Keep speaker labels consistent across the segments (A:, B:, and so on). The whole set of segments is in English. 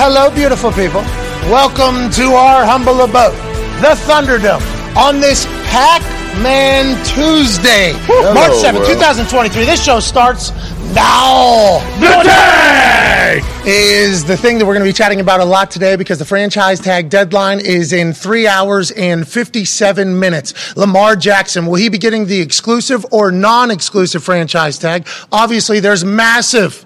A: Hello, beautiful people. Welcome to our humble abode, the Thunderdome, on this Pac Man Tuesday,
B: Hello,
A: March 7,
B: world.
A: 2023. This show starts now. The tag is the thing that we're going to be chatting about a lot today because the franchise tag deadline is in three hours and 57 minutes. Lamar Jackson, will he be getting the exclusive or non exclusive franchise tag? Obviously, there's massive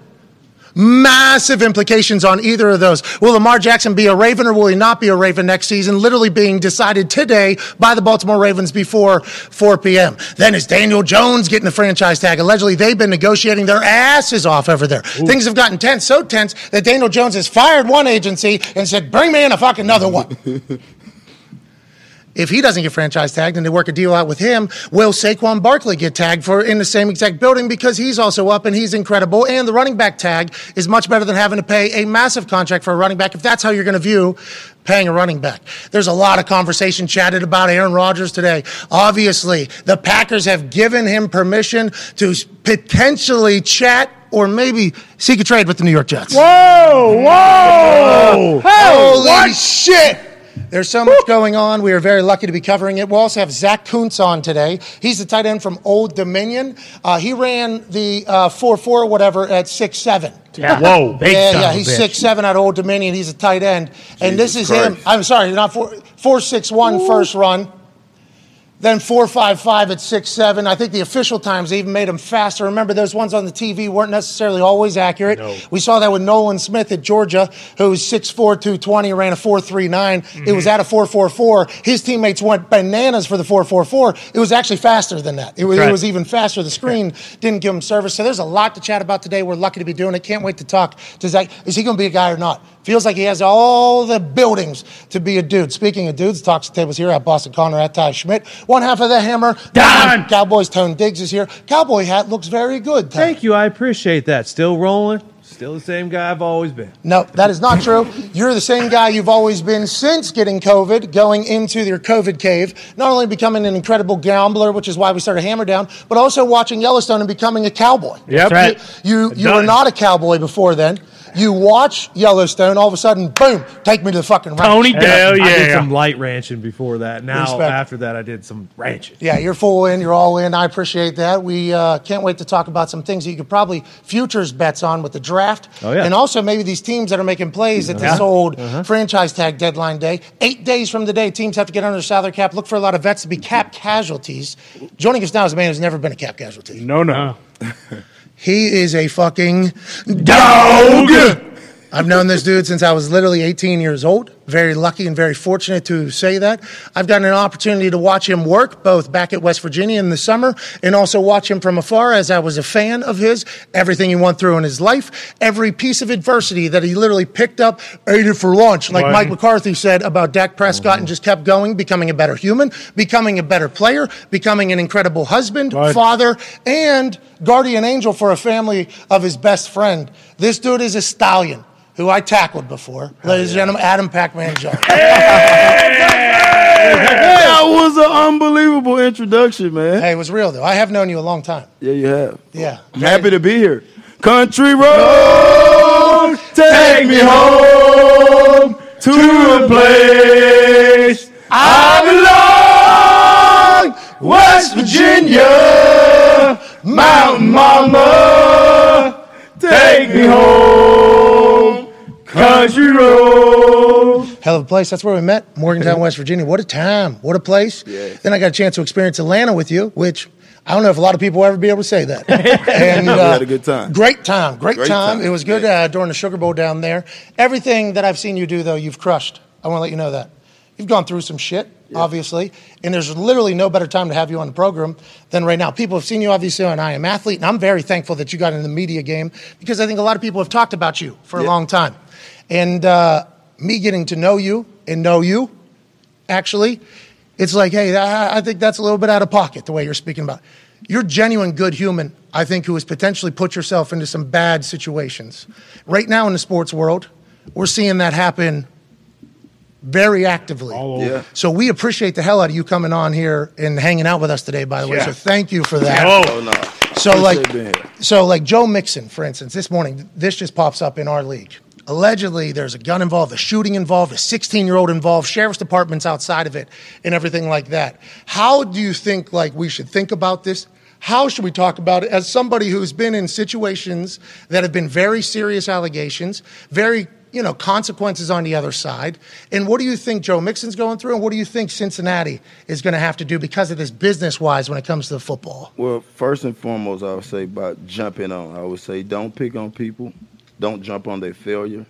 A: massive implications on either of those. Will Lamar Jackson be a Raven or will he not be a Raven next season? Literally being decided today by the Baltimore Ravens before 4 p.m. Then is Daniel Jones getting the franchise tag? Allegedly, they've been negotiating their asses off over there. Things have gotten tense, so tense that Daniel Jones has fired one agency and said, "Bring me in a fucking another one." if he doesn't get franchise tagged and they work a deal out with him, will Saquon Barkley get tagged for in the same exact building because he's also up and he's incredible and the running back tag is much better than having to pay a massive contract for a running back if that's how you're going to view paying a running back. There's a lot of conversation chatted about Aaron Rodgers today. Obviously, the Packers have given him permission to s- potentially chat or maybe seek a trade with the New York Jets.
C: Whoa, whoa!
A: Holy shit! There's so much going on. We are very lucky to be covering it. We'll also have Zach Kuntz on today. He's the tight end from Old Dominion. Uh, he ran the uh, 4-4 whatever at 6-7.
C: Yeah. Whoa, big
A: Yeah,
C: son
A: yeah,
C: of a
A: he's
C: bitch.
A: six seven at Old Dominion. He's a tight end, and this is
B: Jesus
A: him.
B: Christ.
A: I'm sorry, not four four six one first run, then four five five at six seven. I think the official times they even made him faster. Remember those ones on the TV weren't necessarily always accurate. We saw that with Nolan Smith at Georgia, who was 6'4", 220, ran a four It was at a four four four. His teammates went bananas for the four four four. It was actually faster than that. It was, it
C: Right.
A: was even faster. The screen didn't give him service. So there's a lot to chat about today. We're lucky to be doing it. Can't wait to talk to Zach. Is he going to be a guy or not? Feels like he has all the buildings to be a dude. Speaking of dudes, talks to tables here at Boston Connor at Ty Schmidt. One half of the hammer.
C: Done.
A: Cowboys Tone Diggs is here. Cowboy hat looks very good. Tone.
D: Thank you. I appreciate that. Still rolling. Still the same guy I've always been.
A: No, that is not true. You're the same guy you've always been since getting COVID, going into your COVID cave, not only becoming an incredible gambler, which is why we started Hammer Down, but also watching Yellowstone and becoming a cowboy.
C: Yep. That's right.
A: You, you, you were
C: Done.
A: not a cowboy before then. You watch Yellowstone, all of a sudden, boom, take me to the fucking ranch.
C: Tony Dell,
D: I did
C: yeah.
D: some light ranching before that. Now
A: Respect.
D: after that, I did some ranching.
A: Yeah, you're full in, you're all in. I appreciate that. We uh, can't wait to talk about some things that you could probably futures bets on with the draft.
D: Oh, yeah.
A: And also maybe these teams that are making plays at this
D: Yeah. Uh-huh.
A: old franchise tag deadline day. Eight days from the day, teams have to get under the salary cap, look for a lot of vets to be cap casualties. Joining us now is a man who's never been a cap casualty.
C: No, no.
A: He is a fucking
C: Dog!
A: I've known this dude since I was literally 18 years old. Very lucky and very fortunate to say that. I've gotten an opportunity to watch him work both back at West Virginia in the summer and also watch him from afar as I was a fan of his, everything he went through in his life, every piece of adversity that he literally picked up, ate it for lunch, like
C: Right.
A: Mike McCarthy said about Dak Prescott and just kept going, becoming a better human, becoming a better player, becoming an incredible husband,
C: Right.
A: father, and guardian angel for a family of his best friend. This dude is a stallion who I tackled before. Ladies and gentlemen, Adam Pac-Man Jones.
B: That was an unbelievable introduction, man.
A: hey, it was real though. I have known you a long time.
B: Yeah, you have.
A: Yeah.
B: I'm happy to be here. Country road, take me home to the place I belong. West Virginia, Mountain Mama, take me home. Country road.
A: Hell of a place. That's where we met, Morgantown, West Virginia. What a time. What a place. Then I got a chance to experience Atlanta with you, which I don't know if a lot of people will ever be able to say that. and, uh,
B: We had a good time.
A: Great time. Great,
B: Great
A: time.
B: time,
A: It was good
B: yeah.
A: uh, during the Sugar Bowl down there. Everything that I've seen you do, though, you've crushed. I want to let you know that. You've gone through some shit, obviously, and there's literally no better time to have you on the program than right now. People have seen you, obviously, on I Am Athlete, and I'm very thankful that you got in the media game because I think a lot of people have talked about you for a
B: Yeah.
A: long time. And uh, me getting to know you and know you, actually, it's like, hey, I, I think that's a little bit out of pocket the way you're speaking about. it. You're a genuine good human, I think, who has potentially put yourself into some bad situations. Right now in the sports world, we're seeing that happen very actively.
B: Yeah.
A: So we appreciate the hell out of you coming on here and hanging out with us today, by the way.
C: Yeah.
A: So thank you for that.
C: Oh,
B: no.
A: So
B: Appreciate
A: like,
B: being here.
A: so like Joe Mixon, for instance, this morning, this just pops up in our league. Allegedly, there's a gun involved, a shooting involved, a 16 year old involved, sheriff's departments outside of it, and everything like that. How do you think like we should think about this? How should we talk about it? As somebody who's been in situations that have been very serious allegations, very you know consequences on the other side, and what do you think Joe Mixon's going through, and what do you think Cincinnati is going to have to do because of this business wise when it comes to the football?
E: Well, first and foremost, I would say about jumping on. I would say don't pick on people, don't jump on their failure,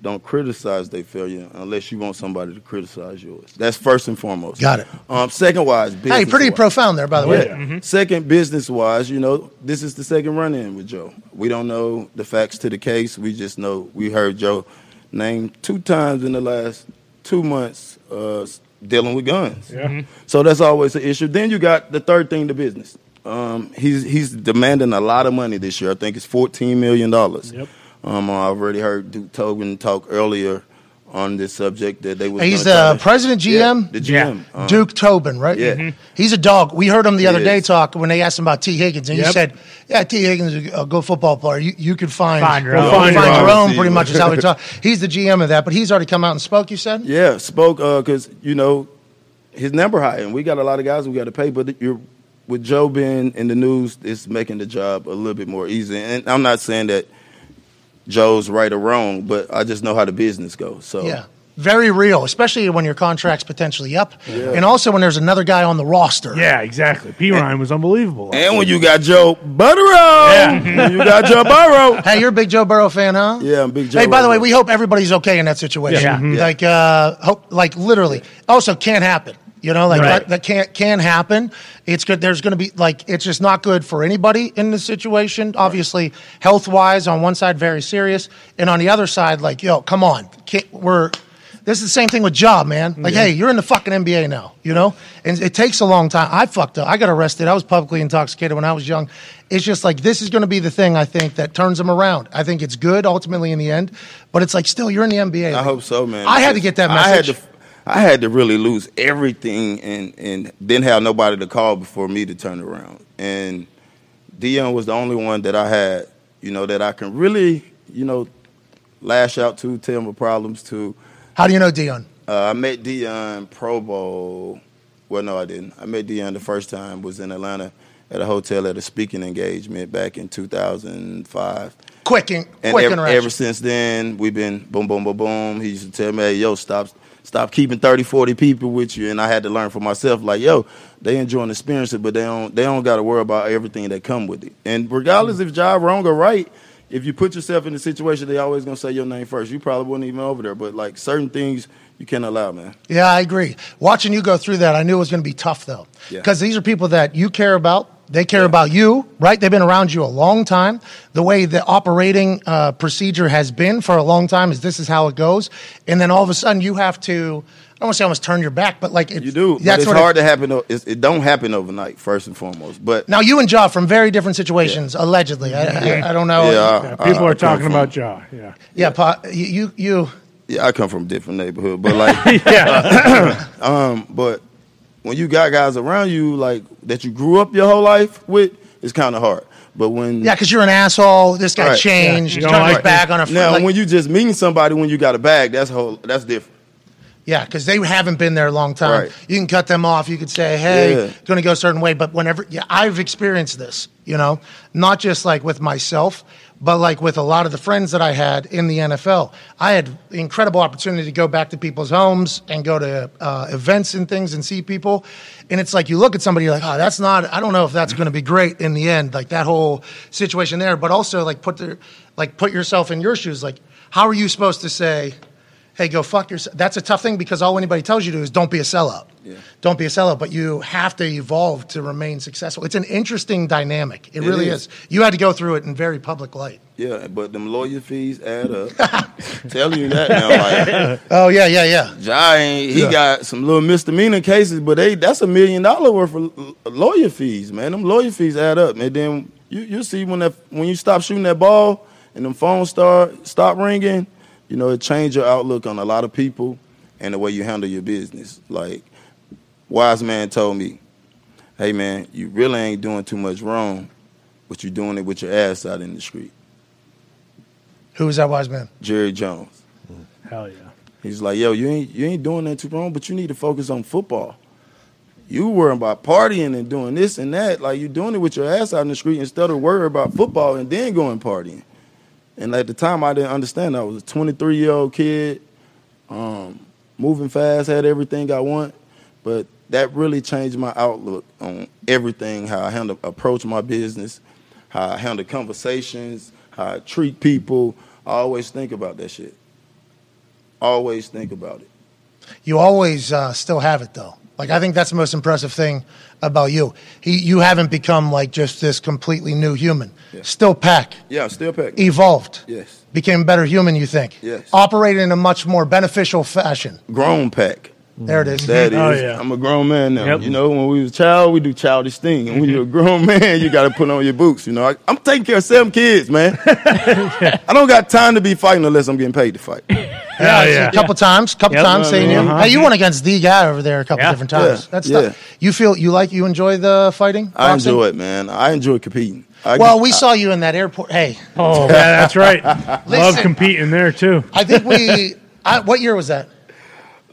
E: don't criticize their failure unless you want somebody to criticize yours. That's first and foremost.
A: Got it.
E: Um, second wise, business.
A: Hey, pretty profound there, by the way.
E: Yeah. Mm-hmm. Second, business wise, you know, this is the second run in with Joe. We don't know the facts to the case. We just know we heard Joe named two times in the last two months uh, s- dealing with guns.
D: Mm-hmm.
E: So that's always an issue. Then you got the third thing, the business. Um, he's he's demanding a lot of money this year. I think it's fourteen million dollars. Yep. Um, I already heard Duke Tobin talk earlier on this subject that they was.
A: He's
E: gonna try
A: uh,
E: to-
A: president
E: Yeah,
A: GM.
E: the GM. Um,
A: Duke Tobin, right?
E: Yeah.
C: Mm-hmm.
E: Mhm.
A: He's a dog. We heard him the other
E: He
A: day
E: is.
A: talk when they asked him about T. Higgins, and you
C: Yep.
A: said, "Yeah, T. Higgins is a good football player. You, you could find
C: Find your own.
A: Find
E: Find your own
A: your own." Pretty
E: receiver.
A: much is how we talk. He's the GM of that, but he's already come out and spoke. You said,
E: Yeah, spoke because you know his number high, and we got a lot of guys we got to pay. But you're with Joe being in the news, it's making the job a little bit more easy. And I'm not saying that Joe's right or wrong, but I just know how the business goes. So
A: Yeah. Very real, especially when your contract's potentially up, and also when there's another guy on the roster.
C: Yeah, exactly. P Ryan was unbelievable.
E: And when you got Joe Burrow, when you got Joe Burrow.
A: Hey, you're a big Joe Burrow fan, huh?
E: Yeah, I'm a big Joe
A: Hey, by the
E: Burrow.
A: way, we hope everybody's okay in that situation.
C: Yeah. Mm-hmm.
E: Yeah.
A: Like, uh, hope, like literally. Also, can't happen. You know, like
C: Right.
A: that, that can't can happen. It's good. There's going to be like it's just not good for anybody in this situation. Obviously, health wise, on one side, very serious, and on the other side, like, yo, come on, can't, we're. This is the same thing with job, man. Like, hey, you're in the fucking NBA now, you know? And it takes a long time. I fucked up. I got arrested. I was publicly intoxicated when I was young. It's just like this is going to be the thing I think that turns them around. I think it's good ultimately in the end, but it's like still you're in the NBA.
E: I hope so, man.
A: I had to get that
E: I had to,
A: message.
E: I had to really lose everything and and didn't have nobody to call before me to turn around. And Dion was the only one that I had, you know, that I can really, you know, lash out to, tell my problems to.
A: How do you know Dion?
E: Uh, I met Dion Pro Bowl. Well, no, I didn't. I met Dion the first time was in Atlanta at a hotel at a speaking engagement back in 2005.
A: Quick and,
E: And
A: quick
E: ev-
A: interaction.
E: ever since then, we've been boom, boom, boom, boom. He used to tell me, hey, yo, stop, stop keeping 30, 40 people with you. And I had to learn for myself, like, yo, they enjoying the experience, but they don't, they don't got to worry about everything that come with it. And regardless if job wrong or right, if you put yourself in the situation, they always going to say your name first. You probably wasn't even over there, but like certain things you can't allow, man.
A: Yeah, I agree. Watching you go through that, I knew it was going to be tough though,
E: Yeah.
A: because these are people that you care about. They care about you, right? They've been around you a long time. The way the operating uh, procedure has been for a long time is this is how it goes, and then all of a sudden you have to. I don't want to say almost turn your back, but like it's,
E: You do. but it's
A: what it-
E: hard to happen. o- It's, it don't happen overnight, first and foremost. But
A: now you and Ja from very different situations, allegedly. I, I, I don't know.
E: yeah, I- I-
C: People
E: I
C: are
E: come
C: talking
E: from-
C: about Ja. Yeah.
A: yeah. Pa, you, you,
E: Yeah, I come from a different neighborhood, but like. uh, um,
C: Yeah.
E: But when you got guys around you like that you grew up your whole life with, it's kind of hard. But when
A: yeah, because you're an asshole. This guy
E: Right.
A: changed.
C: Yeah, you don't
A: turned his
C: like
A: back on a friend.
E: now
A: like-
E: when you just meeting somebody when you got a bag, that's whole that's different.
A: Yeah, because they haven't been there a long time.
E: Right.
A: You can cut them off. You could say, "Hey,
E: Yeah.
A: going to go a certain way." But whenever, yeah, I've experienced this. You know, not just like with myself, but like with a lot of the friends that I had in the NFL. I had the incredible opportunity to go back to people's homes and go to uh, events and things and see people. And it's like you look at somebody you're like, "Oh, that's not. I don't know if that's going to be great in the end." Like that whole situation there. But also like put their, like put yourself in your shoes. Like, how are you supposed to say? hey, go fuck yourself. That's a tough thing because all anybody tells you to do is don't be a sellout. Don't be a sellout, but you have to evolve to remain successful. It's an interesting dynamic. It, really
E: is.
A: is. You had to go through it in very public light.
E: Yeah, but them lawyer fees add up. Telling you that now, like
A: Oh, yeah, yeah, yeah.
E: Jai ain't he got some little misdemeanor cases, but they that's a million dollar worth of l- lawyer fees, man. Them lawyer fees add up, and then you you see when that when you stop shooting that ball and them phones start stop ringing, you know it change your outlook on a lot of people and the way you handle your business. Like wise man told me, hey man, you really ain't doing too much wrong, but you doing it with your ass out in the street.
A: Who was that wise man?
E: Jerry Jones.
C: Hell yeah.
E: He's like, yo, you ain't you ain't doing that too wrong, but you need to focus on football. You worrying about partying and doing this and that, like you doing it with your ass out in the street instead of worrying about football and then going partying. And at the time, I didn't understand. I was a 23 year old kid, um, moving fast, had everything I want, but that really changed my outlook on everything, how I handle approach my business, how I handle conversations, how I treat people. I always think about that shit always think about it.
A: You always uh, still have it though. Like I think that's the most impressive thing about you. He, you haven't become like just this completely new human. Still pack,
E: Yeah, still pack.
A: evolved,
E: Yes.
A: became a better human. You think?
E: Yes.
A: Operated in a much more beneficial fashion.
E: Grown pack.
A: There it is.
E: That is.
C: Oh, yeah.
E: I'm a grown man now.
C: Yep.
E: You know, when we was a child, we do childish things. And when you're a grown man, you got to put on your boots. You know, I, I'm taking care of seven kids, man. I don't got time to be fighting unless I'm getting paid to fight.
C: Hell
A: A couple times, couple
C: Yep.
A: times,
C: Uh,
A: seeing you.
C: uh-huh.
A: Hey, you went against the guy over there a couple
C: Yeah.
A: different times.
E: Yeah.
A: That's
E: Yeah.
A: tough. You feel you like you enjoy the fighting.
E: I
A: boxing?
E: enjoy it, man. I enjoy competing. I,
A: Well, we saw you in that airport. Hey,
C: Oh, yeah, that's right. Love
A: Listen.
C: competing there too.
A: I think we. I, what year was that?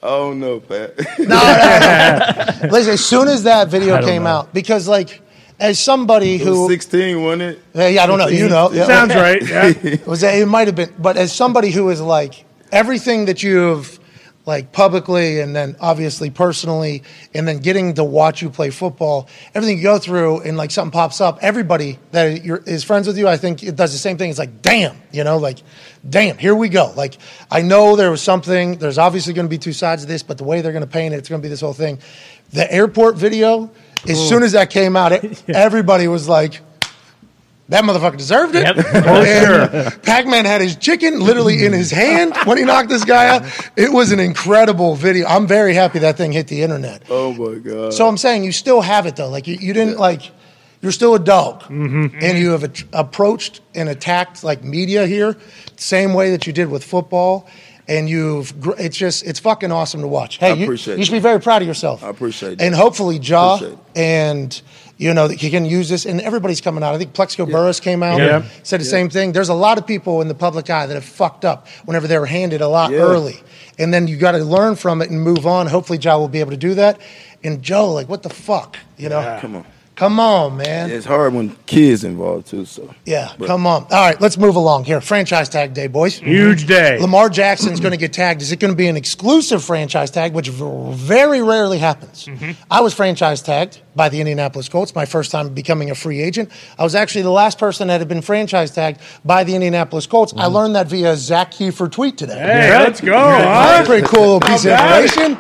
E: I don't know, Pat.
A: Listen, as soon as that video
C: don't
A: came
C: know.
A: out, because like as somebody
E: it was
A: who
E: 16, wasn't it?
A: Hey, yeah, I don't know, you know, yeah.
C: Sounds right. Yeah.
A: It was it might have been, but as somebody who is like everything that you've like publicly and then obviously personally, and then getting to watch you play football, everything you go through, and like something pops up, everybody that you're, is friends with you, I think it does the same thing. It's like, damn, you know, like, damn, here we go. Like, I know there was something. There's obviously going to be two sides of this, but the way they're going to paint it, it's going to be this whole thing. The airport video. As soon as that came out, it, everybody was like, that motherfucker deserved it.
F: Oh,
A: And Pac-Man had his chicken literally in his hand when he knocked this guy out. It was an incredible video. I'm very happy that thing hit the internet.
E: Oh, my God.
A: So I'm saying you still have it though. Like you, you didn't like you're still a dog,
E: Mm-hmm.
A: and you have at- approached and attacked like media here same way that you did with football. And you've gr- it's just it's fucking awesome to watch. Hey,
E: I
A: you,
E: appreciate
A: you should
E: that.
A: be very proud of yourself.
E: I appreciate that.
A: And hopefully, Jaw
E: Appreciate it.
A: and you know that you can use this. And everybody's coming out. I think Plexico Burris came out
C: Yeah.
A: and said the same thing. There's a lot of people in the public eye that have fucked up whenever they were handed a lot
E: Yeah.
A: early and then you got to learn from it and move on. Hopefully, Ja will be able to do that. And Joe, like, what the fuck, you know?
E: Come on.
A: Come on, man.
E: It's hard when kids involved, too, so.
A: Yeah, come on. All right, let's move along here. Franchise tag day, boys.
C: Mm-hmm. Huge day.
A: Lamar Jackson's going to get tagged. Is it going to be an exclusive franchise tag, which v- very rarely happens?
C: Mm-hmm.
A: I was franchise tagged by the Indianapolis Colts, my first time becoming a free agent. I was actually the last person that had been franchise tagged by the Indianapolis Colts. I learned that via Zach Kiefer tweet today.
C: Mm. Hey, let's go.
A: That's
C: Huh?
A: a pretty cool little piece of
C: Alright.
A: information.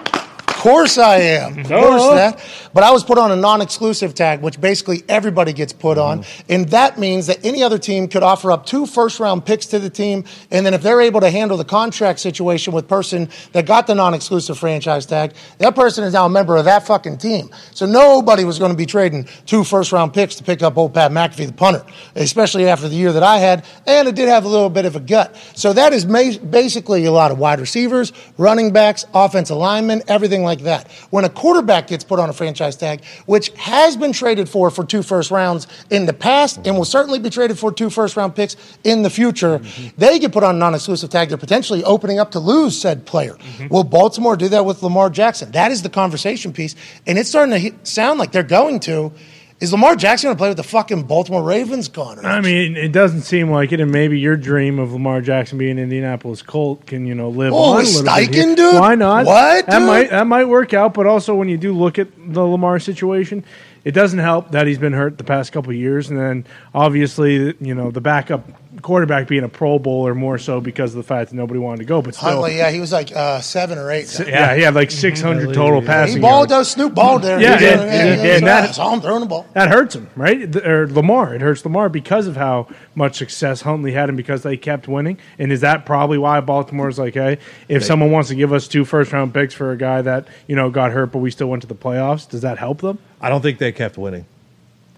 A: Of course I am. Of course
C: Uh-huh.
A: that. But I was put on a non-exclusive tag, which basically everybody gets put on, and that means that any other team could offer up two first-round picks to the team, and then if they're able to handle the contract situation with person that got the non-exclusive franchise tag, that person is now a member of that fucking team. So nobody was going to be trading two first-round picks to pick up old Pat McAfee, the punter, especially after the year that I had, and it did have a little bit of a gut. So that is ma- basically a lot of wide receivers, running backs, offensive linemen, everything like that. When a quarterback gets put on a franchise tag, which has been traded for for two first rounds in the past and will certainly be traded for two first round picks in the future, they get put on a non exclusive tag. They're potentially opening up to lose said player. Will Baltimore do that with Lamar Jackson? That is the conversation piece. And it's starting to he- sound like they're going to. Is Lamar Jackson going to play with the fucking Baltimore Ravens gone?
C: I mean, it doesn't seem like it, and maybe your dream of Lamar Jackson being an Indianapolis Colt can, you know, live
A: Oh,
C: on a
A: with
C: little bit here.
A: Steichen, dude?
C: Why not?
A: What,
C: That
A: dude?
C: might that might work out, but also when you do look at the Lamar situation, it doesn't help that he's been hurt the past couple of years, and then obviously, you know, the backup quarterback being a Pro Bowler more so because of the fact that nobody wanted to go, but still,
A: Huntley, yeah, he was like uh, seven or eight.
C: yeah, he had like six hundred total
A: Mm-hmm. He
C: passing.
A: balled
C: yards.
A: those Snoop Ball there.
C: Yeah,
A: he did.
C: and- and he
A: yeah,
C: did that.
A: I saw him throwing the ball.
C: That hurts him, right? Th- Or Lamar. It hurts Lamar because of how much success Huntley had and because they kept winning. And is that probably why Baltimore's like, hey, if someone wants to give us two first round picks for a guy that, you know, got hurt but we still went to the playoffs, does that help them?
D: I don't think they kept winning.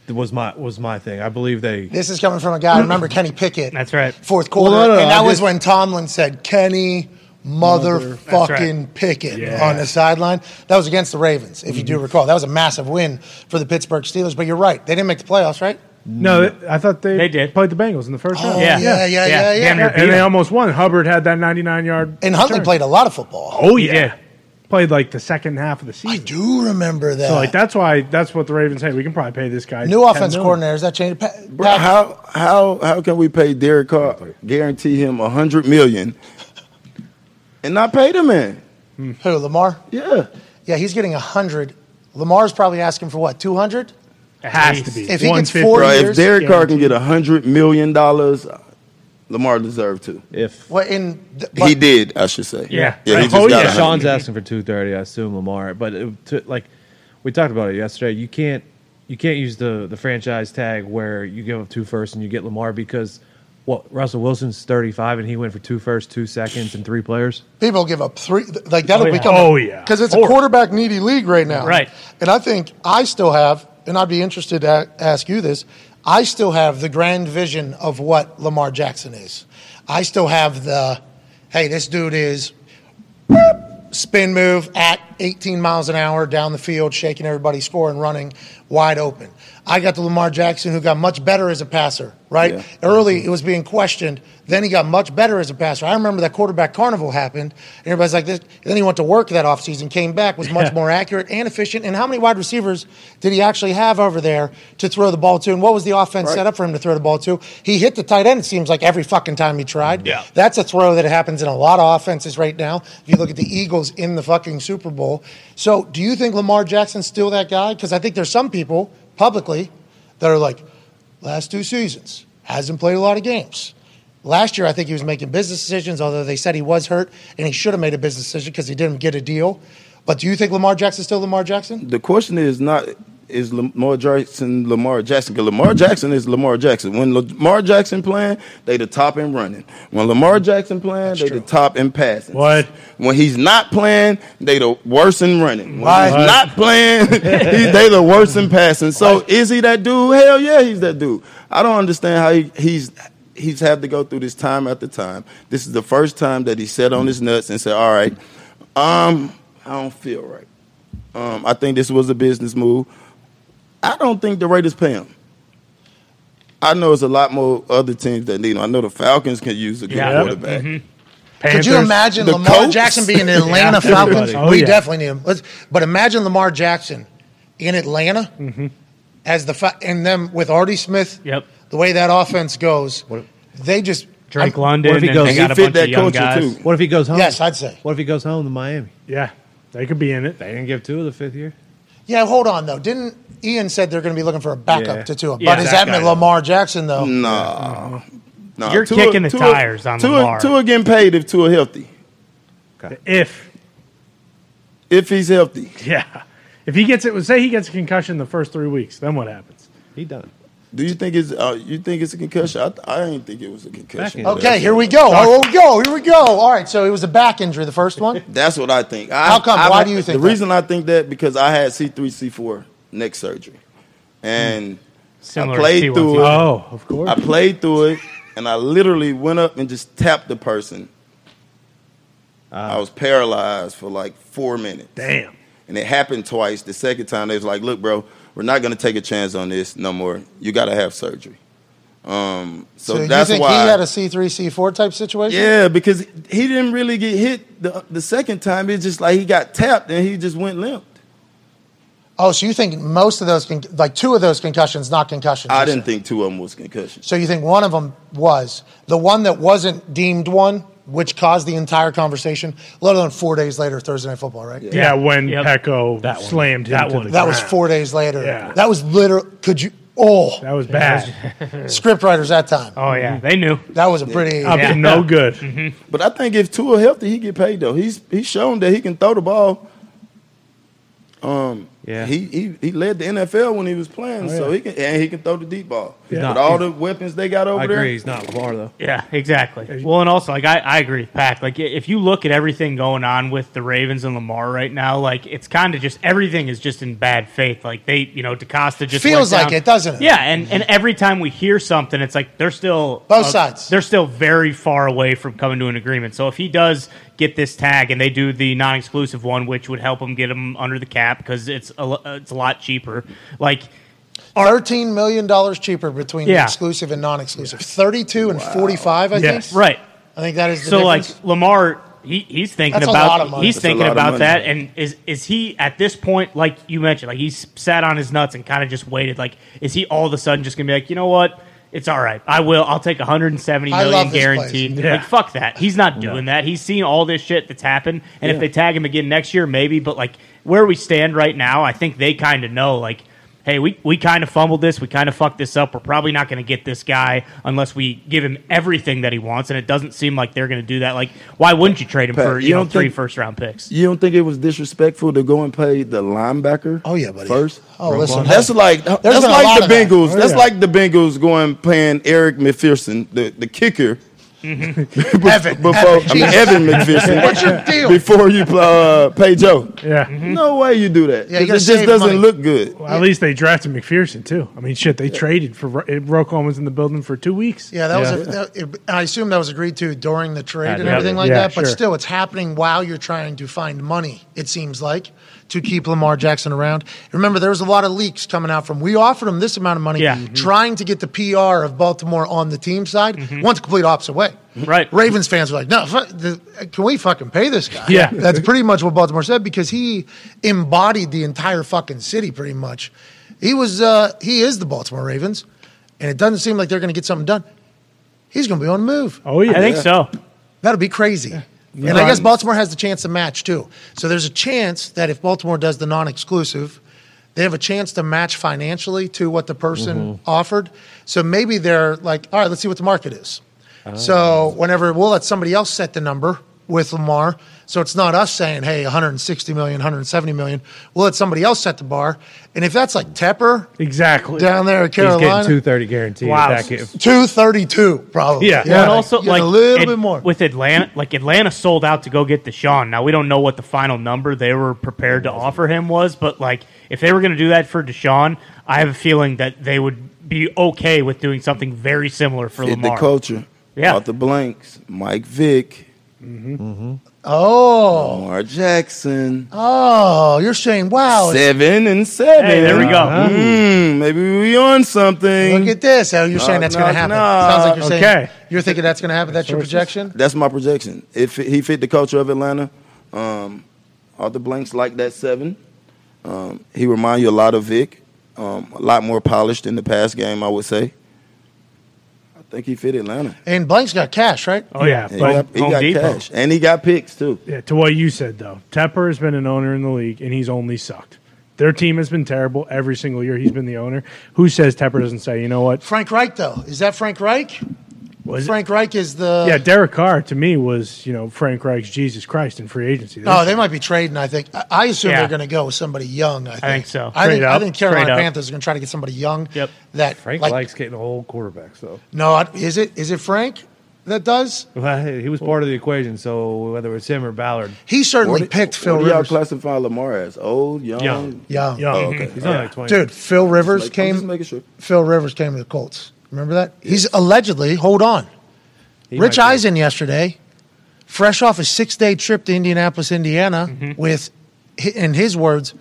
D: It was my was my thing. I believe they.
A: This is coming from a guy. I remember Kenny Pickett.
G: That's right.
A: Fourth quarter,
D: Well, no, no,
A: and that
D: I
A: was
D: just-
A: when Tomlin said Kenny
G: That's
A: motherfucking
G: right.
A: Pickett
C: Yeah. Mm-hmm.
A: on the sideline. That was against the Ravens, if you do recall. That was a massive win for the Pittsburgh Steelers. But you're right, they didn't make the playoffs, right?
C: No, th- I thought they,
G: They did.
C: played the Bengals in the first round.
A: yeah, Oh, yeah, yeah, yeah. yeah,
G: Damn near beat
C: And they
G: 'em.
C: almost won. Hubbard had that 99 yard.
A: And Huntley
C: return.
A: played a lot of football.
C: Oh,
G: He
C: yeah.
G: did.
C: Played like the second half of the
A: I
C: season.
A: do remember that.
C: So, like, that's why, that's what the Ravens say. We can probably pay this guy.
A: New
C: 10
A: offense
C: million.
A: coordinator. Is that changed? Pa-
E: Bro,
A: Pack-
E: how how how can we pay Derek Carr, guarantee him a hundred million, and not pay the man?
A: Hmm. who? Lamar?
E: Yeah,
A: Yeah, he's getting 100. Lamar's probably asking for what, 200?
C: It has to be.
A: If he gets
C: 150.
A: four
E: bro. If
A: years,
E: Derek Carr can get a hundred million dollars, Lamar deserved to.
D: If
A: What in th-
E: he
A: but-
E: did, I should say.
C: Yeah.
E: yeah. He
C: Right.
E: just
C: Oh,
E: got
C: yeah.
E: a hundred.
D: Sean's asking for two thirty, I assume Lamar. But it, to, like we talked about it yesterday, you can't you can't use the the franchise tag where you give up two firsts and you get Lamar because what Russell Wilson's thirty five and he went for two firsts, two seconds, and three players.
A: people give up three. th- Like that'll
C: Oh, yeah.
A: become.
C: Oh, yeah.
A: because it's a
C: Four.
A: quarterback needy league right now.
G: Right.
A: And I think I still have, and I'd be interested to a- ask you this. I still have the grand vision of what Lamar Jackson is. I still have the, hey, this dude is spin move at 18 miles an hour down the field, shaking everybody, scoring, running wide open. I got the Lamar Jackson who got much better as a passer, right?
E: Yeah.
A: Early, it was being questioned. Then he got much better as a passer. I remember that quarterback carnival happened, and everybody's like, this. Then he went to work that offseason, came back, was much more accurate and efficient. And how many wide receivers did he actually have over there to throw the ball to? And what was the offense set up for him to throw the ball to? He hit the tight end, it seems like, every fucking time he tried. Yeah. That's a throw that happens in a lot of offenses right now. If you look at the Eagles in the fucking Super Bowl. So, do you think Lamar Jackson's still that guy? Because I think there's some people publicly that are like, last two seasons, hasn't played a lot of games. Last year, I think he was making business decisions, although they said he was hurt and he should have made a business decision because he didn't get a deal. But do you think Lamar Jackson's still Lamar Jackson?
E: The question is not is Lamar Jackson Lamar Jackson because Lamar Jackson is Lamar Jackson. When Lamar Jackson playing, they the top in running. When Lamar Jackson playing, they the top in passing.
C: What?
E: When he's not playing, they the worst in running. When he's
A: What?
E: not playing, he, they the worst in passing. So is he that dude? Hell yeah, he's that dude. I don't understand how he, he's he's had to go through this time after time. This is the first time that he sat on his nuts and said, "All right, um, I don't feel right." Um, I think this was a business move. I don't think the Raiders pay him. I know it's a lot more other teams that need him. I know the Falcons can use a good
C: Yeah.
E: quarterback.
G: Mm-hmm.
A: Could you
C: Panthers.
A: imagine
E: the
A: Lamar
E: Colts?
A: Jackson being the Atlanta Falcons?
C: Oh,
A: we
C: yeah.
A: definitely need him. Let's, but imagine Lamar Jackson in Atlanta as the fa- and them with Artie Smith.
G: Mm-hmm. Yep.
A: The way that offense goes, they just
G: Drake
A: I'm-
G: London.
D: what if he
G: and
D: goes-
G: they
E: And
G: got
E: he
G: a
E: fit
G: bunch
E: that
G: of young
E: culture
G: guys.
E: too.
D: What if he goes home?
A: Yes, I'd say.
D: What if he goes home to Miami?
C: Yeah. They could be in it.
D: They didn't give two of the fifth year.
A: Yeah, hold on though. Didn't Ian said they're going to be looking for a backup
D: Yeah.
A: to Tua? But
G: Yeah,
A: is
G: that
A: that meant
G: guy.
A: Lamar Jackson though?
C: Mm. Uh-huh.
E: Nah. Nah,
G: You're kicking the tires on
E: Tua,
G: Lamar.
E: Tua getting paid if Tua healthy.
C: If.
E: If he's healthy.
C: Yeah. If he gets it, say he gets a concussion the first three weeks, then what happens?
D: He done.
E: Do you think it's uh, you think it's a concussion? I, I didn't think it was a concussion.
A: Okay, here we go. Oh, here we go. Here we go. All right, so it was a back injury, the first one.
E: That's what I think. I,
A: How come?
E: I've-
A: Why do you think
E: The
A: that?
E: reason I think that because I had C three C four neck surgery, and
G: Similar
E: I played
G: to
E: through it.
G: T1.
C: Oh, of course.
E: I played through it, and I literally went up and just tapped the person. I was paralyzed for like four minutes.
C: Damn.
E: And it happened twice. The second time, they was like, look, bro, we're not going to take a chance on this no more. You got to have surgery. Um, so,
A: So, you
E: that's
A: think
E: why.
A: he had a C three C four type situation?
E: yeah, because he didn't really get hit the, the second time. It's just like he got tapped and he just went limp.
A: Oh, so you think most of those, con- like two of those concussions, not concussions?
E: I
A: you're
E: didn't
A: saying.
E: think two of them was concussions.
A: So you think one of them was the one that wasn't deemed one, which caused the entire conversation. Let alone four days later, Thursday Night Football, right?
C: Yeah, when
G: Yep.
C: Pecco
D: That one.
C: slammed him
D: That
C: to
D: one.
C: the
A: That was
C: ground.
A: four days later.
C: Yeah.
A: That was literal. Could you? Oh,
C: That was bad.
A: scriptwriters that time.
G: Oh yeah, they knew.
A: That was a pretty. Mm-hmm.
C: Up to
G: Yeah.
C: no good.
E: But I think if Tua healthy, he get paid though. He's he's shown that he can throw the ball. Um,
D: Yeah.
E: he, he he led the NFL when he was playing,
D: Oh,
E: so he can and he can throw the deep ball.
D: Yeah.
E: With all the weapons they got over
D: I
E: there,
D: agree. He's not Lamar though.
G: Yeah, exactly. Well, and also, like, I, I agree, Pack. Like, i- if you look at everything going on with the Ravens and Lamar right now, like, it's kind of just everything is just in bad faith. Like, they, you know, DaCosta just
A: Feels
G: went
A: like
G: down-
A: it, doesn't it?
G: Yeah, and, and every time we hear something, it's like they're still
A: Both sides.
G: They're still very far away from coming to an agreement. So if he does get this tag and they do the non-exclusive one, which would help him get him under the cap because it's a, lo- uh, it's a lot cheaper, like.
A: Thirteen million dollars cheaper between the
G: Yeah.
A: exclusive and non-exclusive. Thirty-two and forty-five, I
C: Yes.
A: think.
G: Right.
A: I think that is the
G: So
A: difference.
G: like Lamar, he, he's thinking
A: That's a
G: about
A: lot of money.
G: he's
A: That's
E: a
G: thinking
E: lot of
G: about
E: money.
G: that, and is is he at this point like you mentioned, like he's sat on his nuts and kind of just waited. Like, is he all of a sudden just gonna be like, you know what? It's all right. I will. I'll take 170
A: I
G: million
A: love this
G: guaranteed.
C: place. Yeah.
G: Like fuck that. He's not doing that. He's seen all this shit that's happened, and if they tag him again next year, maybe. But like where we stand right now, I think they kind of know. Like, hey, we we kind of fumbled this. We kind of fucked this up. We're probably not going to get this guy unless we give him everything that he wants, and it doesn't seem like they're going to do that. Like, why wouldn't you trade him
E: Pat,
G: for you,
E: you
G: know
E: don't
G: three
E: think-
G: first round picks?
E: You don't think it was disrespectful to go and pay the linebacker?
A: Oh, yeah, buddy.
E: First,
A: Oh, listen,
E: that's
A: hey,
E: like that's
A: been a lot
E: like
A: of
E: the
A: that.
E: Bengals.
A: Oh,
E: that's
A: yeah.
E: like the Bengals going paying Eric McPherson, the the kicker.
C: mm-hmm.
E: Bef-
A: Evan,
E: before
A: Evan,
E: I mean
A: Jesus.
E: Evan McPherson.
A: What's your deal? Mm-hmm.
E: Before you uh, pay Joe.
C: Yeah.
E: No way you do that.
A: Yeah, you
E: 'Cause it
A: gotta
E: just
A: save
E: doesn't
A: money.
E: look good.
C: Well, at least they drafted McPherson too. I mean, shit, they traded for Ro- Rokon was in the building for two weeks.
A: Yeah, that was. A, that, it, I assume that was agreed to during the trade
D: Had
A: and
D: to be.
A: everything like
C: Yeah,
A: that. But
C: sure.
A: still, it's happening while you're trying to find money. It seems like to keep Lamar Jackson around. Remember, there was a lot of leaks coming out from. We offered him this amount of money, Mm-hmm.
G: Yeah. Mhm.
A: trying to get the PR of Baltimore on the team side. Went the complete opposite way.
G: Right.
A: Ravens fans were like, "No, fuck, the, can we fucking pay this guy?"
C: Yeah.
A: that's pretty much what Baltimore said because he embodied the entire fucking city pretty much. He was uh, he is the Baltimore Ravens, and it doesn't seem like they're going to get something done. He's going to be on the move.
C: Oh yeah,
G: I think so.
A: That'll be crazy. And I guess Baltimore has the chance to match too. So there's a chance that if Baltimore does the non-exclusive, they have a chance to match financially to what the person
G: Mm-hmm.
A: offered. So maybe they're like, all right, let's see what the market is.
G: Uh, Oh.
A: So whenever we'll let somebody else set the number with Lamar, so it's not us saying, hey, 160 million, 170 million. We'll let somebody else set the bar. And if that's like Tepper
C: exactly.
A: down there at
D: He's
A: Carolina,
D: getting two thirty guaranteed.
G: Wow.
D: Back if,
A: 232 probably.
C: Yeah.
G: But also,
A: yeah,
G: like
A: a little
G: Ad-
A: bit more.
G: with Atlanta. Like Atlanta sold out to go get Deshaun. Now we don't know what the final number they were prepared to offer him was, but like if they were going to do that for Deshaun, I have a feeling that they would be okay with doing something very similar for
E: Fit the
G: Lamar.
E: culture.
G: Yeah. Mm-hmm.
E: Arthur Blanks, Mike Vick,
A: Mm-hmm. oh.
E: Lamar Jackson.
A: Oh, you're saying, wow.
E: Seven and seven.
G: Hey, there we go.
A: Uh-huh.
C: Uh-huh.
E: Mm, maybe we on something.
A: Look at this. Oh, you're saying that's going to
E: no,
A: happen.
E: no.
A: Sounds like you're saying
C: Okay.
A: you're thinking that's going to happen. That's your projection.
E: That's my projection. If he fit the culture of Atlanta, um, Arthur Blanks like that seven. Um, he remind you a lot of Vic. Um, a lot more polished in the past game, I would say. I think he fit Atlanta.
A: And Blank's got cash, right?
C: Oh yeah,
E: He
C: but
E: got, he
G: Home
E: got
G: Depot.
E: cash, and he got picks too.
C: yeah, to what you said though, Tepper has been an owner in the league, and he's only sucked. Their team has been terrible every single year. He's been the owner. Who says Tepper doesn't say? You know what?
A: Frank Reich, though. Is that Frank Reich?
C: Was
A: Frank Reich is the.
C: Uh, yeah, Derek Carr to me was you know Frank Reich's Jesus Christ in free agency.
A: Oh, they might be trading, I think. I- I assume
G: Yeah.
A: they're going to go with somebody young, I think.
G: think so.
A: I think,
C: Trade
A: I
C: up.
A: think Carolina
G: Trade up.
A: Panthers are going to try to get somebody young.
G: Yep.
A: That,
D: Frank
A: like,
D: likes getting old quarterbacks though.
A: No, I- is it is it Frank that does?
D: Well, he was part of the equation, so whether it's him or Ballard,
A: He certainly
E: What-
A: picked Phil
E: what do y'all
A: Rivers.
E: classify Lamar as? Old, young?
D: Young.
A: yeah.
C: Yeah.
E: Oh, okay.
D: he's only like twenty.
A: Dude, Phil Rivers
E: Like, I'm just
A: came.
E: making sure.
A: Phil Rivers came to the Colts. Remember that? He's allegedly, hold on.
D: He
A: Rich
D: might be-
A: Eisen yesterday, fresh off a six day trip to Indianapolis, Indiana, with, in his words,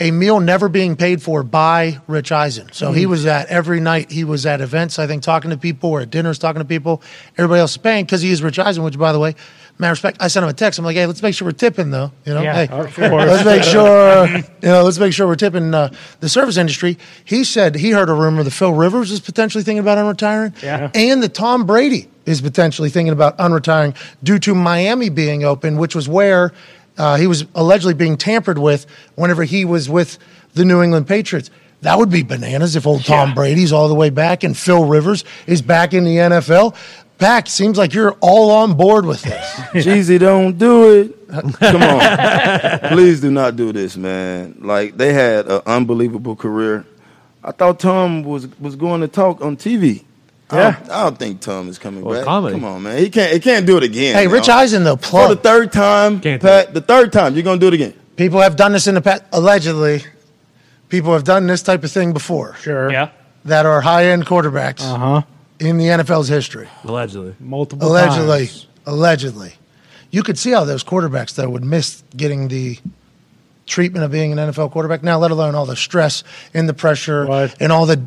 A: a meal never being paid for by Rich Eisen. So he was at every night, he was at events, I think, talking to people or at dinners, talking to people. Everybody else is paying because he is Rich Eisen, which, by the way, matter of fact, I sent him a text. I'm like, hey, let's make sure we're tipping, though. You know,
G: Yeah.
A: hey,
C: of course.
A: let's make sure you know let's make sure we're tipping uh, the service industry he said he heard a rumor that phil rivers is potentially thinking about unretiring
G: Yeah.
A: and that tom brady is potentially thinking about unretiring due to miami being open which was where uh, he was allegedly being tampered with whenever he was with the new england patriots that would be bananas if old Tom Brady's all the way back and Phil Rivers is back in the NFL. Pack, seems like you're all on board with this.
E: Jeezy, don't do it. Come on. Please do not do this, man. Like, they had an unbelievable career. I thought Tom was, was going to talk on TV. I, don't, I don't think Tom is coming
D: Well,
E: back.
D: comedy.
E: Come on, man. He can't, he can't do it again.
A: hey,
E: now.
A: Rich Eisen, though, plug.
E: For the third time,
D: Can't do
E: Pat, the third time, you're going to do it again.
A: People have done this in the past. Allegedly, people have done this type of thing before
C: sure.
G: Yeah.
A: that are high end quarterbacks
D: Uh-huh.
C: Uh huh.
A: in the NFL's history.
D: allegedly.
C: Multiple
A: Allegedly.
C: times.
A: Allegedly. You could see how those quarterbacks, though, would miss getting the treatment of being an NFL quarterback now, let alone all the stress and the pressure
C: Right.
A: and all the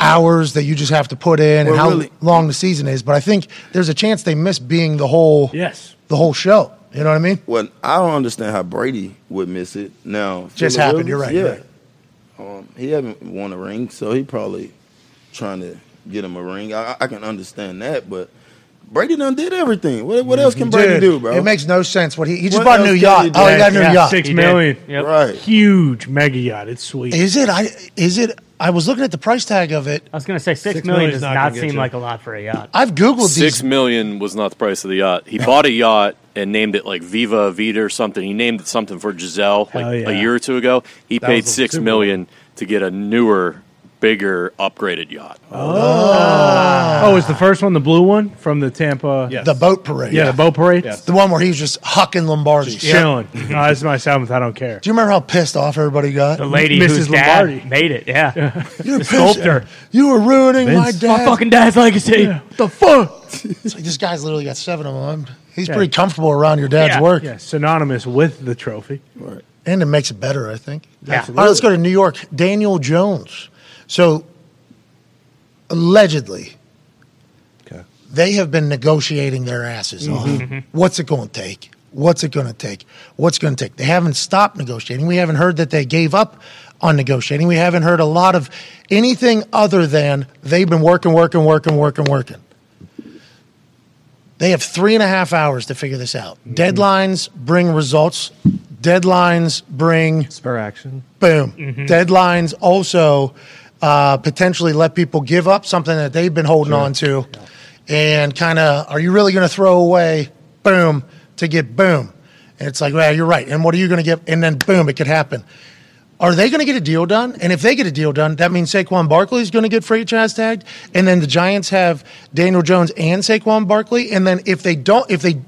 A: hours that you just have to put in
E: Well,
A: and how
E: really-
A: long the season is. But I think there's a chance they miss being the whole
C: Yes.
A: the whole show. You know what I mean?
E: Well, I don't understand how Brady would miss it. Now
A: Just
E: Phillip
A: happened, you're right,
E: Yeah, Um, he haven't won a ring, so he probably trying to get him a ring. I, I can understand that, but Brady done did everything. What, what else can Brady
A: Dude,
E: do, bro?
A: It makes no sense. What he, he just
E: What
A: bought a
E: else
A: new
E: can
A: yacht.
E: he do?
A: Oh, he got a new
C: Yeah,
A: yacht.
C: six
G: He did.
C: million.
G: Yep.
E: right.
C: Huge mega yacht. It's sweet.
A: Is it? I is it? I was looking at the price tag of it.
G: I was going to say six
D: Six
G: million
D: million's
G: does
D: not
G: not,
D: gonna get
G: seem
D: you.
G: like a lot for a yacht.
A: I've googled
H: Six
A: these.
H: million was not the price of the yacht. He bought a yacht and named it like Viva Vita or something. He named it something for Giselle like
C: Hell yeah.
H: a year or two ago. He
D: That
H: paid
D: was a
H: six
D: Super Bowl.
H: million to get a newer, bigger, upgraded yacht.
C: oh, is the first one the blue one from the Tampa?
D: Yes.
A: The boat parade.
C: Yeah, the boat parade.
D: Yes.
A: The one where he was just hucking Lombardi.
C: Chilling. no, this is my seventh. I don't care.
A: Do you remember how pissed off everybody got?
G: The lady
C: Mrs.
G: whose dad
C: Lombardi.
G: made it. Yeah.
A: You're pissed.
G: sculptor.
A: You were ruining my
D: Vince.
A: dad.
G: dad's legacy.
A: the fuck? it's like this guy's literally got seven of them. He's pretty comfortable around your dad's
G: Yeah,
A: work,
C: Yeah, synonymous with the trophy.
A: and it makes it better, I think.
G: Yeah.
A: All right, let's go to New York. Daniel Jones. So, allegedly,
D: Okay. Mm-hmm.
A: they have been negotiating their asses off. What's it going to take? What's it going to take? What's going to take? They haven't stopped negotiating. We haven't heard that they gave up on negotiating. We haven't heard a lot of anything other than they've been working, working, working, working, working. They have three and a half hours to figure this out.
D: Mm-hmm.
A: Deadlines bring results. Deadlines bring
D: Spur action.
A: boom. Deadlines also uh, potentially let people give up something that they've been holding on to, and kind of, are you really going to throw away boom to get boom? And it's like, well, you're right. And what are you going to get? And then boom, it could happen. Are they going to get a deal done? And if they get a deal done, that means Saquon Barkley is going to get franchise tagged, and then the Giants have Daniel Jones and Saquon Barkley. And then if they don't, if they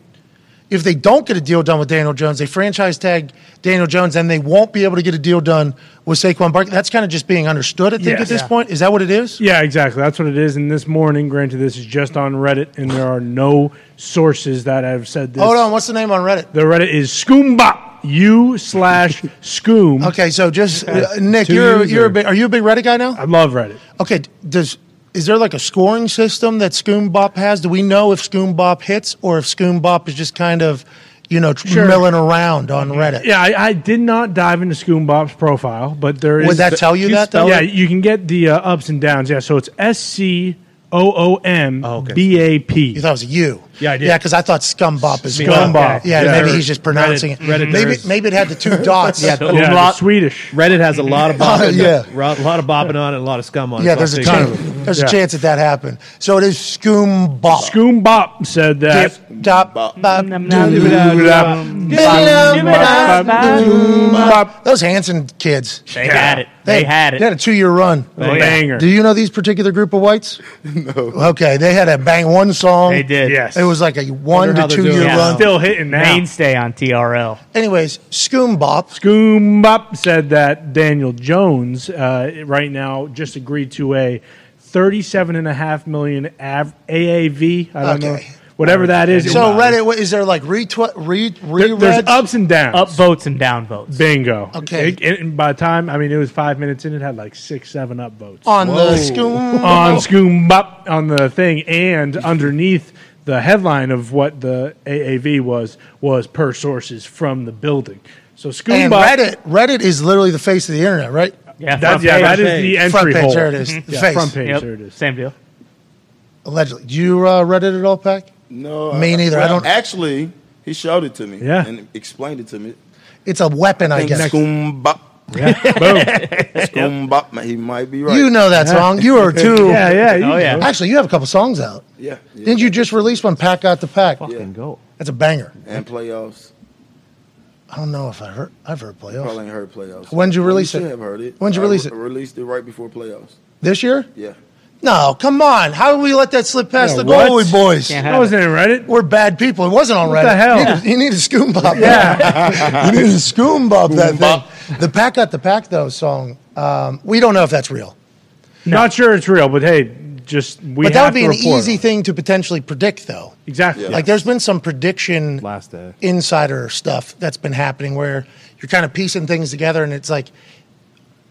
A: if they don't get a deal done with Daniel Jones, they franchise tag Daniel Jones, and they won't be able to get a deal done with Saquon Barkley. That's kind of just being understood, I think,
C: Yeah.
A: at this
C: Yeah.
A: point. Is that what it is?
C: Yeah, exactly. That's what it is. And this morning, granted, this is just on Reddit, and there are no sources that have said this.
A: Hold on, what's the name on Reddit?
C: The Reddit is Scoombop. U slash Scoom.
A: Okay, so just uh, Nick,
D: Two
A: you're
D: U's
A: you're a
D: or-
A: big, are you a big Reddit guy
C: I
A: now?
C: love Reddit.
A: Okay, d- does is there like a scoring system that Scoombop has? Do we know if Scoombop hits or if Scoombop is just kind of you know tr- milling around on Reddit?
C: Yeah, I, I did not dive into Scoombop's profile, but there is.
A: Would that tell you
D: you
A: that
D: spell
A: though?
C: yeah, you can get the uh, ups and downs. Yeah, so it's S C O O M
D: okay.
C: B A P.
A: You thought it was you.
D: Yeah, I did.
A: Yeah, because I thought scumbop is
C: Scumbop.
A: Well. Yeah,
C: Yeah.
A: maybe he's just pronouncing it.
D: Reddit-
A: maybe
D: Redditors.
A: maybe it had the two dots. yeah,
G: the
C: Yeah,
G: umlaut.
C: it's Swedish.
D: Reddit has a lot of
A: Uh,
D: bopping.
A: yeah.
D: a lot of bopping on it, a lot of scum on it.
A: yeah.
D: so
A: There's
D: I'll
A: a
D: take
A: chance.
D: it.
A: There's
C: Yeah.
A: a chance that that happened. So it is scumbop.
C: Scoombop said that.
A: Dip, dop, bop, doo, bop. Those Hanson kids,
G: They had it. They had
A: They had a
G: it.
A: two-year run.
G: yeah.
C: Banger.
A: Do you know these particular group of whites? no. Okay, they had a bang one song.
G: They did.
C: Yes.
A: It was like a one
D: Wonder
A: to
D: how they're
A: two-year
D: doing now.
A: run.
C: still hitting now.
G: Mainstay on TRL.
A: Anyways, scumbop.
C: Goombop said that Daniel Jones uh, right now just agreed to a thirty-seven and a half million av- AAV. I don't
A: Okay.
C: know whatever that is.
A: So
C: It-
A: Reddit, what, is there like retweet, re,
C: there-
A: rereads?
C: there's ups and downs.
G: Up votes and down votes.
C: Bingo.
A: Okay.
C: It- it- and by the time I mean it was five minutes in, it had like six, seven up votes
A: on the scoom.
C: on Scoombop on the thing and underneath. The headline of what the AAV was was per sources from the building. So
A: and
C: Scoombop,
A: Reddit, Reddit is literally the face of the internet, right?
G: Yeah,
C: that,
G: front
C: yeah,
G: page. Mm-hmm.
C: that is
D: page.
C: the entry
A: Front page,
C: hole.
A: there it is. The
C: Yeah,
A: face,
C: front page,
G: Yep.
C: there it is.
G: Same deal.
A: allegedly. Do you uh, Reddit at all, Pack?
E: No, uh,
A: Me neither. I
E: well,
A: don't-
E: Actually, he showed it to me.
C: Yeah.
E: and explained it to me.
A: It's a weapon, I
E: Think
A: guess.
E: Scoombop. Scoombop. He might be right.
A: You know that song. You are too.
C: Yeah, yeah, you
G: Oh, yeah.
A: Actually, you have a couple songs out.
E: Yeah. yeah.
A: Didn't you just release one? Pack got the pack.
D: Fucking go.
A: That's a banger.
E: And playoffs.
A: I don't know if I heard. I've heard playoffs
E: Probably ain't heard playoffs.
A: When'd you release
E: should
A: it?
E: have heard it.
A: When'd you
E: I
A: release
E: re-
A: it?
E: Released it right before playoffs.
A: this year.
E: Yeah.
A: No, come on. How do we let that slip past
C: Yeah,
A: the
C: what?
A: goalie, boys?
G: Can't
C: That wasn't in Reddit.
A: We're bad people. It wasn't on Reddit.
C: the hell?
A: You need a, you need a scoombop. Yeah. you need a scoombop that thing. The Pack Got the Pack, though, song, um, we don't know if that's real.
C: Not sure it's real, but hey, just we
A: but that
C: have
A: would be
C: to
A: an
C: report
A: easy
C: on it.
A: thing to potentially predict, though.
C: Exactly.
A: Like there's been some prediction
D: Last day.
A: insider stuff that's been happening where you're kind of piecing things together, and it's like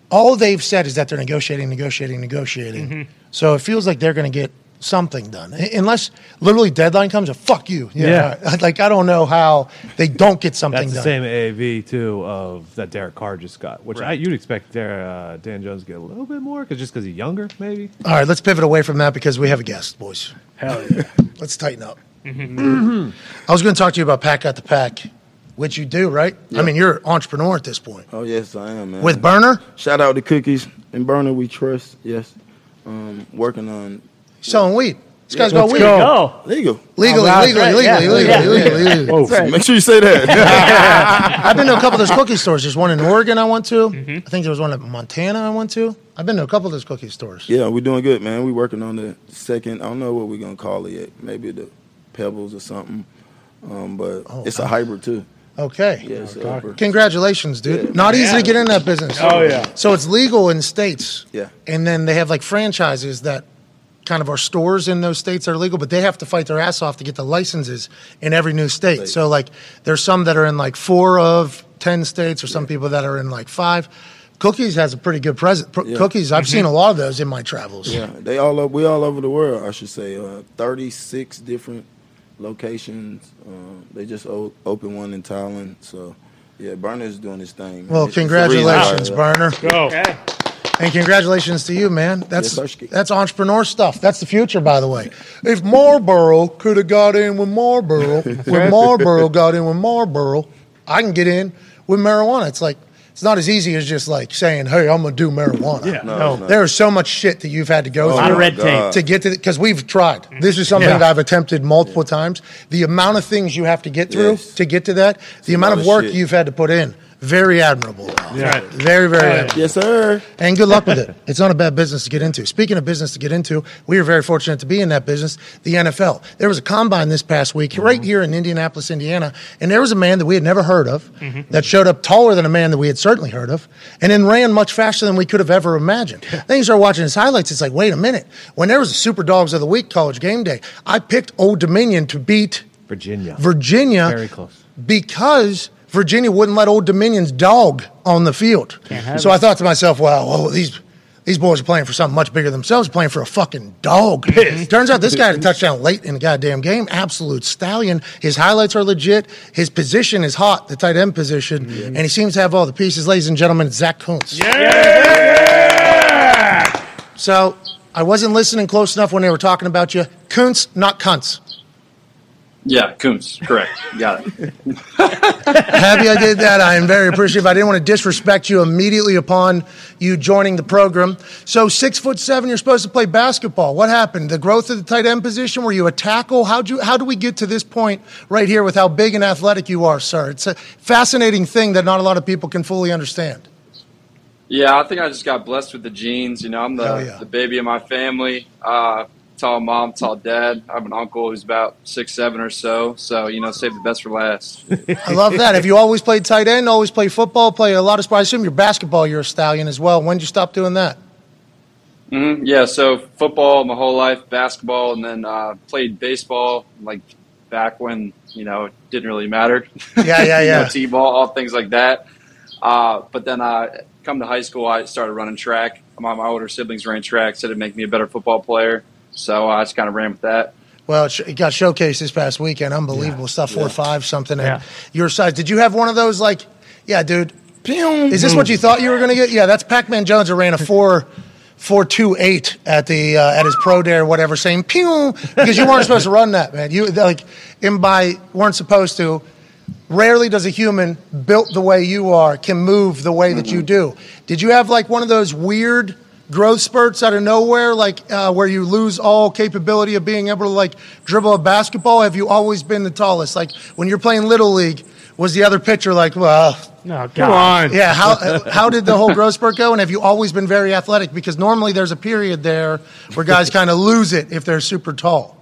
A: all they've said is that they're negotiating, negotiating, negotiating.
C: Mm-hmm.
A: So it feels like they're going to get something done, Un- unless literally deadline comes and fuck you.
C: Yeah.
A: all right. like I don't know how they don't get something
D: That's the same
A: done.
D: AAV too of that Derek Carr just got, which I, you'd expect Dar uh, Dan Jones to get a little bit more because just because he's younger, maybe.
A: All right, let's pivot away from that because we have a guest, boys.
C: Hell yeah.
A: Let's tighten up. I was going to talk to you about pack out the pack, which you do, right? I mean, you're an entrepreneur at this point.
E: Oh yes, I am, man.
A: With Burner,
E: Shout out to Cookies and Burner, we trust. Yes, um, working on
A: selling weed. This guy's got
C: Let's
A: weed.
C: go.
G: Oh,
E: legal.
A: Legally,
C: Alright,
A: legally,
G: right,
A: legally,
G: yeah,
A: legally,
G: yeah.
A: legally, legally.
C: Whoa.
E: Make sure you say that.
A: I've been to a couple of those cookie stores. There's one in Oregon I went to.
C: Mm-hmm.
A: I think there was one in Montana I went to. I've been to a couple of those cookie stores.
E: yeah, we're doing good, man. we working on the second. I don't know what we're gonna call it yet. Maybe the Pebbles or something. Um, but
A: Oh,
E: it's a hybrid too.
A: Okay.
E: Yeah, it's a hybrid.
A: Congratulations, dude. Not easy to get in that business.
C: Oh, yeah.
A: So it's legal in states.
E: Yeah.
A: And then they have like franchises that kind of are stores in those states that are legal, but they have to fight their ass off to get the licenses in every new state. So like there's some that are in like four of ten states or some people that are in like five. Cookies has a pretty good present. Pro- Cookies, I've seen a lot of those in my travels.
E: Yeah, they all over, we all over the world. I should say uh, thirty six different locations. Uh, they just o- opened one in Thailand. So yeah, Burner's doing his thing. man.
A: Well,
E: It's- it's a reason
A: congratulations,
E: why, uh,
A: Burner.
C: Go.
A: And congratulations to you, man. That's
E: Yes, sir.
A: that's entrepreneur stuff. That's the future, by the way. If Marlboro could have got in with Marlboro, when Marlboro got in with Marlboro, I can get in with marijuana. It's like it's not as easy as just like saying, "Hey, I'm gonna do marijuana."
C: Yeah.
E: No, no.
A: There is so much shit that you've had to go
E: Oh,
A: through.
G: a lot of red
E: God.
G: tape. Mm-hmm.
A: to get to because we've tried. This is something
C: Yeah.
A: that I've attempted multiple times. The amount of things you have to get through
E: Yes.
A: to get to that, the
E: a
A: amount
E: lot
A: of
E: of
A: work
E: shit.
A: you've had to put in, very admirable. Al.
C: Yeah.
A: Very, very admirable.
E: Yes, sir.
A: And good luck with it. It's not a bad business to get into. Speaking of business to get into, we are very fortunate to be in that business, the NFL. There was a combine this past week right
E: Mm-hmm.
A: here in Indianapolis, Indiana, and there was a man that we had never heard of that showed up taller than a man that we had certainly heard of and then ran much faster than we could have ever imagined. Then you start watching his highlights, it's like, wait a minute. When there was a Super Dogs of the Week college game day, I picked Old Dominion to beat
D: Virginia.
A: Virginia
D: Very close.
A: because Virginia wouldn't let Old Dominion's dog on the field. So I thought to myself, wow, well, these these boys are playing for something much bigger themselves, playing for a fucking dog. Turns out this guy had a touchdown late in the goddamn game. Absolute stallion. His highlights are legit. His position is hot, the tight end position, and he seems to have all the pieces. Ladies and gentlemen, it's Zach Koontz. So I wasn't listening close enough when they were talking about you. Koontz, not cunts.
H: Yeah, Coons, correct. Got it.
A: happy I did that. I am very appreciative. I didn't want to disrespect you immediately upon you joining the program. So six foot seven, you're supposed to play basketball. What happened? The growth of the tight end position? Were you a tackle? How do how do we get to this point right here with how big and athletic you are, sir? It's a fascinating thing that not a lot of people can fully understand.
I: Yeah, I think I just got blessed with the genes. You know, I'm the,
A: Hell yeah.
I: the baby of my family. Uh, tall mom, tall dad. I have an uncle who's about six seven or so. So you know, save the best for last.
A: I love that. Have you always played tight end? Always played football? Play a lot of sports? I assume you're basketball. You're a stallion as well. When did you stop doing that?
I: Mhm. Yeah, so football my whole life, basketball, and then uh, played baseball like back when you know it didn't really matter.
A: Yeah, yeah,
I: you know,
A: yeah.
I: t-ball, all things like that. Uh, but then uh, come to high school, I started running track. My, my older siblings ran track, said it'd make me a better football player. So I just kind of ran with that.
A: Well, it sh- it got showcased this past weekend. Unbelievable stuff. Four five something. at Your size. Did you have one of those? Like, yeah, dude. Is this what you thought you were going to get? Yeah, that's Pac Man Jones who ran a four. Four two eight at the uh, at his pro day or whatever, saying pew because you weren't supposed to run that man. You like, and by weren't supposed to. Rarely does a human built the way you are can move the way that you do. Did you have like one of those weird growth spurts out of nowhere, like uh, where you lose all capability of being able to like dribble a basketball? Have you always been the tallest? Like when you're playing little league, was the other pitcher like, well,
G: no, God.
C: Come on.
A: yeah? How uh, how did the whole growth spurt go? And have you always been very athletic? Because normally there's a period there where guys kind of lose it if they're super tall.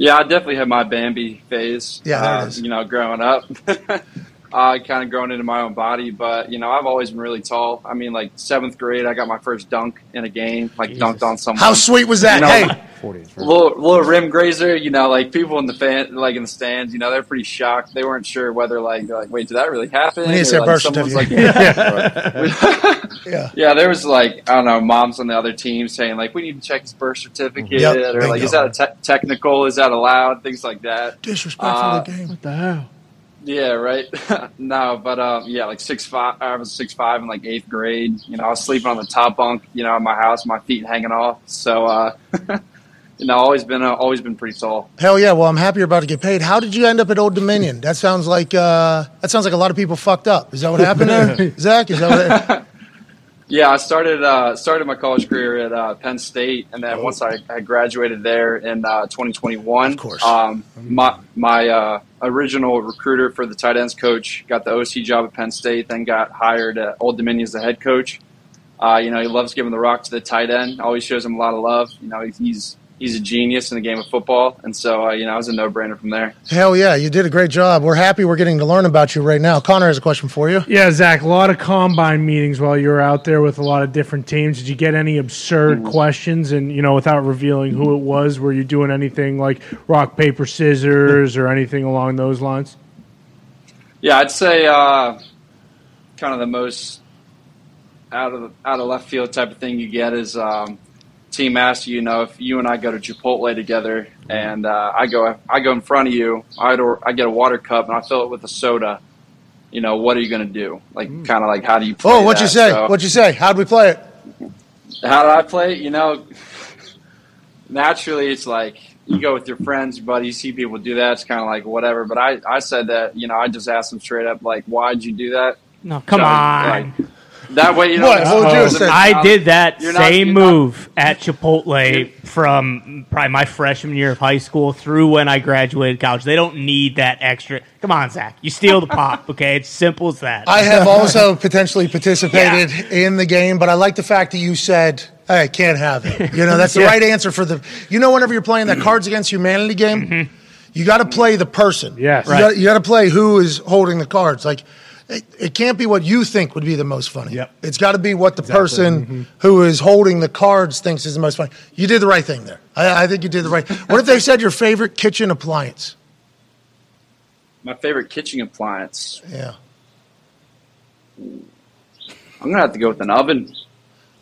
I: Yeah, I definitely had my Bambi phase.
A: Yeah, there it
I: uh,
A: is.
I: You know, growing up. uh, kind of grown into my own body. But you know, I've always been really tall. I mean, like seventh grade, I got my first dunk in a game, like dunked on someone.
A: How sweet was that?
I: You know,
A: Hey,
I: little little rim grazer, you know, like people in the fan, like in the stands, you know, they're pretty shocked. They weren't sure whether, like, they're like, wait, did that really happen?
A: We need
I: Or,
A: to see a
I: like,
A: birth
I: someone's like,
A: certificate.
I: yeah. there was like I don't know, moms on the other team saying like, we need to check his birth certificate,
A: Yep,
I: or like,
A: bingo.
I: is that a te- technical? Is that allowed? Things like that.
A: disrespectful
I: Uh,
A: of the game.
I: Yeah, right. no, but um, yeah, like six five. I was six five in like eighth grade. You know, I was sleeping on the top bunk. You know, in my house, my feet hanging off. So, uh, you know, always been uh, always been pretty tall.
A: Hell yeah! Well, I'm happy you're about to get paid. How did you end up at Old Dominion? That sounds like uh, that sounds like a lot of people fucked up. Is that what happened there, Zach? Is that what
I: Yeah, I started uh, started my college career at uh, Penn State, and then once I, I graduated there in uh, 2021,
A: Oh. Of course.
I: um, my my uh, original recruiter for the tight ends coach got the OC job at Penn State, then got hired at Old Dominion as the head coach. Uh, you know, he loves giving the rock to the tight end. Always shows him a lot of love. You know, he's he's, he's a genius in the game of football, and so uh, you know, it was a no brainer from there.
A: Hell yeah! You did a great job. We're happy we're getting to learn about you right now. Connor has a question for you.
C: Yeah, Zach, a lot of combine meetings while you were out there with a lot of different teams. Did you get any absurd
A: Mm.
C: questions? And, you know, without revealing who it was, were you doing anything like rock, paper, scissors or anything along those lines?
I: Yeah, I'd say uh, kind of the most out of out of left field type of thing you get is um, team asks you, you know, if you and I go to Chipotle together, and uh, I go I go in front of you, I or I get a water cup and I fill it with a soda. You know, what are you going to do? Like, kind of like, how do you? Play
A: Hmm. Oh, what'd you
I: that?
A: say?
I: So-
A: What'd you say? How'd we play it?
I: how did I play? it? You know, naturally, it's like you go with your friends, your buddies, you see people do that. It's kind of like whatever. But I, I said that, you know, I just asked them straight up, like, why'd you do that?
G: No, come
I: So,
G: on.
I: like, that way, you know. Oh,
A: What? What would you have said?
G: I did that
I: You're not-
G: same
I: you're not-
G: move at Chipotle from probably my freshman year of high school through when I graduated college. They don't need that extra. Come on, Zach. You steal the pop, okay? It's simple as that.
A: I have also potentially participated in the game, but I like the fact that you said, "Hey, can't have it." You know, that's the right answer for the. You know, whenever you're playing that Cards Against Humanity game, you got to play the person.
C: Yes.
A: you got, you got to play who is holding the cards. Like, it, it can't be what you think would be the most funny.
D: Yep.
A: It's got to be what the person who is holding the cards thinks is the most funny. You did the right thing there. I, I think you did the right. What if they said your favorite kitchen appliance?
I: My favorite kitchen appliance.
A: Yeah,
I: I'm gonna have to go with an oven.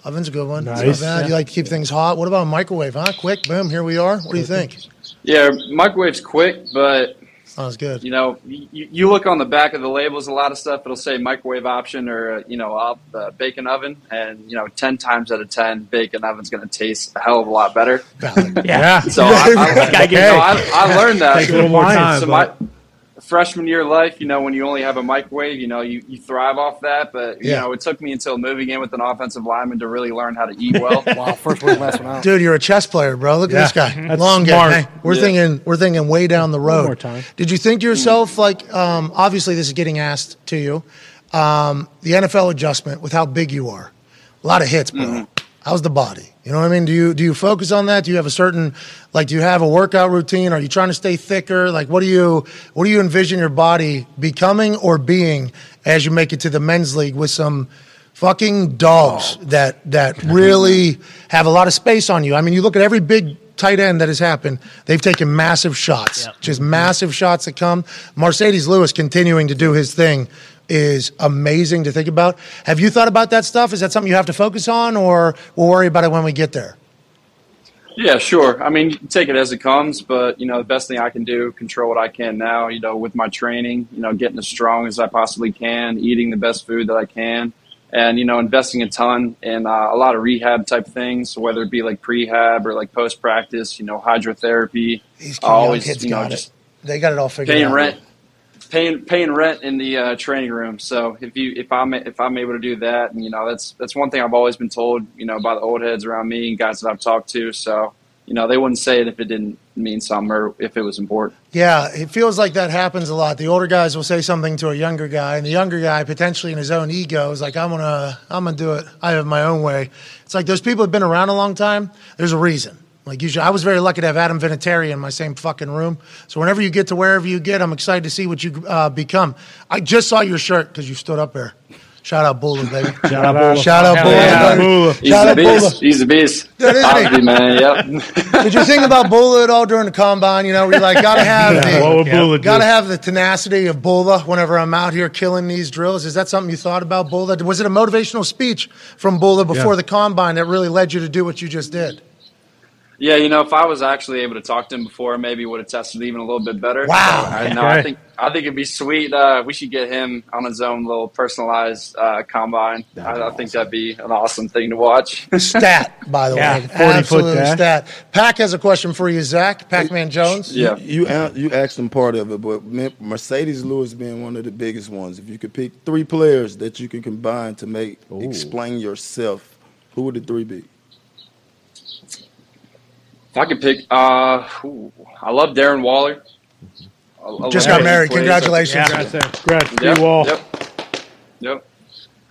A: oven's a good one. It's
C: Nice.
A: Not bad. You like to keep things hot. What about a microwave? Huh? Quick, boom, here we are. What do you think?
I: Yeah, microwave's quick, but
A: Sounds good.
I: you know, you, you look on the back of the labels, a lot of stuff it'll say microwave option or uh, you know, op, uh, bacon oven, and you know, ten times out of ten, bacon oven's gonna taste a hell of a lot better.
A: Valid.
G: yeah.
I: So I, I,
G: Gotta get-
I: no, I, I learned that.
D: Takes a little more time,
I: So my freshman year life, you know, when you only have a microwave, you know, you, you thrive off that. But you
A: Yeah.
I: know, it took me until moving in with an offensive lineman to really learn how to eat well.
J: Wow, first one, last one out.
A: Dude, you're a chess player, bro. Look at this
C: Yeah,
A: guy.
C: that's
A: Long game.
C: smart.
A: Hey, we're
I: Yeah.
A: thinking we're thinking way down the road.
C: more time.
A: Did you think to yourself, like um, obviously this is getting asked to you. Um, the NFL adjustment with how big you are. A lot of hits, bro. How's the body? You know what I mean? Do you do you focus on that? Do you have a certain like do you have a workout routine? Are you trying to stay thicker? Like what do you what do you envision your body becoming or being as you make it to the men's league with some fucking dogs that that really have a lot of space on you. I mean, you look at every big tight end that has happened, they've taken massive shots. Just massive shots that come. Mercedes Lewis continuing to do his thing is amazing to think about. Have you thought about that stuff? Is that something you have to focus on or we'll worry about it when we get there?
I: Yeah, sure. I mean, you can take it as it comes, but you know, the best thing I can do, control what I can now. You know, with my training, you know, getting as strong as I possibly can, eating the best food that I can, and you know, investing a ton in uh, a lot of rehab type things, whether it be like prehab or like post practice. You know, hydrotherapy.
A: These
I: I
A: young kids got it. They got it all figured
I: paying
A: out.
I: rent, paying paying rent in the uh, training room. So if you if I'm if I'm able to do that, and you know that's that's one thing I've always been told, you know, by the old heads around me and guys that I've talked to. So you know they wouldn't say it if it didn't mean something or if it was important.
A: Yeah, it feels like that happens a lot. The older guys will say something to a younger guy, and the younger guy, potentially in his own ego, is like, "I'm gonna, I'm gonna do it. I have my own way." It's like those people have been around a long time. There's a reason. Like usually, I was very lucky to have Adam Vinatieri in my same fucking room. So whenever you get to wherever you get, I'm excited to see what you uh, become. I just saw your shirt because you stood up there. Shout out Bula, baby. Shout
C: out Bula.
A: Shout out
C: Hell
A: Bula.
C: yeah,
A: baby.
C: Bula.
I: He's
A: Shout
I: the
A: out Bula.
I: beast. He's the beast.
A: That is
I: Obviously,
A: me.
I: man. Yep.
A: Did you think about Bula at all during the combine? You know, where you're like, gotta have the,
C: What would Bula do?
A: gotta have the tenacity of Bula whenever I'm out here killing these drills. Is that something you thought about, Bula? Was it a motivational speech from Bula before
D: Yeah.
A: the combine that really led you to do what you just did?
I: Yeah, you know, if I was actually able to talk to him before, maybe it would have tested even a little bit better.
A: Wow.
I: So, I know. I
C: Okay.
I: think I think it'd be sweet. Uh, we should get him on his own little personalized uh, combine. I, I think that'd be an awesome thing to watch.
A: Stat, by the
C: Yeah,
A: way.
C: 40-foot
A: Absolutely
C: dash.
A: stat. Pac has a question for you, Zach. Pac Man Jones.
I: yeah.
E: You a- you asked him part of it, but Me- Mercedes Lewis being one of the biggest ones. If you could pick three players that you can combine to make explain yourself, who would the three be?
I: If I could pick, uh, ooh, I love Darren Waller. I- I love
A: Just got
I: how he
A: married.
I: plays.
A: Congratulations.
C: Congrats, there. Congrats,
I: Yep,
C: D Wall.
I: Yep. Yep.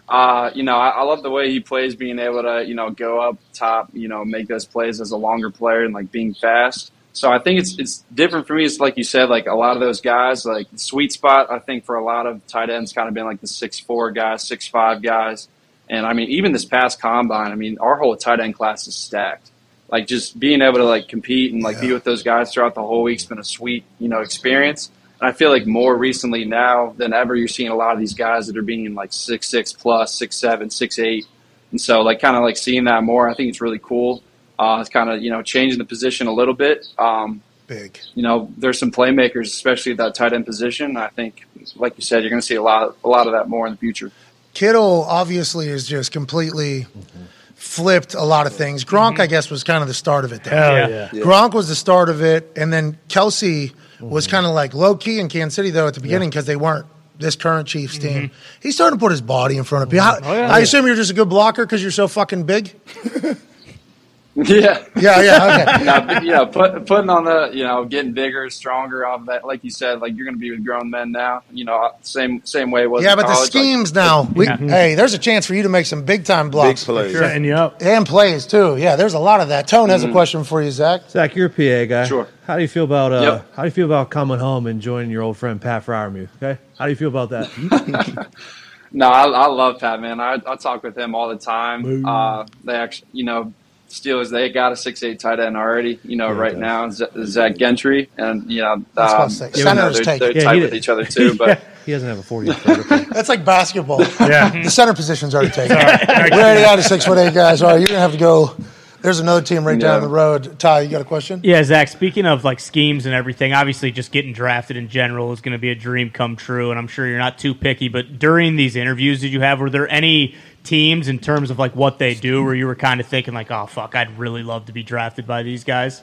I: Uh, you know, I, I love the way he plays, being able to, you know, go up top, you know, make those plays as a longer player and like being fast. So I think it's it's different for me. It's like you said, like a lot of those guys, like the sweet spot. I think for a lot of tight ends, kind of been like the six four guys, six five guys, and I mean even this past combine, I mean our whole tight end class is stacked. Like just being able to like compete and like be with those guys throughout the whole week's been a sweet you know experience. And I feel like more recently now than ever, you're seeing a lot of these guys that are being like six six plus, six seven, six eight, and so like kind of like seeing that more. I think it's really cool. Uh, it's kind of you know changing the position a little bit. Um,
A: Big.
I: you know, there's some playmakers, especially at that tight end position. I think, like you said, you're going to see a lot a lot of that more in the future.
A: Kittle obviously is just completely flipped a lot of things. Gronk, I guess, was kind of the start of it. There.
C: Mm-hmm. Hell yeah.
A: Gronk was the start of it, and then Kelsey
C: Mm-hmm.
A: was kind of like low key in Kansas City though at the beginning because they weren't this current Chiefs team. He's starting to put his body in front of people.
C: Mm-hmm. Oh, yeah.
A: I assume you're just a good blocker because you're so fucking big.
I: yeah.
A: Yeah, yeah, okay.
I: Now, you know, put, putting on the, you know, getting bigger, stronger, all of that. Like you said, like you're going to be with grown men now. You know, same same way it was.
A: yeah,
I: in
A: but the
I: college. Like,
A: schemes now. We, Hey, there's a chance for you to make some big time
E: Big
A: blocks
E: plays.
C: Mm-hmm. Setting you up.
A: and plays too. Yeah, there's a lot of that. Tone has a question for you, Zach.
D: Zach, you're a PA guy.
I: Sure.
D: How do you feel about uh,
I: Yep.
D: how do you feel about coming home and joining your old friend Pat Fryermuth? Okay, how do you feel about that?
I: No, I, I love Pat, man. I, I talk with him all the time. Uh, they actually, you know, Steelers, they got a six eight tight end already, you know, right now, Z- Zach Gentry. And, you know,
A: That's what I
I: um,
A: was saying.
I: you know,
A: Senators
I: they're,
A: take
I: they're
A: it.
D: Yeah,
I: tight
D: he
I: with
D: did.
I: each other, too. But
D: he doesn't have a 40 year vertical.
A: That's like basketball.
C: Yeah.
A: The center position's already taken. we already got a six foot eight guys. All right, you're gonna have to go. There's another team right down
I: Yeah.
A: the road. Ty, you got a question?
G: Yeah, Zach, speaking of like schemes and everything, obviously just getting drafted in general is going to be a dream come true. And I'm sure you're not too picky, but during these interviews that you have, were there any teams in terms of like what they do where you were kind of thinking, like, oh, fuck, I'd really love to be drafted by these guys?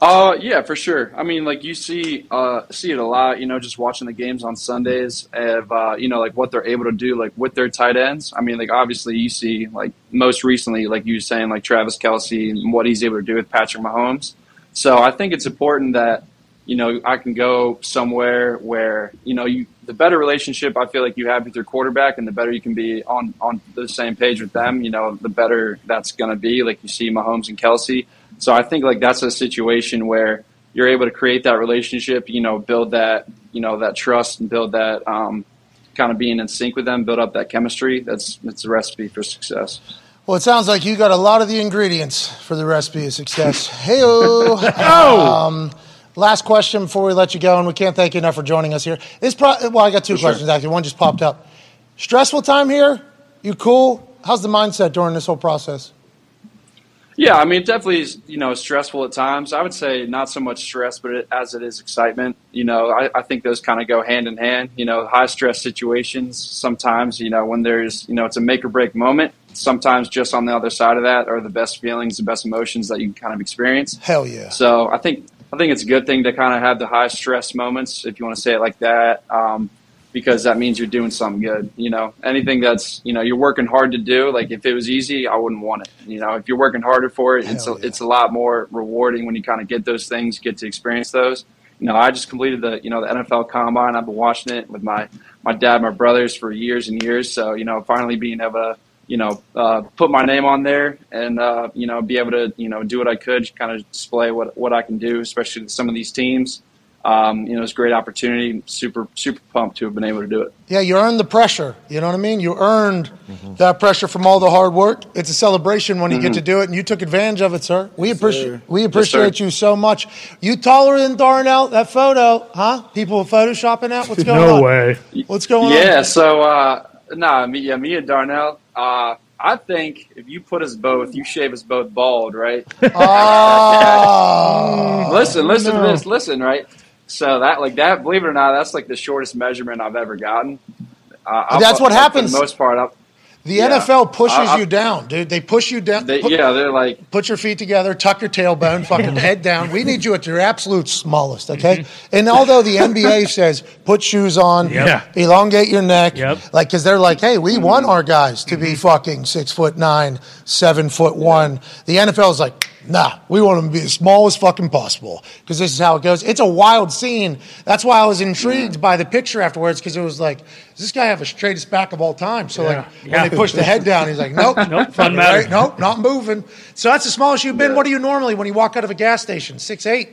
I: Uh, yeah, for sure. I mean, like you see, uh, see it a lot. You know, just watching the games on Sundays of uh, you know, like what they're able to do, like with their tight ends. I mean, like obviously you see, like most recently, like you were saying, like Travis Kelsey and what he's able to do with Patrick Mahomes. So I think it's important that you know I can go somewhere where you know you the better relationship I feel like you have with your quarterback and the better you can be on on the same page with them. You know, the better that's going to be. Like you see Mahomes and Kelsey. So I think like that's a situation where you're able to create that relationship. You know, build that you know that trust and build that. Um, Kind of being in sync with them, build up that chemistry. That's that's a recipe for success.
A: Well, it sounds like you got a lot of the ingredients for the recipe of success. Heyo. Um, last question before we let you go, and we can't thank you enough for joining us here. This pro- well, I got two questions actually. One just popped up. Stressful time here. You cool? How's the mindset during this whole process?
I: Yeah, I mean, it definitely is you know stressful at times. I would say not so much stress, but it, as it is excitement. You know, I, I think those kind of go hand in hand. You know, high stress situations sometimes. You know, when there's you know it's a make or break moment. Sometimes just on the other side of that are the best feelings, the best emotions that you can kind of experience.
A: Hell yeah.
I: So I think I think it's a good thing to kind of have the high stress moments, if you want to say it like that, um, because that means you're doing something good. You know, anything that's you know you're working hard to do. Like if it was easy, I wouldn't want it. You know, if you're working harder for it, it's a,
A: Hell yeah.
I: it's a lot more rewarding when you kind of get those things, get to experience those. You know, I just completed the you know the NFL Combine. I've been watching it with my my dad, my brothers for years and years. So you know, finally being able to you know, uh, put my name on there and, uh, you know, be able to, you know, do what I could, kind of display what, what I can do, especially with some of these teams. Um, you know, it's a great opportunity. Super, super pumped to have been able to do it.
A: Yeah, you earned the pressure. You know what I mean? You earned
I: Mm-hmm.
A: that pressure from all the hard work. It's a celebration when you get
I: Mhm.
A: to do it, and you took advantage of it, sir. We
E: sir.
A: appreciate we
I: Yes,
A: appreciate
I: sir.
A: you so much. You taller than Darnell? That photo, huh? People photoshopping that? What's going
C: No
A: on?
C: way.
A: What's going on?
I: yeah, so uh, no, me, yeah, me and Darnell. Uh, I think if you put us both, you shave us both bald, right?
A: Oh.
I: listen, listen
C: no.
I: to this. Listen, right? So that, like that, believe it or not, that's like the shortest measurement I've ever gotten. Uh, I'll-
A: That's what
I: like,
A: happens.
I: For the most part, I'll,
A: The
I: Yeah.
A: NFL pushes
I: I- I-
A: you down, dude. They push you down.
I: they,
A: Put-
I: yeah, they're like,
A: Put your feet together, tuck your tailbone, fucking head down. We need you at your absolute smallest, okay? And although the NBA says put shoes on,
C: Yeah.
A: elongate your neck,
G: Yep.
A: like because they're like, hey, we want our guys to be fucking six foot nine, seven foot one. The NFL is like, nah, we want them to be as small as fucking possible because this is how it goes. It's a wild scene. That's why I was intrigued by the picture afterwards because it was like, does this guy have the straightest back of all time? So like when they push the head down, he's like, nope, nope,
G: doesn't matter.
A: nope, not moving. So that's the smallest you've been. What do you normally when you walk out of a gas station? Six eight.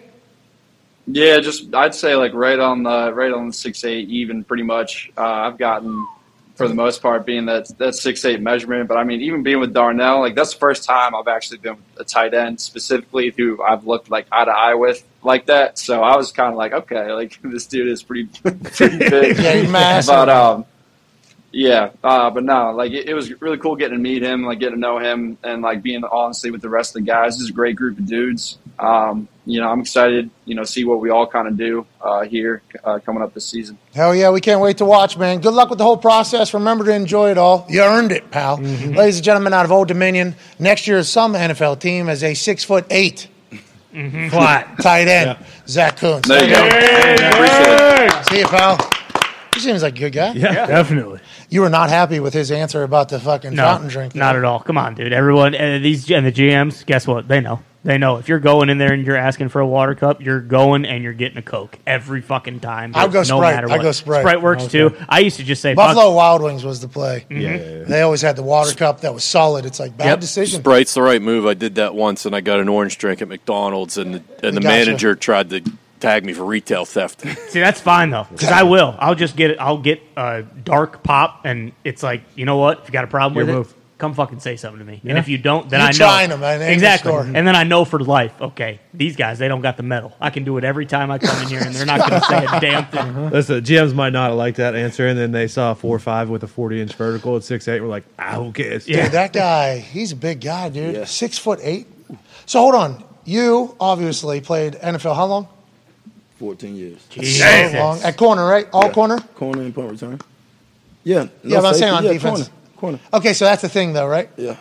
I: yeah, just I'd say like right on the right on the six eight even pretty much. Uh, I've gotten for the most part being that that six eight measurement, but I mean even being with Darnell, like that's the first time I've actually been with a tight end specifically who I've looked like eye to eye with like that. So I was kind of like, okay, like this dude is pretty pretty big.
A: Yeah, he's massive.
I: But um, yeah, uh, but no, like it, it was really cool getting to meet him, like getting to know him, and like being honestly with the rest of the guys. This is a great group of dudes. Um, you know, I'm excited. You know, see what we all kind of do uh, here uh, coming up this season.
A: Hell yeah, we can't wait to watch, man. Good luck with the whole process. Remember to enjoy it all. You earned it, pal.
G: Mm-hmm.
A: Ladies and gentlemen, out of Old Dominion, next year some NFL team has a six foot 8 Mm-hmm. flat tight end, Zach Coons.
I: There you go. Appreciate it.
A: See you, pal. He seems like a good guy.
C: Definitely.
A: You were not happy with his answer about the fucking
G: No,
A: fountain drink.
G: not at all. Come on, dude. Everyone, uh, these and the GMs. Guess what? They know. They know. If you're going in there and you're asking for a water cup, you're going and you're getting a Coke every fucking time.
A: I'll go
G: no
A: Sprite.
G: Matter
A: I'll
G: what.
A: go Sprite.
G: works too. I used to just say fuck-
A: Buffalo Wild Wings was the play.
D: Mm-hmm. Yeah, yeah, yeah.
A: They always had the water cup that was solid. It's like bad
G: Yep.
A: decision.
H: Sprite's the right move. I did that once, and I got an orange drink at McDonald's, and the, and the
A: Gotcha.
H: manager tried to tag me for retail theft.
G: See, that's fine though, because I will. I'll just get it. I'll get a dark pop, and it's like, you know what? If you got a problem
D: Your
G: with
D: move.
G: it, come fucking say something to me.
C: Yeah.
G: And if you don't, then
A: You're
G: I know
A: trying 'em at the end of the
G: exactly.
A: store.
G: And then I know for life. Okay, these guys, they don't got the metal. I can do it every time I come in here, and they're not going to say a damn thing.
D: Listen, GMs might not have liked that answer, and then they saw a four five with a forty inch vertical at six eight. We're like, ah, who cares?
A: Dude,
G: Yeah.
A: that guy, he's a big guy, dude.
E: Yeah.
A: Six foot eight. So hold on. You obviously played NFL how long?
E: 14 years.
A: So long. At corner, right? All corner?
E: Corner and punt return. Yeah.
A: Yeah, but I'm
E: safety.
A: saying on
E: yeah,
A: defense.
E: Corner. corner.
A: Okay, so that's the thing though, right?
E: Yeah.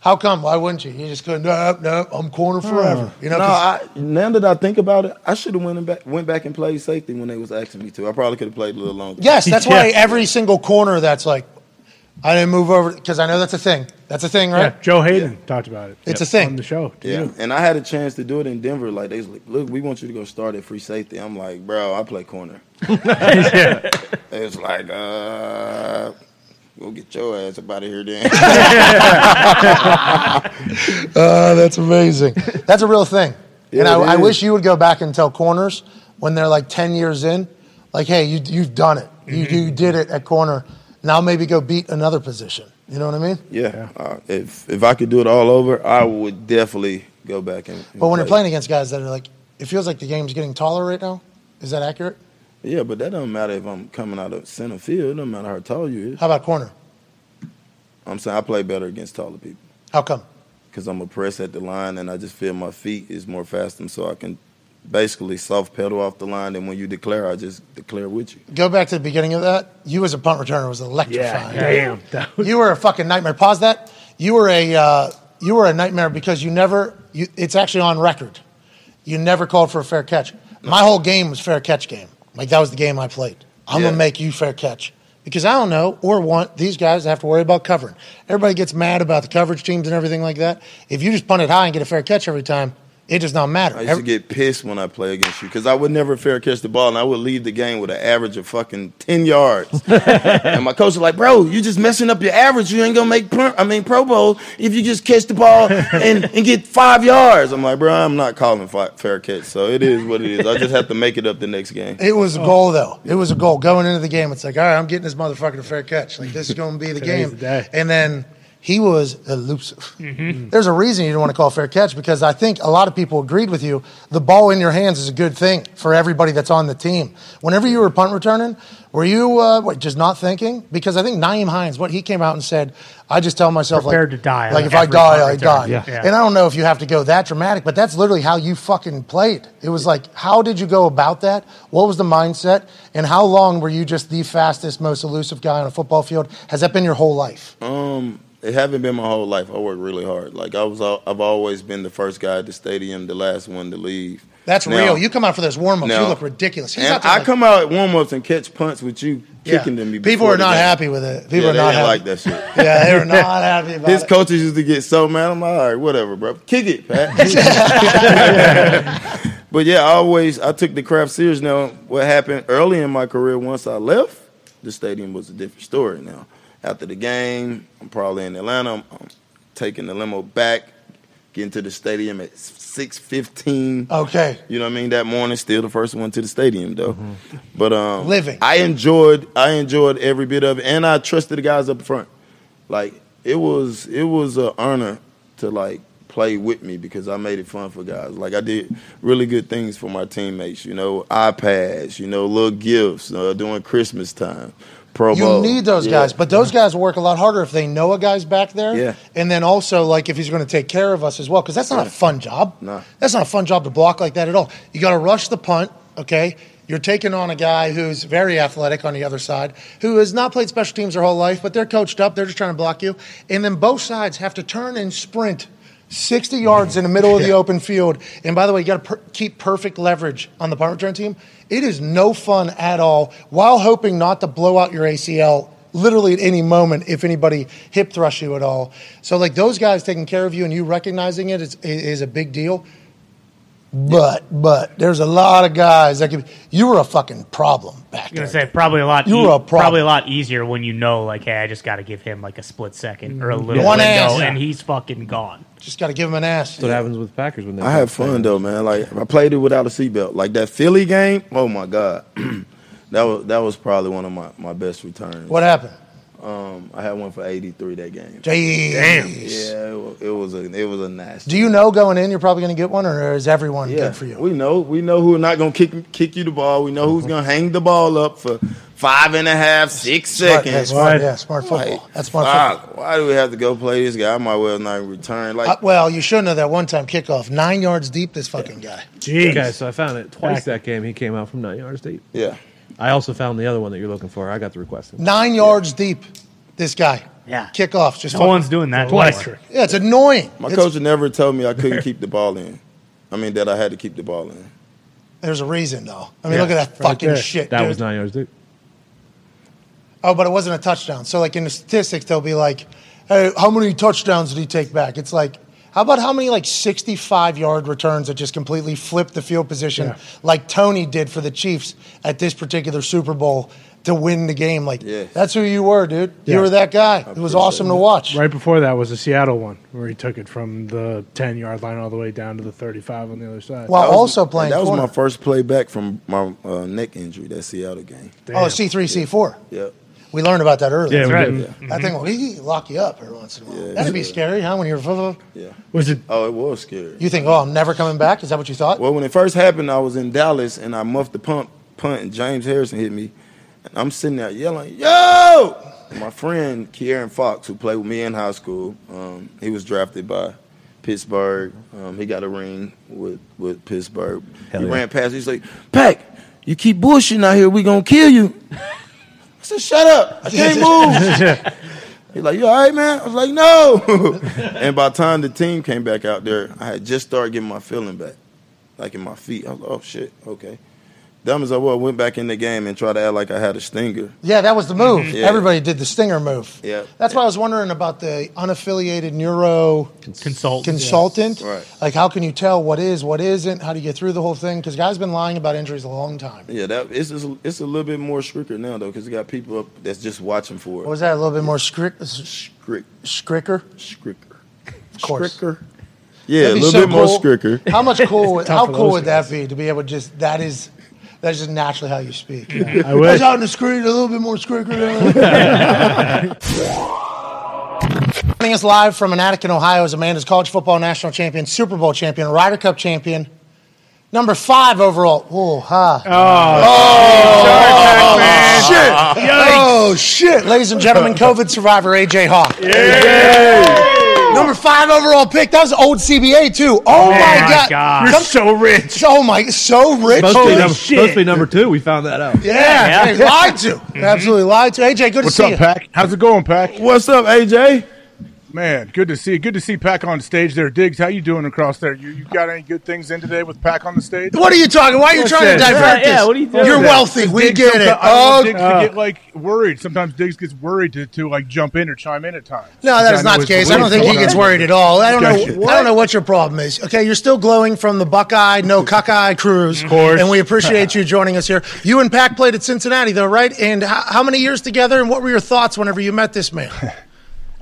A: How come? Why wouldn't you? You just couldn't no, no, I'm corner forever. You know,
E: No,
A: 'cause-
E: I, now that I think about it, I should have went back went back and played safety when they was asking me to. I probably could have played a little longer.
A: Yes, that's why every single corner that's like I didn't move over because I know that's a thing. That's a thing,
C: Yeah,
A: right?
C: Joe Hayden talked about it.
A: It's a thing.
C: on the show. too.
E: Yeah. And I had a chance to do it in Denver. Like they was like, look, we want you to go start at free safety. I'm like, bro, I play corner. It was like, uh, go get your ass up out of here then.
A: Oh, that's amazing. That's a real thing. and
E: Yeah,
A: I,
E: it
A: I
E: is.
A: wish you would go back and tell corners when they're like 10 years in, like, hey, you, you've done it. You,
C: Mm-hmm.
A: you did it at corner. Now maybe go beat another position. You know what I mean?
E: yeah. Uh, if if I could do it all over, I would definitely go back and. and
A: But when you're
E: play.
A: playing against guys that are like, it feels like the game's getting taller right now. Is that accurate?
E: Yeah, but that doesn't matter if I'm coming out of center field. It doesn't matter how tall you is.
A: How about corner?
E: I'm saying I play better against taller people
A: How come?
E: because I'm a press at the line and I just feel my feet is more faster, so I can basically soft pedal off the line. And when you declare, I just declare with you.
A: Go back to the beginning of that. You as a punt returner was electrifying.
C: Damn. That was-
A: You were a fucking nightmare. Pause that. You were a uh, you were a nightmare because you never. You, it's actually on record. You never called for a fair catch. My whole game was fair catch game. Like that was the game I played. I'm
E: Yeah.
A: gonna make you fair catch because I don't know or want these guys to have to worry about covering. Everybody gets mad about the coverage teams and everything like that. If you just punt it high and get a fair catch every time, It does not matter.
E: I used to get pissed when I play against you because I would never fair catch the ball, and I would leave the game with an average of fucking ten yards. and my coach was like, "Bro, you just messing up your average. You ain't gonna make pro- I mean Pro Bowl if you just catch the ball and, and get five yards." I'm like, "Bro, I'm not calling fi- fair catch, so it is what it is. I just have to make it up the next game."
A: It was a goal, though. It was a goal. Going into the game, it's like, all right, I'm getting this motherfucker to fair catch. Like, this is going to be the
C: Today's
A: game.
C: the day. Mm-hmm.
A: And then he was elusive. There's a reason you didn't want to call fair catch because I think a lot of people agreed with you. The ball in your hands is a good thing for everybody that's on the team. Whenever you were punt returning, were you uh, what, just not thinking? Because I think Naeem Hines, what he came out and said, I just tell myself
G: Prepared
A: like,
G: to die on
A: Like if I
G: every
A: die, I
G: punt
A: die.
G: return. Yeah. Yeah.
A: And I don't know if you have to go that dramatic, but that's literally how you fucking played. It was like, how did you go about that? What was the mindset? And how long were you just the fastest, most elusive guy on a football field? Has that been your whole life?
E: Um, it haven't been my whole life. I work really hard. Like I was, al- I've always been the first guy at the stadium, the last one to leave.
A: That's
E: Now-
A: real. You come out for those warm ups, you
E: now-
A: look ridiculous. He's
E: And
A: out there
E: I
A: like-
E: come out at warm ups and catch punts with you
A: Yeah.
E: kicking them.
A: People are not happy with it. People
E: yeah,
A: are
E: they
A: not
E: didn't
A: happy.
E: like that shit.
A: Yeah, they were not happy about
E: His
A: it.
E: coaches used to get so mad. I'm like, all right, whatever, bro. Kick it, Pat. but yeah, I always I took the craft serious. Now, what happened early in my career? Once I left, the stadium was a different story. Now, after the game, I'm probably in Atlanta. I'm, I'm taking the limo back, getting to the stadium at six fifteen.
A: Okay.
E: You know what I mean? That morning, still the first one to the stadium though. But um,
A: Living.
E: I enjoyed, I enjoyed every bit of it, and I trusted the guys up front. Like it was, it was an honor to like play with me because I made it fun for guys. Like I did really good things for my teammates. You know, iPads, you know, little gifts uh, during Christmas time. Pro
A: You
E: Bowl.
A: need those
E: Yeah.
A: guys, but those guys work a lot harder if they know a guy's back there.
E: Yeah.
A: And then also, like, if he's going to take care of us as well, because that's not a
E: Yeah.
A: fun job.
E: No.
A: That's not a fun job to block like that at all. You got to rush the punt, okay? You're taking on a guy who's very athletic on the other side, who has not played special teams their whole life, but they're coached up. They're just trying to block you. And then both sides have to turn and sprint 60 yards in the middle of the open field. And by the way, you got to per- keep perfect leverage on the punt return team. It is no fun at all while hoping not to blow out your ACL literally at any moment if anybody hip thrush you at all. So, like, those guys taking care of you and you recognizing it is, is a big deal. But, but there's a lot of guys that could be, you were a fucking problem back
G: I'm gonna
A: there.
G: say probably a lot.
A: You were a problem.
G: probably a lot easier when you know, like, hey, I just got to give him like a split second or a little
A: One
G: window,
A: ass.
G: and he's fucking gone.
A: Just got to give him an ass.
D: That's what happens with Packers when they.
E: I had fun though, man. Like I played it without a seatbelt. Like that Philly game. Oh my god, that was that was probably one of my, my best returns.
A: What happened?
E: Um, I had one for eighty three that game.
A: Damn.
E: Yeah, it was, it was a it was a nasty.
A: Do you know going in you're probably going to get one, or is everyone
E: Yeah,
A: good for you? Mm-hmm.
E: we know we know who's not gonna kick kick you the ball. We know who's gonna hang the ball up for five and a half, six
A: Smart- yeah,
E: seconds.
A: smart,
C: Right.
A: yeah, smart football.
E: Like,
A: That's smart football.
E: fuck, Why do we have to go play this guy? I might well not return. Like
A: Uh, well, you should know that one time kickoff, nine yards deep. This fucking guy.
C: Jeez.
D: Okay, so I found it twice that game. He came out from nine yards deep.
E: yeah,
D: I also found the other one that you're looking for. I got the request. in.
A: Nine yards deep. This guy.
G: Yeah.
A: Kickoffs. Just
G: No
A: fucking-
G: one's doing that.
C: Electric.
A: Yeah, it's annoying.
E: my
A: It's-
E: coach never told me I couldn't keep the ball in. I mean that I had to keep the ball in.
A: There's a reason though. I mean,
D: Yeah,
A: look at that
C: right
A: fucking
C: there.
A: shit.
D: That
A: dude.
D: was nine yards deep.
A: Oh, but it wasn't a touchdown. So like in the statistics, they'll be like, "Hey, how many touchdowns did he take back?" It's like. How about how many like 65 yard returns that just completely flipped the field position
C: Yeah.
A: like Tony did for the Chiefs at this particular Super Bowl to win the game? Like,
E: Yes.
A: that's who you were, dude.
C: Yeah.
A: You were that guy. It was
E: appreciate
A: awesome to
E: that.
A: watch.
C: Right before that was the Seattle one where he took it from the 10 yard line all the way down to the 35 on the other side.
A: While
E: That was-
A: also playing
E: That was
A: corner.
E: my first play back from my uh, neck injury. That Seattle game.
A: Oh, C3, C4.
E: Yep.
A: We learned about that earlier.
C: Yeah, we
G: right.
C: did.
A: I think well, he lock you up every once in a while.
E: Yeah,
A: That'd be
E: yeah.
A: scary, huh? When you're full
E: Yeah.
C: Was it
E: Oh, it was scary.
A: you think, oh, I'm never coming back. Is that what you thought?
E: Well, when it first happened, I was in Dallas and I muffed the pump punt, and James Harrison hit me, and I'm sitting there yelling, "Yo!" My friend Kieran Fox, who played with me in high school, um, he was drafted by Pittsburgh. Um, he got a ring with with Pittsburgh. he
D: yeah.
E: ran past. me. He's like, "Pack, you keep bullshitting out here, we gonna kill you." I said, "Shut up! I can't move." He's like, you all right, man? I was like, no. and by the time the team came back out there, I had just started getting my feeling back, like in my feet. I was like, oh, shit, okay. Dumb as I was, I went back in the game and tried to act like I had a stinger.
A: Yeah, that was the move.
E: Yeah.
A: Everybody did the stinger move.
E: Yeah.
A: That's why I was wondering about the unaffiliated neuro
G: Consult.
A: consultant.
E: Yes. Right.
A: Like, how can you tell what is, what isn't? How do you get through the whole thing? Because guys been lying about injuries a long time.
E: Yeah, that it's it's, it's a little bit more stricter now though, because you got people up that's just watching for it.
A: What was that? A little bit more scrick, sh-
E: Scrick,
A: scricker?
E: scricker,
A: Of course.
E: Yeah, a
A: That'd be
E: little
A: so
E: bit more
A: cool.
E: scricker.
A: How much cool? would- how
C: for
A: cool
C: those
A: would that be to be able to just that is that's just naturally how you speak.
C: I
A: I was
C: wish.
A: out in the screen a little bit more scricker. Joining us live from Attican, Ohio, is Amanda's college football national champion, Super Bowl champion, Ryder Cup champion, number five overall. Whoa, ha!
E: Shit!
A: Oh shit! Ladies and gentlemen, COVID survivor AJ Hawk. Number five overall pick. That was old CBA too. Oh, my, god.
G: God.
A: Some-
C: so rich.
A: oh my, so rich.
D: Supposed to, be
A: Holy
D: number,
A: shit.
D: supposed to be number two. We found that out.
A: Yeah, they lied to.
C: Mm-hmm.
A: Absolutely lied to. AJ, good
B: What's
A: to see
B: up,
A: you.
B: Pack? How's it going, Pack?
E: What's up, AJ?
B: Man, good to see you. Good to see Pack on stage there. Diggs, how you doing across there? You, you got any good things in today with Pack on the stage?
A: What are you talking? Why are you trying to
B: Listen.
A: divert
G: Yeah, yeah,
A: this?
G: what are you doing?
A: You're
G: Yeah.
A: wealthy. We
B: Diggs
A: get
B: sometimes-
A: it.
B: I want
A: Oh,
B: Diggs to get like worried. Sometimes Diggs gets worried to, to like jump in or chime in at times.
A: no, that is
B: Which I know
A: not the case.
B: the
A: I
B: way
A: don't think he
B: it's
A: gets
B: going.
A: worried at all. I don't
B: Gotcha.
A: know. I don't know what your problem is. Okay, you're still glowing from the Buckeye, no Cuckeye cruise, of
B: course.
A: and we appreciate you joining us here. You and Pac played at Cincinnati, though, right? And how, how many years together? And what were your thoughts whenever you met this man?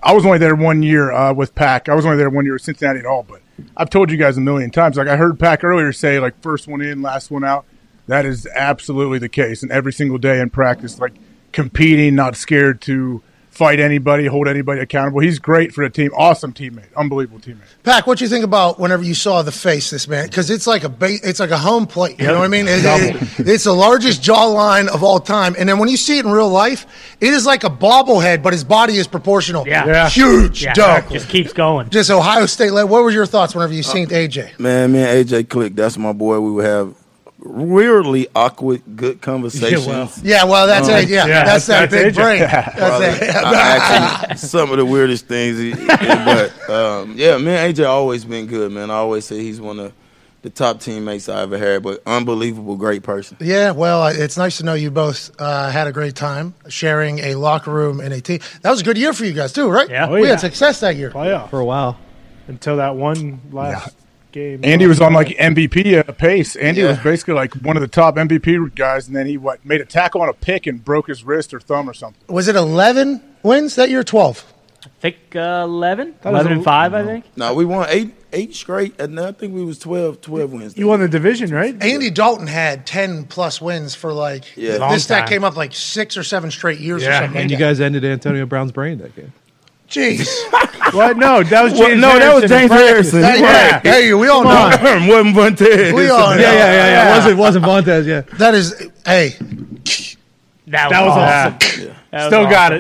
B: I was only there one year uh, with Pack. I was only there one year with Cincinnati at all. But I've told you guys a million times. Like I heard Pack earlier say, like first one in, last one out. That is absolutely the case. And every single day in practice, like competing, not scared to fight anybody, hold anybody accountable. He's great for the team. Awesome teammate. Unbelievable teammate.
A: Pac, what do you think about whenever you saw the face this man? Because it's like a ba- it's like a home plate. You know what I mean? It- it- it's the largest jawline of all time. And then when you see it in real life, it is like a bobblehead, but his body is proportional.
G: Yeah. Yeah.
A: huge,
G: Yeah,
A: dog.
G: just keeps going.
A: Just Ohio State. Like, what were your thoughts whenever you seen AJ?
E: Man, me and AJ click. That's my boy. We would have weirdly awkward, good conversations. Um,
A: Yeah, well, that's it. Yeah,
C: yeah,
A: that's,
C: that's- that's
A: that big
C: AJ.
A: brain. That's it.
E: I actually, some of the weirdest things. He, but um, yeah, man, AJ always been good, man. I always say he's one of the top teammates I ever had, but unbelievable, great person.
A: Yeah, well, it's nice to know you both uh, had a great time sharing a locker room and a team. That was a good year for you guys too, right?
G: Yeah.
A: we
G: Oh,
C: yeah.
A: had success that year.
C: Playoff
D: For a while.
C: until that one last game.
B: Andy was on like MVP uh, pace. Andy
E: Yeah.
B: was basically like one of the top MVP guys, and then he what made a tackle on a pick and broke his wrist or thumb or something.
A: Was it eleven wins that year? Twelve.
G: I think uh, 11?
C: was
G: 11 and
C: a-
G: 5, I think.
E: Now we won eight eight straight, and I think we was 12, 12 wins.
C: you won the division, right?
A: Andy Dalton had 10 plus wins for like
E: Yeah.
G: Long
A: this stat
G: time.
A: came up like six or seven straight years or
C: Yeah,
A: something.
D: And you
A: like
D: guys ended Antonio Brown's brain that game.
A: that. jeez,
C: What? No, that was James
B: no, that was
C: Harrison.
B: James Harrison.
A: hey,
B: Yeah.
A: hey, we all know
B: Wasn't Vontae.
A: we all know.
D: Yeah, yeah, yeah, yeah. It wasn't wasn't Montez, yeah.
A: That is hey,
G: That was,
C: That was
G: awesome.
C: awesome.
G: That was
C: Still got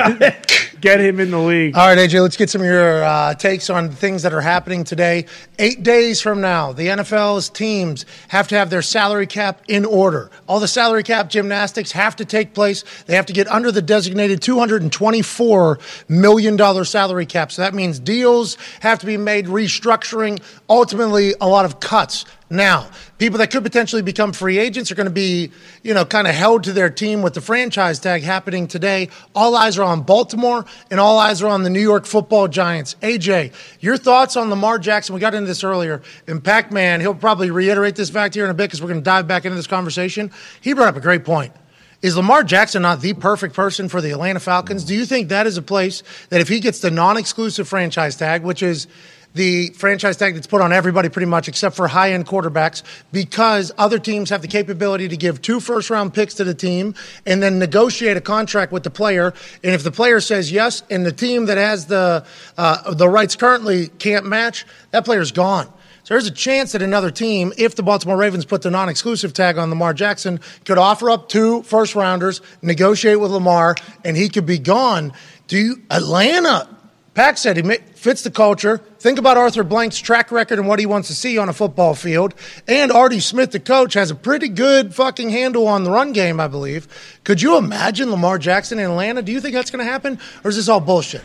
G: awesome.
C: it.
G: Yeah.
C: Get him in the league.
A: all right, AJ. Let's get some of your uh, takes on things that are happening today. Eight days from now, the NFL's teams have to have their salary cap in order. All the salary cap gymnastics have to take place. They have to get under the designated two hundred and twenty-four million dollar salary cap. So that means deals have to be made, restructuring, ultimately a lot of cuts. Now, people that could potentially become free agents are going to be, you know, kind of held to their team with the franchise tag happening today. All eyes are on Baltimore and all eyes are on the New York football giants. AJ, your thoughts on Lamar Jackson? We got into this earlier. And Pac Man, he'll probably reiterate this fact here in a bit because we're going to dive back into this conversation. He brought up a great point. Is Lamar Jackson not the perfect person for the Atlanta Falcons? Do you think that is a place that if he gets the non exclusive franchise tag, which is the franchise tag that's put on everybody pretty much except for high end quarterbacks, because other teams have the capability to give two first round picks to the team and then negotiate a contract with the player. And if the player says yes and the team that has the, uh, the rights currently can't match, that player's gone. So there's a chance that another team, if the Baltimore Ravens put the non-exclusive tag on Lamar Jackson, could offer up two first rounders, negotiate with Lamar, and he could be gone. Do you, Atlanta? Pack said he ma- fits the culture. Think about Arthur Blank's track record and what he wants to see on a football field. And Artie Smith, the coach, has a pretty good fucking handle on the run game, I believe. Could you imagine Lamar Jackson in Atlanta? Do you think that's going to happen, or is this all bullshit?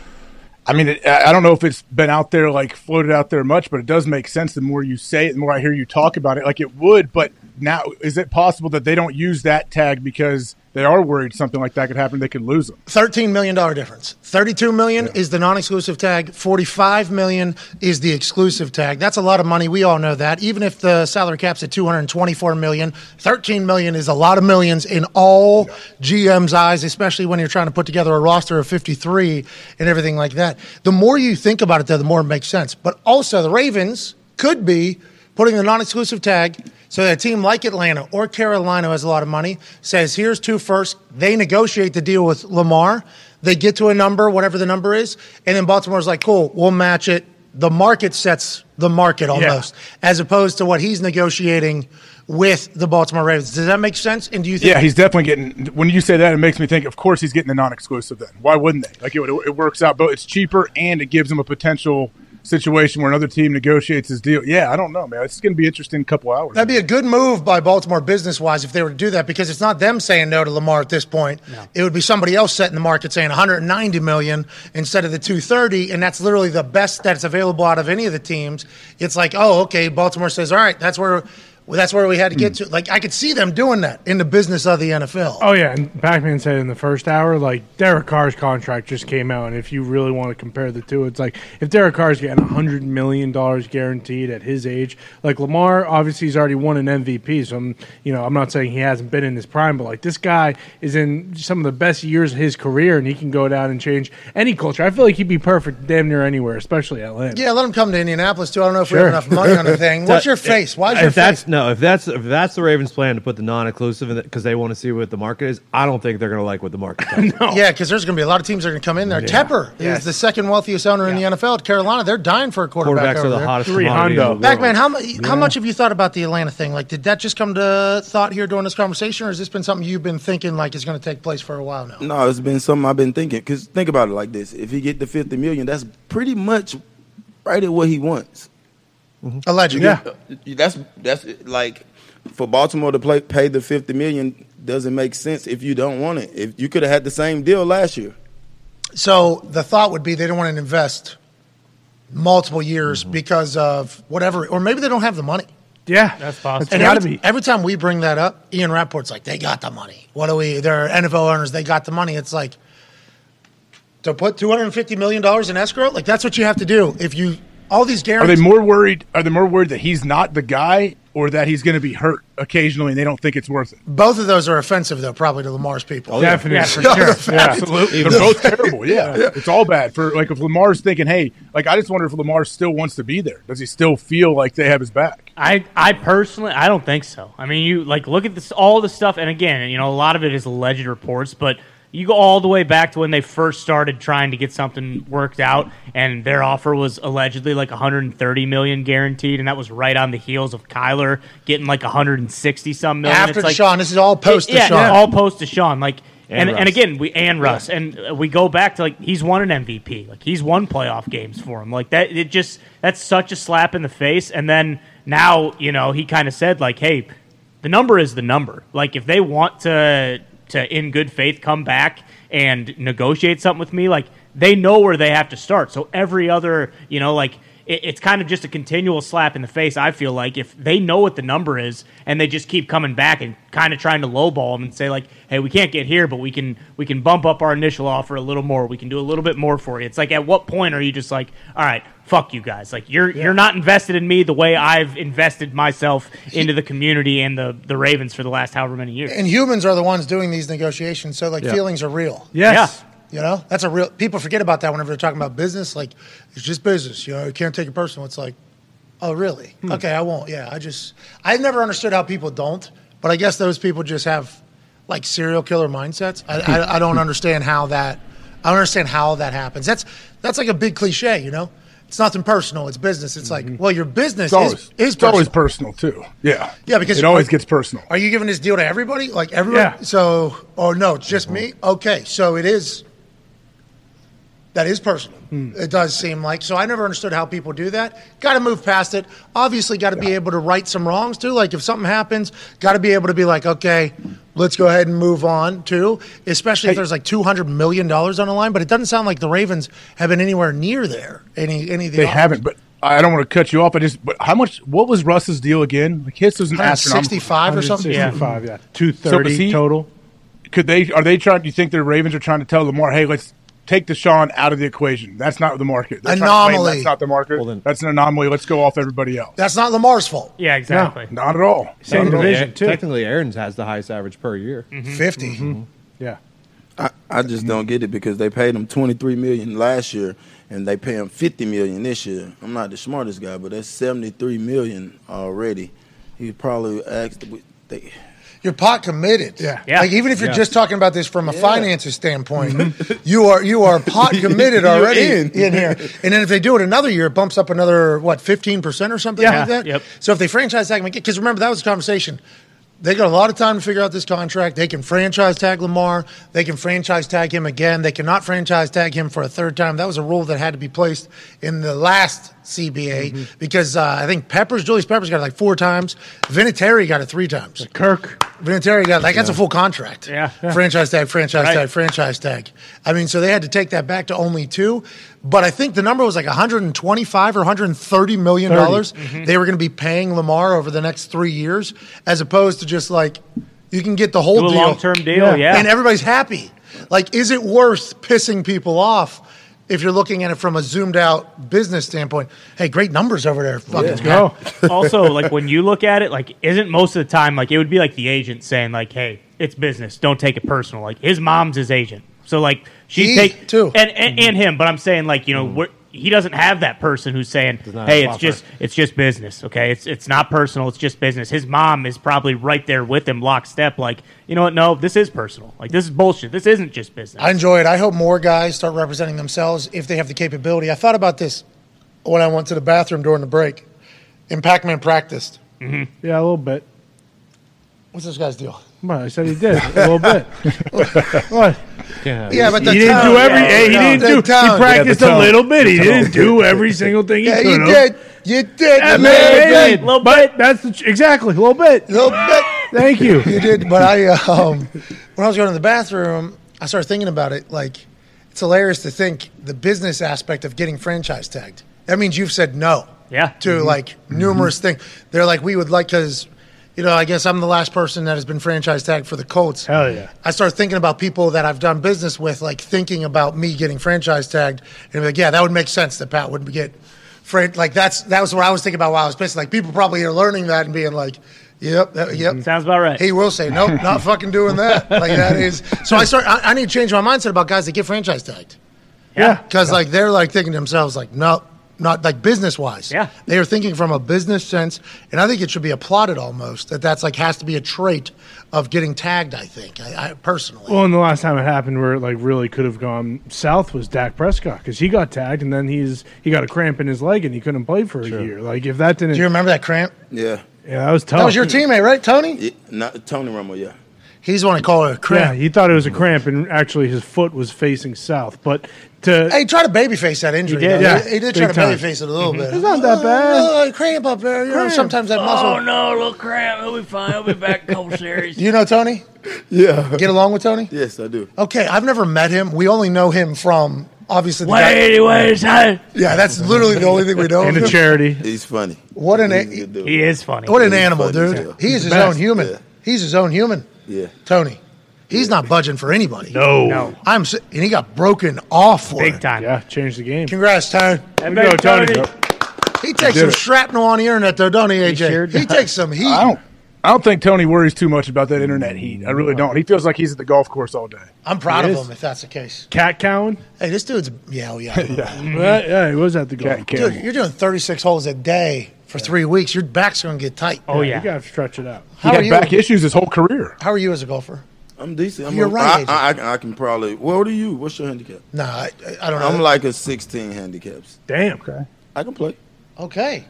B: I mean, it, I I don't know if it's been out there, like floated out there much, but it does make sense. The more you say it, the more I hear you talk about it, like it would. But now is it possible that they don't use that tag because they are worried something like that could happen? They could lose them.
A: Thirteen million dollar difference. Thirty-two million is the non-exclusive tag. Forty-five million is the exclusive tag. That's a lot of money. We all know that. Even if the salary cap's at two hundred twenty-four million, thirteen million is a lot of millions in all GM's eyes, especially when you're trying to put together a roster of fifty-three and everything like that. The more you think about it, though, the more it makes sense. But also, the Ravens could be putting the non-exclusive tag so that a team like Atlanta or Carolina who has a lot of money says here's two first they negotiate the deal with Lamar they get to a number whatever the number is and then Baltimore's like cool we'll match it the market sets the market almost as opposed to what he's negotiating with the Baltimore Ravens does that make sense and do you think
B: Yeah, he's definitely getting. When you say that, it makes me think. Of course, he's getting the non-exclusive. Then why wouldn't they? Like it, would- it works out both. It's cheaper and it gives him a potential situation where another team negotiates his deal. Yeah, I don't know, man. This is going to be interesting. in A couple hours.
A: That'd be a good move by Baltimore business wise if they were to do that because it's not them saying no to Lamar at this point. It would be somebody else setting the market saying 190 million instead of the 230, and that's literally the best that's available out of any of the teams. It's like, oh, okay, Baltimore says, all right, that's where well, that's where we had to get to. Like I could see them doing that in the business of the NFL.
C: Oh yeah, and Pac-Man said in the first hour, like Derek Carr's contract just came out, and if you really want to compare the two, it's like if Derek Carr's getting hundred million dollars guaranteed at his age, like Lamar, obviously he's already won an MVP. So I'm, you know, I'm not saying he hasn't been in his prime, but like this guy is in some of the best years of his career, and he can go down and change any culture. I feel like he'd be perfect damn near anywhere, especially Atlanta.
A: Yeah, let them come to Indianapolis too. I don't know if we
C: Sure.
A: have enough money on the thing. What's your
D: If-
A: face? Why's
D: if
A: your
D: that's
A: face?
D: no, if that's if that's the Ravens' plan to put the non-inclusive in because they want to see what the market is, I don't think they're going to like what the market. Tells.
A: Yeah, because there's going to be a lot of teams that are going to come in there. Tepper is the second wealthiest owner in the NFL. Carolina, they're dying for a quarterback.
D: Quarterbacks
A: over
D: are the
A: there.
D: hottest
C: Three
D: commodity in
C: hundo.
D: the world.
A: Backman, how, mu- how much have you thought about the Atlanta thing? Like, did that just come to thought here during this conversation, or has this been something you've been thinking like is going to take place for a while now?
E: No, it's been something I've been thinking. Cause think about it like this: if he get the fifty million, that's pretty much right at what he wants.
D: Mm-hmm.
E: Uh,
A: Allegedly.
E: that's that's like for Baltimore to play, pay the fifty million doesn't make sense if you don't want it. If you could have had the same deal last year,
A: So the thought would be they don't want to invest multiple years
D: Mm-hmm.
A: because of whatever, or maybe they don't have the money.
C: Yeah,
G: That's possible.
C: It's
A: And
C: gotta
A: every,
C: be.
A: every time we bring that up, Ian Rapport's like, they got the money. What do we? They're NFL owners. They got the money. It's like to put two hundred fifty million dollars in escrow. Like that's what you have to do if you all these
B: Are they
A: guarantees.
B: more worried? Are they more worried that he's not the guy, or that he's going to be hurt occasionally and they don't think it's worth it?
A: both of those are offensive though, probably to Lamar's people.
C: Definitely, for sure. Oh, Yeah.
B: Absolutely, they're both terrible. Yeah. it's all bad for like if Lamar's thinking, hey, like I just wonder if Lamar still wants to be there. Does he still feel like they have his back?
G: I, I personally, I don't think so. I mean, you like look at this, all the stuff, and again, you know, a lot of it is alleged reports, but you go all the way back to when they first started trying to get something worked out, and their offer was allegedly like 130 million guaranteed, and that was right on the heels of Kyler getting like 160 some million.
A: After
G: It's like-
A: Deshaun, this is all post
G: yeah,
A: Deshaun.
G: all post Deshaun. Like, and,
D: And
G: and,
D: Russ.
G: again, we and Russ, and uh, we go back to like he's won an MVP, like he's won playoff games for him. Like that, it just that's such a slap in the face. And then now, you know, he kind of said like, hey, the number is the number. Like if they want to to in good faith come back and negotiate something with me, like they know where they have to start. So every other, you know, like it, it's kind of just a continual slap in the face. I feel like if they know what the number is and they just keep coming back and kind of trying to lowball them and say like, "Hey, we can't get here, but we can we can bump up our initial offer a little more. We can do a little bit more for you." It's like, at what point are you just like, "All right, fuck you guys. Like you're you're not invested in me the way I've invested myself into the community and the the Ravens for the last however many years."
A: and humans are the ones doing these negotiations so like feelings are real
C: Yes.
G: Yeah.
A: you know that's a real people forget about that whenever they're talking about business like it's just business you know you can't take it personal it's like oh really
B: Hmm.
A: okay i won't yeah i just i've never understood how people don't but i guess those people just have like serial killer mindsets i, I, I
B: Hmm.
A: don't understand how that i don't understand how that happens that's that's like a big cliche you know it's nothing personal it's business it's like well your business
B: Mm-hmm. It's always
A: is, is
B: it's always
A: personal.
B: personal too. Yeah,
A: Yeah, because-
B: it always gets personal.
A: Are you giving this deal to everybody? Like everyone?
C: Yeah.
A: So, oh no, it's just me. Okay, so it is. That is personal. It does seem like so. I never understood how people do that. Got to move past it. Obviously, got to be able to right some wrongs too. Like if something happens, got to be able to be like, okay, let's go ahead and move on too. Especially if there's like two hundred million dollars on the line. But it doesn't sound like the Ravens have been anywhere near there. Any any of the
B: They
A: offers.
B: haven't, but I don't want to cut you off. I just, but how much? What was Russ's deal again? Like his was an
A: Uh,
B: astronomical.
A: 65 or something?
C: 165, yeah.
B: So is
C: 230
B: he-
C: total.
B: Could they? Are they trying? Do you think the Ravens are trying to tell Lamar, hey, let's take Deshaun out of the equation? That's not the market. They're trying to claim
A: Anomaly.
B: That's not the market.
D: then-
B: that's an anomaly. Let's go off everybody else.
A: That's not Lamar's fault.
G: Yeah, exactly.
B: Not at all.
C: Same
B: Not at all.
C: division, too.
D: Technically, Aaron's has the highest average per year.
A: 50.
C: Yeah.
E: I, I just don't get it because they paid him 23 million last year and they pay him 50 million this year. I'm not the smartest guy, but that's 73 million already. He probably asked they,
A: You're pot committed.
C: Yeah.
G: Yeah.
A: Like even if you're
D: Yeah.
A: just talking about this from a finances standpoint, you are you are pot committed already in.
E: in.
A: here. And then if they do it another year, it bumps up another what fifteen percent or something
G: Yeah.
A: like that.
G: Yep.
A: So if they franchise tag him because remember that was a conversation. They got a lot of time to figure out this contract. They can franchise tag Lamar. They can franchise tag him again. They cannot franchise tag him for a third time. That was a rule that had to be placed in the last CBA because uh, I think Peppers, Julius Peppers got it like four times. Vinatieri got it three times.
C: Kirk.
A: Vinatieri got like that's a full contract.
G: Yeah. Yeah.
A: Franchise tag, franchise
G: Right.
A: tag, franchise tag. I mean, so they had to take that back to only two. But I think the number was like 125 or 130 million dollars
G: Mm-hmm.
A: they were going to be paying Lamar over the next three years, as opposed to just like you can get the whole
G: Do a
A: deal,
G: long term deal. Yeah.
A: and everybody's happy. Like, is it worth pissing people off if you're looking at it from a zoomed out business standpoint? Hey, great numbers over there, fucking Scott.
C: Go.
G: also, like when you look at it, like isn't most of the time like it would be like the agent saying like, "Hey, it's business. Don't take it personal." Like his mom's his agent, so like she
A: He,
G: take
A: too.
G: and, and and him. But I'm saying like you know we're, he doesn't have that person who's saying,
D: not
G: "Hey,
D: have
G: it's
D: buffer.
G: just it's just business." Okay, it's it's not personal. It's just business. His mom is probably right there with him, lockstep. Like you know what? No, this is personal. Like this is bullshit. This isn't just business.
A: I enjoy it. I hope more guys start representing themselves if they have the capability. I thought about this when I went to the bathroom during the break, and Pac-Man practiced.
C: Yeah, a little bit.
A: What's this guy's deal?
C: Come on, I said he did. A little bit. what?
D: Can't have
A: Yeah, but
C: He didn't do every. hey, he didn't do. He practiced a little bit. He didn't do every single thing he
A: Yeah,
C: could.
A: you
C: have.
A: did. You did.
C: Yeah,
A: You
C: man,
A: did.
G: Little
C: But that's the, tr- exactly a little bit.
A: Little bit.
C: Thank you.
A: You did, but I um, when I was going to the bathroom, I started thinking about it. Like, it's hilarious to think the business aspect of getting franchise tagged. That means you've said no.
G: Yeah.
A: To
C: Mm-hmm.
A: like numerous things. They're like, we would like because, you know, I guess I'm the last person that has been franchise tagged for the Colts.
C: Hell yeah.
A: I started thinking about people that I've done business with, like thinking about me getting franchise tagged, and be like, yeah, that would make sense that Pat wouldn't get. Fran- like that's that was what I was thinking about while I was pissed. Like people probably are learning that and being like, "Yep, that, yep,
G: Sounds about right.
A: he will say, nope, not fucking doing that. Like that is. So I start. I, I need to change my mindset about guys that get franchise tagged
G: yeah.
A: because like they're like thinking to themselves like, no, not like business wise.
G: Yeah.
A: they are thinking from a business sense, and I think it should be applauded almost that that's like has to be a trait of getting tagged. I think I, I personally.
C: Well, and the last time it happened where it like really could have gone south was Dak Prescott because he got tagged and then he's he got a cramp in his leg and he couldn't play for a year. Like if that didn't,
A: Do you remember that cramp?
E: yeah.
C: yeah, that was tough.
A: That was your teammate, right, Tony?
E: It, not Tony Romo, yeah.
A: He's the one that called it a
C: Yeah,
A: cramp.
C: he thought it was a cramp and actually his foot was facing south. But to
A: Hey, he tried to babyface that injury.
C: did,
A: though.
C: yeah.
A: he, he did
C: Big
A: try to
C: time.
A: babyface it a little bit. It's
C: not that bad.
A: cramp up there. You know, sometimes that muscle.
J: Oh no, little cramp. He'll be fine. He'll be back cold series.
A: Do you know Tony?
E: Yeah.
A: Get along with Tony?
E: Yes, I do.
A: Okay, I've never met him. We only know him from obviously. The guy,
J: Wait, wait, son.
A: yeah, that's literally the only thing we know.
C: in
A: of
C: the
A: him.
C: charity,
E: He's funny.
A: What an
E: He's a
A: a-
E: good dude.
G: He is funny.
A: what an animal,
E: funny,
A: dude.
E: yeah.
A: He is his
C: best.
A: own human.
E: Yeah.
A: He's his own human.
E: Yeah.
A: Tony, he's not budging for anybody.
C: no,
G: No.
A: I'm s- and he got broken off for
G: Big
A: it.
G: time.
C: yeah, changed the game.
A: Congrats, Tony.
C: Here we go, Tony.
A: He takes some shrapnel on the internet though, don't he, AJ? He,
G: sure does.
A: takes some heat.
B: I don't. I don't think Tony worries too much about that internet heat. I really don't. He feels like he's at the golf course all day.
A: I'm proud
C: He
A: of
C: is.
A: him if that's the case.
C: Cat Cowan,
A: Hey, this dude's yeah, oh, yeah.
C: yeah, yeah, he was at the golf.
B: Cat
A: Dude,
B: Campbell.
A: you're doing 36 holes a day for three weeks. Your back's gonna get tight.
G: Oh
C: You
G: yeah.
C: got to stretch it out.
A: how
B: he
A: are
B: had
A: you?
B: back issues his whole career.
A: How are you as a golfer?
E: I'm decent. I'm
A: You're
E: a-
A: right,
E: I, I, I can probably. What are you? What's your handicap?
A: Nah, I, I don't know.
E: I'm like a 16 handicaps.
C: Damn.
E: I can play.
A: okay.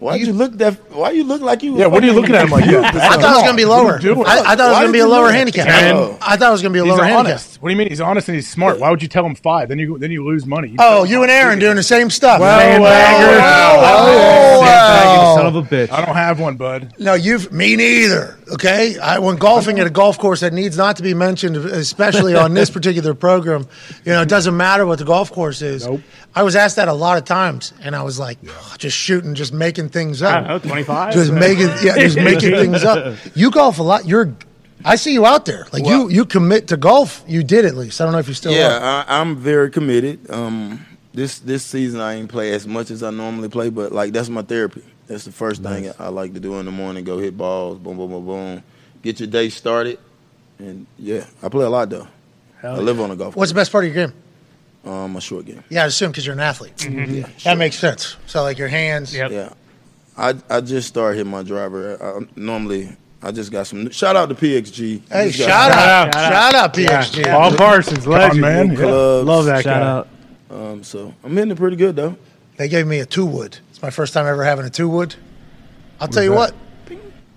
E: Why you, look that? Why you look like you?
B: Yeah, what are you looking at him like? that?
A: I thought it was going to be lower.
B: doing?
A: I, I thought it was
E: Why
A: going to be
E: did
A: a
E: you
A: lower
E: lower it?
A: handicap.
E: Ten.
A: I thought it was going to be a
B: He's
A: lower handicap.
B: honest. What do you mean? He's honest and he's smart. Why would you tell him five? Then you then you lose money. You
A: Oh, you and Aaron doing the same stuff. Oh, Well,
D: Sandbag,
A: well,
D: you son of a bitch.
B: I don't have one, bud.
A: No, you've me neither. Okay, I went golfing at a golf course that needs not to be mentioned, especially on this particular program. You know, it doesn't matter what the golf course is. I was asked that a lot of times, and I was like, "Ah, just shooting, just making things up.
G: I don't know, 25?
A: Just making, yeah, just making things up. You golf a lot. You're, I see you out there. Like you, you commit to golf. You did at least. I don't know if you still. are.
E: yeah, I, I'm very committed. Um, this this season I ain't play as much as I normally play, but like that's my therapy. That's the first thing I like to do in the morning: go hit balls, boom, boom, boom, boom, get your day started, and yeah, I play a lot though. I live on a golf.
A: What's the best part of your game?
E: course. Um, a short game.
A: Yeah, I assume because you're an athlete. That makes sense. So like your hands.
E: Yeah, I I just started hitting my driver. I, I- normally I just got some. Shout out to PXG.
A: Hey,
E: Just got-
A: shout out, shout out, PXG.
C: Paul Parsons, legend.
B: man, yeah.
E: Clubs.
C: Love that
D: Shout
C: guy.
D: out.
E: Um, so I'm hitting it pretty good though.
A: They gave me a two wood. It's my first time ever having a two wood. I'll tell you
B: that?
A: what.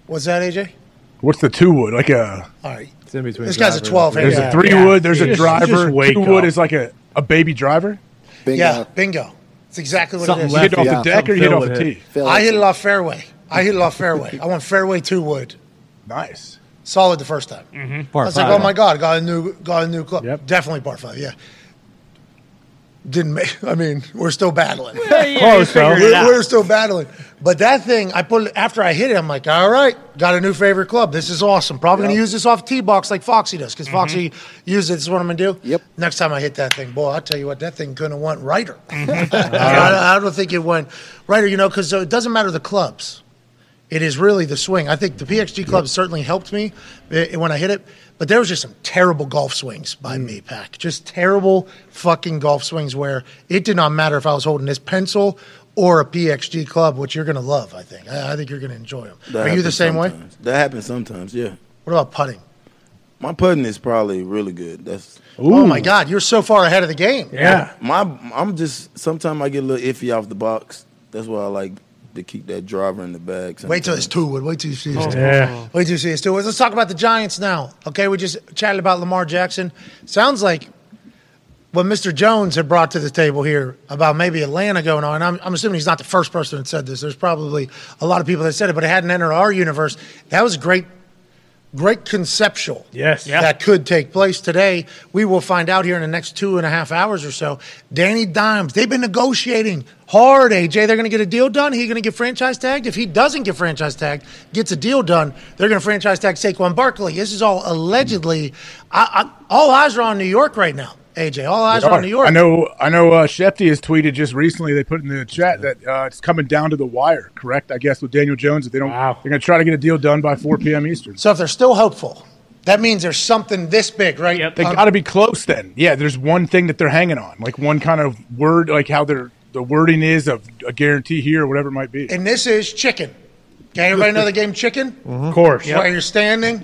A: What's that, AJ?
B: What's the two wood? Like a
A: All right.
D: It's in between.
A: This guy's a
D: driver.
A: 12.
B: there's
A: yeah.
B: a three
A: yeah.
B: wood. There's a
C: Just-
B: driver.
C: just wake
B: two wood
C: up.
B: is like a, a baby driver.
F: Bingo.
A: Yeah, bingo. It's exactly what
D: Something
A: it is.
B: You hit it off
F: Yeah.
B: the deck or you hit it off the
D: Something
B: tee.
F: Phil,
A: I hit it off fairway. I hit it off fairway. I went fairway two wood.
B: Nice.
A: Solid the first time. I
D: Par
A: was like,
D: five.
A: oh my god, got a new got a new club.
C: Yep.
A: Definitely part five. Yeah. Didn't make. I mean, we're still battling.
C: Close, though.
G: figured it
A: we're,
G: out.
A: we're still battling. But that thing, I put it after I hit it. I'm like, all right, got a new favorite club. This is awesome. Probably gonna use this off tee box like Foxy does because Foxy uses it. This is what I'm gonna do.
F: Yep.
A: Next time I hit that thing, boy, I'll tell you what, that thing couldn't have went righter. I, I don't think it went righter. You know, because it doesn't matter the clubs. It is really the swing. I think the PXG club certainly helped me eh, when I hit it, but there was just some terrible golf swings
E: Mm.
A: by me, Pack. Just terrible fucking golf swings where it did not matter if I was holding this pencil or a PXG club, which you're going to love, I think. I, I think you're going to enjoy them.
E: That
A: Are you the
E: happens
A: same way?
E: sometimes. That happens sometimes. Yeah,
A: What about putting?
E: my putting is probably really good. That's
A: Oh my God, you're so far ahead of the game.
C: Yeah.
E: my. I'm just sometimes I get a little iffy off the box. That's why I like to keep that driver in the bag.
A: Wait till
E: sometimes.
A: it's two wood. Wait till you
E: Oh,
A: see his two.
C: Yeah.
A: Wait till you see his two wood. Let's talk about the Giants now. Okay, we just chatted about Lamar Jackson. Sounds like what Mr. Jones had brought to the table here about maybe Atlanta going on. And I'm, I'm assuming he's not the first person that said this. There's probably a lot of people that said it, but it hadn't entered our universe. That was a great, great conceptual
C: Yes.
A: that could take place today. We will find out here in the next two and a half hours or so. Danny Dimes, they've been negotiating hard, AJ. They're going to get a deal done. He's going to get franchise tagged. If he doesn't get franchise tagged, gets a deal done, they're going to franchise tag Saquon Barkley. This is all allegedly. I, I, all eyes are on New York right now, AJ. All eyes are on New York.
B: I know. I know. Uh, Shefty has tweeted just recently. They put in the chat that uh, it's coming down to the wire. Correct, I guess, with Daniel Jones. If they don't,
C: Wow.
B: they're going to try to get a deal done by 4 p.m. Eastern.
A: So if they're still hopeful, that means there's something this big, right?
G: Yep.
B: They
A: Um,
B: got to be close then. Yeah, there's one thing that they're hanging on, like one kind of word, like how their the wording is of a guarantee here or whatever it might be.
A: and this is chicken. Okay, everybody know the game chicken?
C: Of course.
A: Where you're standing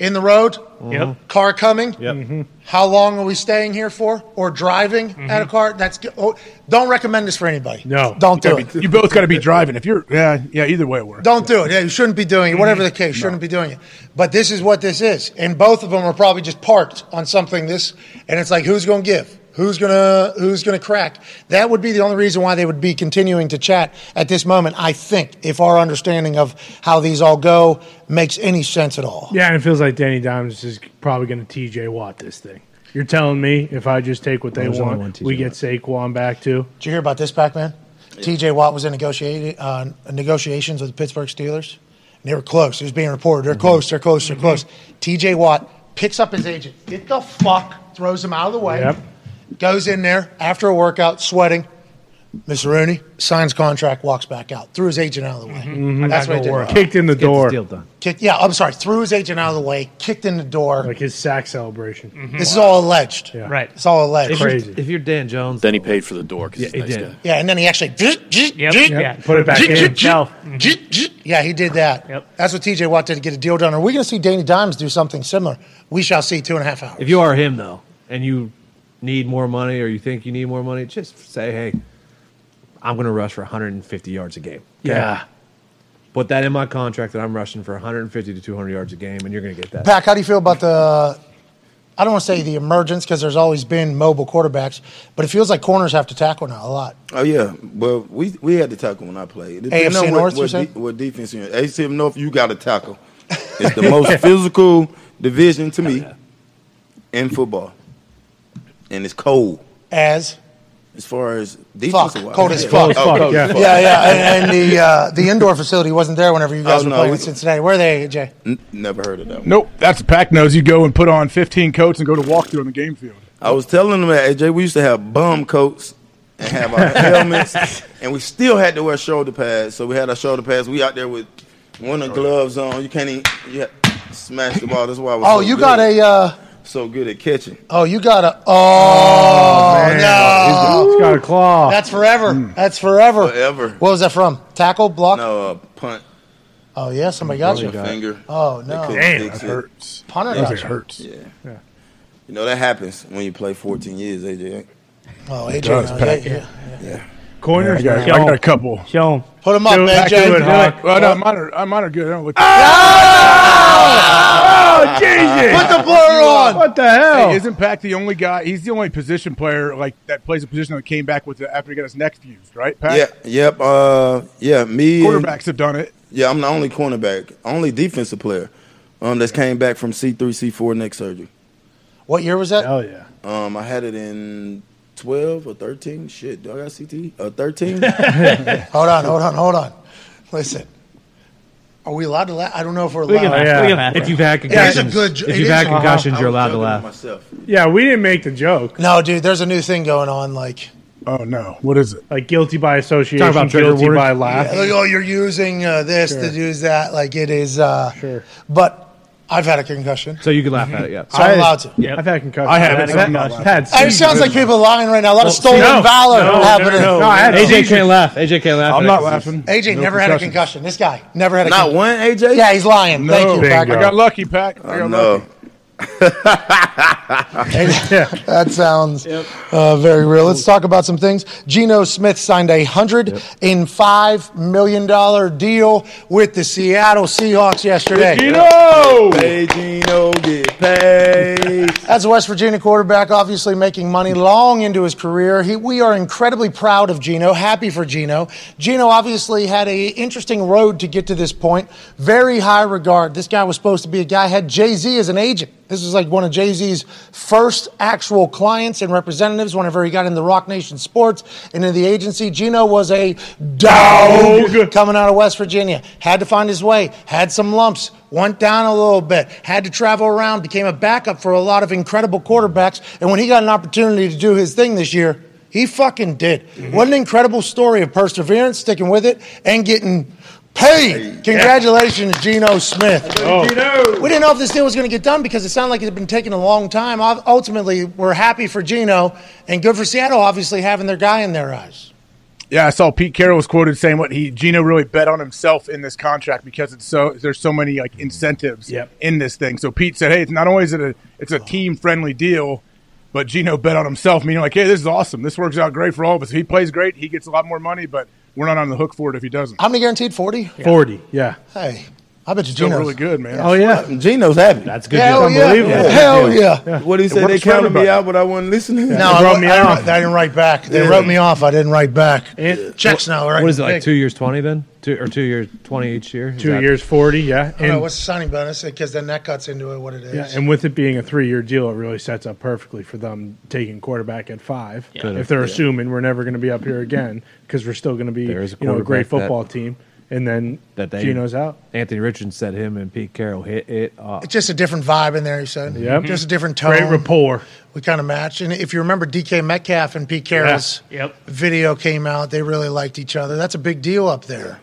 A: in the road,
G: Yep.
A: car coming.
D: Yep.
C: Mm-hmm.
A: How long are we staying here for? Or driving at a
B: Mm-hmm.
A: car? That's good. Oh, don't recommend this for anybody.
C: No.
A: don't do
B: Gotta
A: it.
B: be- you both got to be driving. If you're, yeah, yeah, either way it works.
A: Don't do it. Yeah, you shouldn't be doing it.
B: Mm-hmm.
A: Whatever the case, shouldn't be doing it. But this is what this is, and both of them are probably just parked on something. This, and it's like, who's going to give? Who's gonna Who's gonna crack? That would be the only reason why they would be continuing to chat at this moment. I think, if our understanding of how these all go makes any sense at all.
C: Yeah, and it feels like Danny Dimes is probably going to TJ Watt this thing. You're telling me if I just take what they
D: there's only one
C: want,
D: T.J.
C: we get Saquon back too?
A: Did you hear about this, Pac Man? TJ Watt was in negotiated, uh, negotiations with the Pittsburgh Steelers, and they were close. It was being reported.
D: Mm-hmm.
A: They're close, they're close, they're close. TJ Watt picks up his agent. Get the fuck, throws him out of the way,
C: Yep.
A: goes in there after a workout, sweating. Mr. Rooney signs contract, walks back out, threw his agent out of the way.
C: Mm-hmm.
A: That's what he did.
C: Kicked in
D: Mm-hmm. Uh, Get
C: the
D: this
C: door.
D: deal done.
A: Kicked, yeah, I'm sorry, threw his agent out of the way, kicked in the door.
C: Like his sack celebration.
A: this is all alleged.
G: Mm-hmm. Right.
A: It's all alleged.
D: If you're-
C: Crazy.
D: If you're Dan Jones,
H: Then he paid for the door because
D: he
H: he's a nice
D: did.
H: guy.
A: Yeah, and then he actually
G: Yep. Yeah.
C: Put it back
A: Jit,
C: in.
A: jit, jit.
G: Self.
A: Jit, jit. Mm-hmm. Yeah, he did that.
G: Yep.
A: That's what TJ Watt did to get a deal done. Are we going to see Danny Dimes do something similar? We shall see two and a half hours.
D: If you are him though, and you need more money or you think you need more money, just say, "Hey, I'm going to rush for 150 yards a game."
C: Yeah.
D: Put that in my contract that I'm rushing for 150 to 200 yards a game, and you're going to get that.
A: Pack, how do you feel about the? I don't want to say the emergence because there's always been mobile quarterbacks, but it feels like corners have to tackle now a lot.
E: Oh yeah, well we we had to tackle when I played.
A: AFC
E: Depending on
A: North, you
E: what,
A: said?
E: what, de- what defense you're in. AFC North, you got to tackle. It's the most physical division to me in football, and it's cold
A: As
E: as far as
A: fuck,
E: defensive wise.
A: cold as
E: Yeah.
A: fuck.
E: Oh, cold as fuck.
A: yeah, yeah. And, and the uh, the indoor facility wasn't there whenever you guys
E: Oh,
A: were
E: no,
A: playing
E: we-
A: in Cincinnati. Where are they, Jay?
E: N- never heard of that. One.
B: Nope, that's pack nose. You go and put on 15 coats and go to walkthrough on the game field.
E: I was telling them that AJ, we used to have bum coats and have our helmets, and we still had to wear shoulder pads. So we had our shoulder pads. We out there with one of the gloves on. You can't even you had, smash the ball. That's why I was.
A: Oh,
E: so
A: you
E: good,
A: got a. Uh,
E: so good at catching.
A: oh, you got a. Oh,
E: Oh,
A: no,
C: It's got a claw.
A: that's forever. That's forever.
E: Hmm. Forever.
A: What was that from? Tackle block?
E: No, uh, punt.
A: Oh yeah, somebody got you.
E: Your finger.
A: Oh
E: They
A: no,
E: couldn't
B: Damn,
E: fix
B: that
E: it.
B: hurts.
A: punter
B: That
A: got you.
B: hurts.
E: Yeah. You know that happens when you play 14 years, AJ.
A: Oh, AJ,
B: does,
A: no,
B: Pat.
A: yeah, yeah.
B: Yeah, I,
C: Corners.
B: got, I got a couple.
G: Show him.
A: Put him up,
C: Dude,
A: man,
C: back to it,
A: Jay.
C: Hawk.
B: Well, no, mine are, uh, mine are good. I don't look.
A: Ah! Oh, Put the blur on.
C: What the hell?
B: Hey, isn't Pack the only guy? He's the only position player like that plays a position that came back with it after he got his neck fused, right? Pack.
E: Yeah. Yep. Uh. Yeah. Me. and-
B: Quarterbacks have done it.
E: yeah. I'm the only cornerback, only defensive player, um, that's came back from C3, C4 neck surgery.
A: What year was that?
C: hell yeah.
E: Um, I had it in 12 or 13. Shit, do I got CT? Uh, 13?
A: Hold on, hold on, hold on. Listen, are we allowed to laugh? I don't know if we're
G: can
A: allowed.
G: laugh.
C: yeah.
G: We can laugh.
D: If you've had
A: Yeah, it's a
D: concussions,
A: good- it
D: if you've
A: is-
D: had
A: uh-huh.
D: concussions,
E: I
D: you're
E: was
D: allowed to
E: joking with
D: laugh.
E: Myself.
C: Yeah, we didn't make the joke.
A: No, dude, there's a new thing going on. Like,
B: Oh no, what is it?
C: Like guilty by association,
D: Talk about trigger
C: guilty
D: words.
C: by laugh.
A: like, oh, you're using uh, this to use that. Like, it is. Uh,
C: Sure.
A: But I've had a concussion,
D: So you can laugh at it, yeah.
A: so I, am allowed to.
C: I've had concussions.
B: I haven't,
C: I've
B: so I'm not
C: I've
B: laughing.
C: had
A: It sounds like people are lying right now. A lot of stolen
C: no,
A: valor
C: no,
A: happening.
C: no, no, I had
D: AJ
C: seizures.
D: can't laugh. AJ can't laugh.
B: I'm
D: at
B: not
D: it.
B: laughing.
A: AJ
B: No
A: never had a
B: concussions.
A: concussion. This guy never had a
E: Not
A: concussion.
E: one, AJ?
A: Yeah, he's lying. Thank you,
B: No.
A: Packer.
B: I got lucky, Pack. I got
E: No.
B: lucky.
A: that sounds uh, very real. Let's talk about some things. Geno Smith signed a hundred and five million dollar deal with the Seattle Seahawks yesterday.
E: Hey, Gino, get paid.
A: As a West Virginia quarterback, obviously making money long into his career, he, we are incredibly proud of Geno, happy for Geno. Geno obviously had a interesting road to get to this point. Very high regard. This guy was supposed to be a guy, had Jay-Z as an agent. This was like one of Jay-Z's first actual clients and representatives whenever he got into Rock Nation Sports and in the agency. Geno was a dog coming out of West Virginia. Had to find his way, had some lumps, went down a little bit, had to travel around, became a backup for a lot of incredible quarterbacks. And when he got an opportunity to do his thing this year, he fucking did. What an incredible story of perseverance, sticking with it, and getting paid. Oh. Congratulations, Geno Smith. We didn't know if this deal was going to get done because it sounded like it had been taking a long time. Ob- Ultimately, we're happy for Geno and good for Seattle, obviously, having their guy in their eyes.
B: Yeah, I saw Pete Carroll was quoted saying what he Gino really bet on himself in this contract because it's so there's so many like incentives
C: Yep.
B: in this thing. So Pete said, "Hey, it's not only is it a it's a team friendly deal, but Gino bet on himself, meaning like, hey, this is awesome. This works out great for all of us. If he plays great, he gets a lot more money, but we're not on the hook for it if he doesn't.
A: How many guaranteed? 40?
C: forty. Yeah.
A: Hey, I bet you
B: Still
A: Geno's.
B: really good, man.
C: Oh yeah.
E: Gino's happy.
D: That's good.
A: Hell
D: deal.
A: yeah.
C: Unbelievable.
A: Hell yeah.
E: what do you say?
B: works
E: They
B: for
E: counted
B: everybody.
E: me out, but I wasn't listening.
A: No,
C: They
A: I,
C: wrote
A: wa-
C: me
A: I didn't-
C: off.
A: I didn't write back. They wrote me off. I didn't write back.
C: And-
A: Checks now, right?
D: What is it like? Two years twenty then, two or two years twenty each year. Is
C: Two
D: that-
C: years, forty. Yeah.
A: I don't know,
C: And,
A: what's the signing bonus? Because then that cuts into it what it is.
C: yeah, and with it being a three-year deal, it really sets up perfectly for them taking quarterback at five. If they're assuming we're never going to be up here again because we're still going to be
D: There is a
C: you know a great
D: quarterback that-
C: football team, and then
D: That they-
C: Geno's out.
D: Anthony Richards said him and Pete Carroll hit it off.
A: It's just a different vibe in there, you said.
C: Yep. Mm-hmm.
A: Just a different tone.
C: Great rapport.
A: We kind of match. And if you remember DK Metcalf and Pete Carroll's
G: Yeah. Yep.
A: video came out, they really liked each other. That's a big deal up there.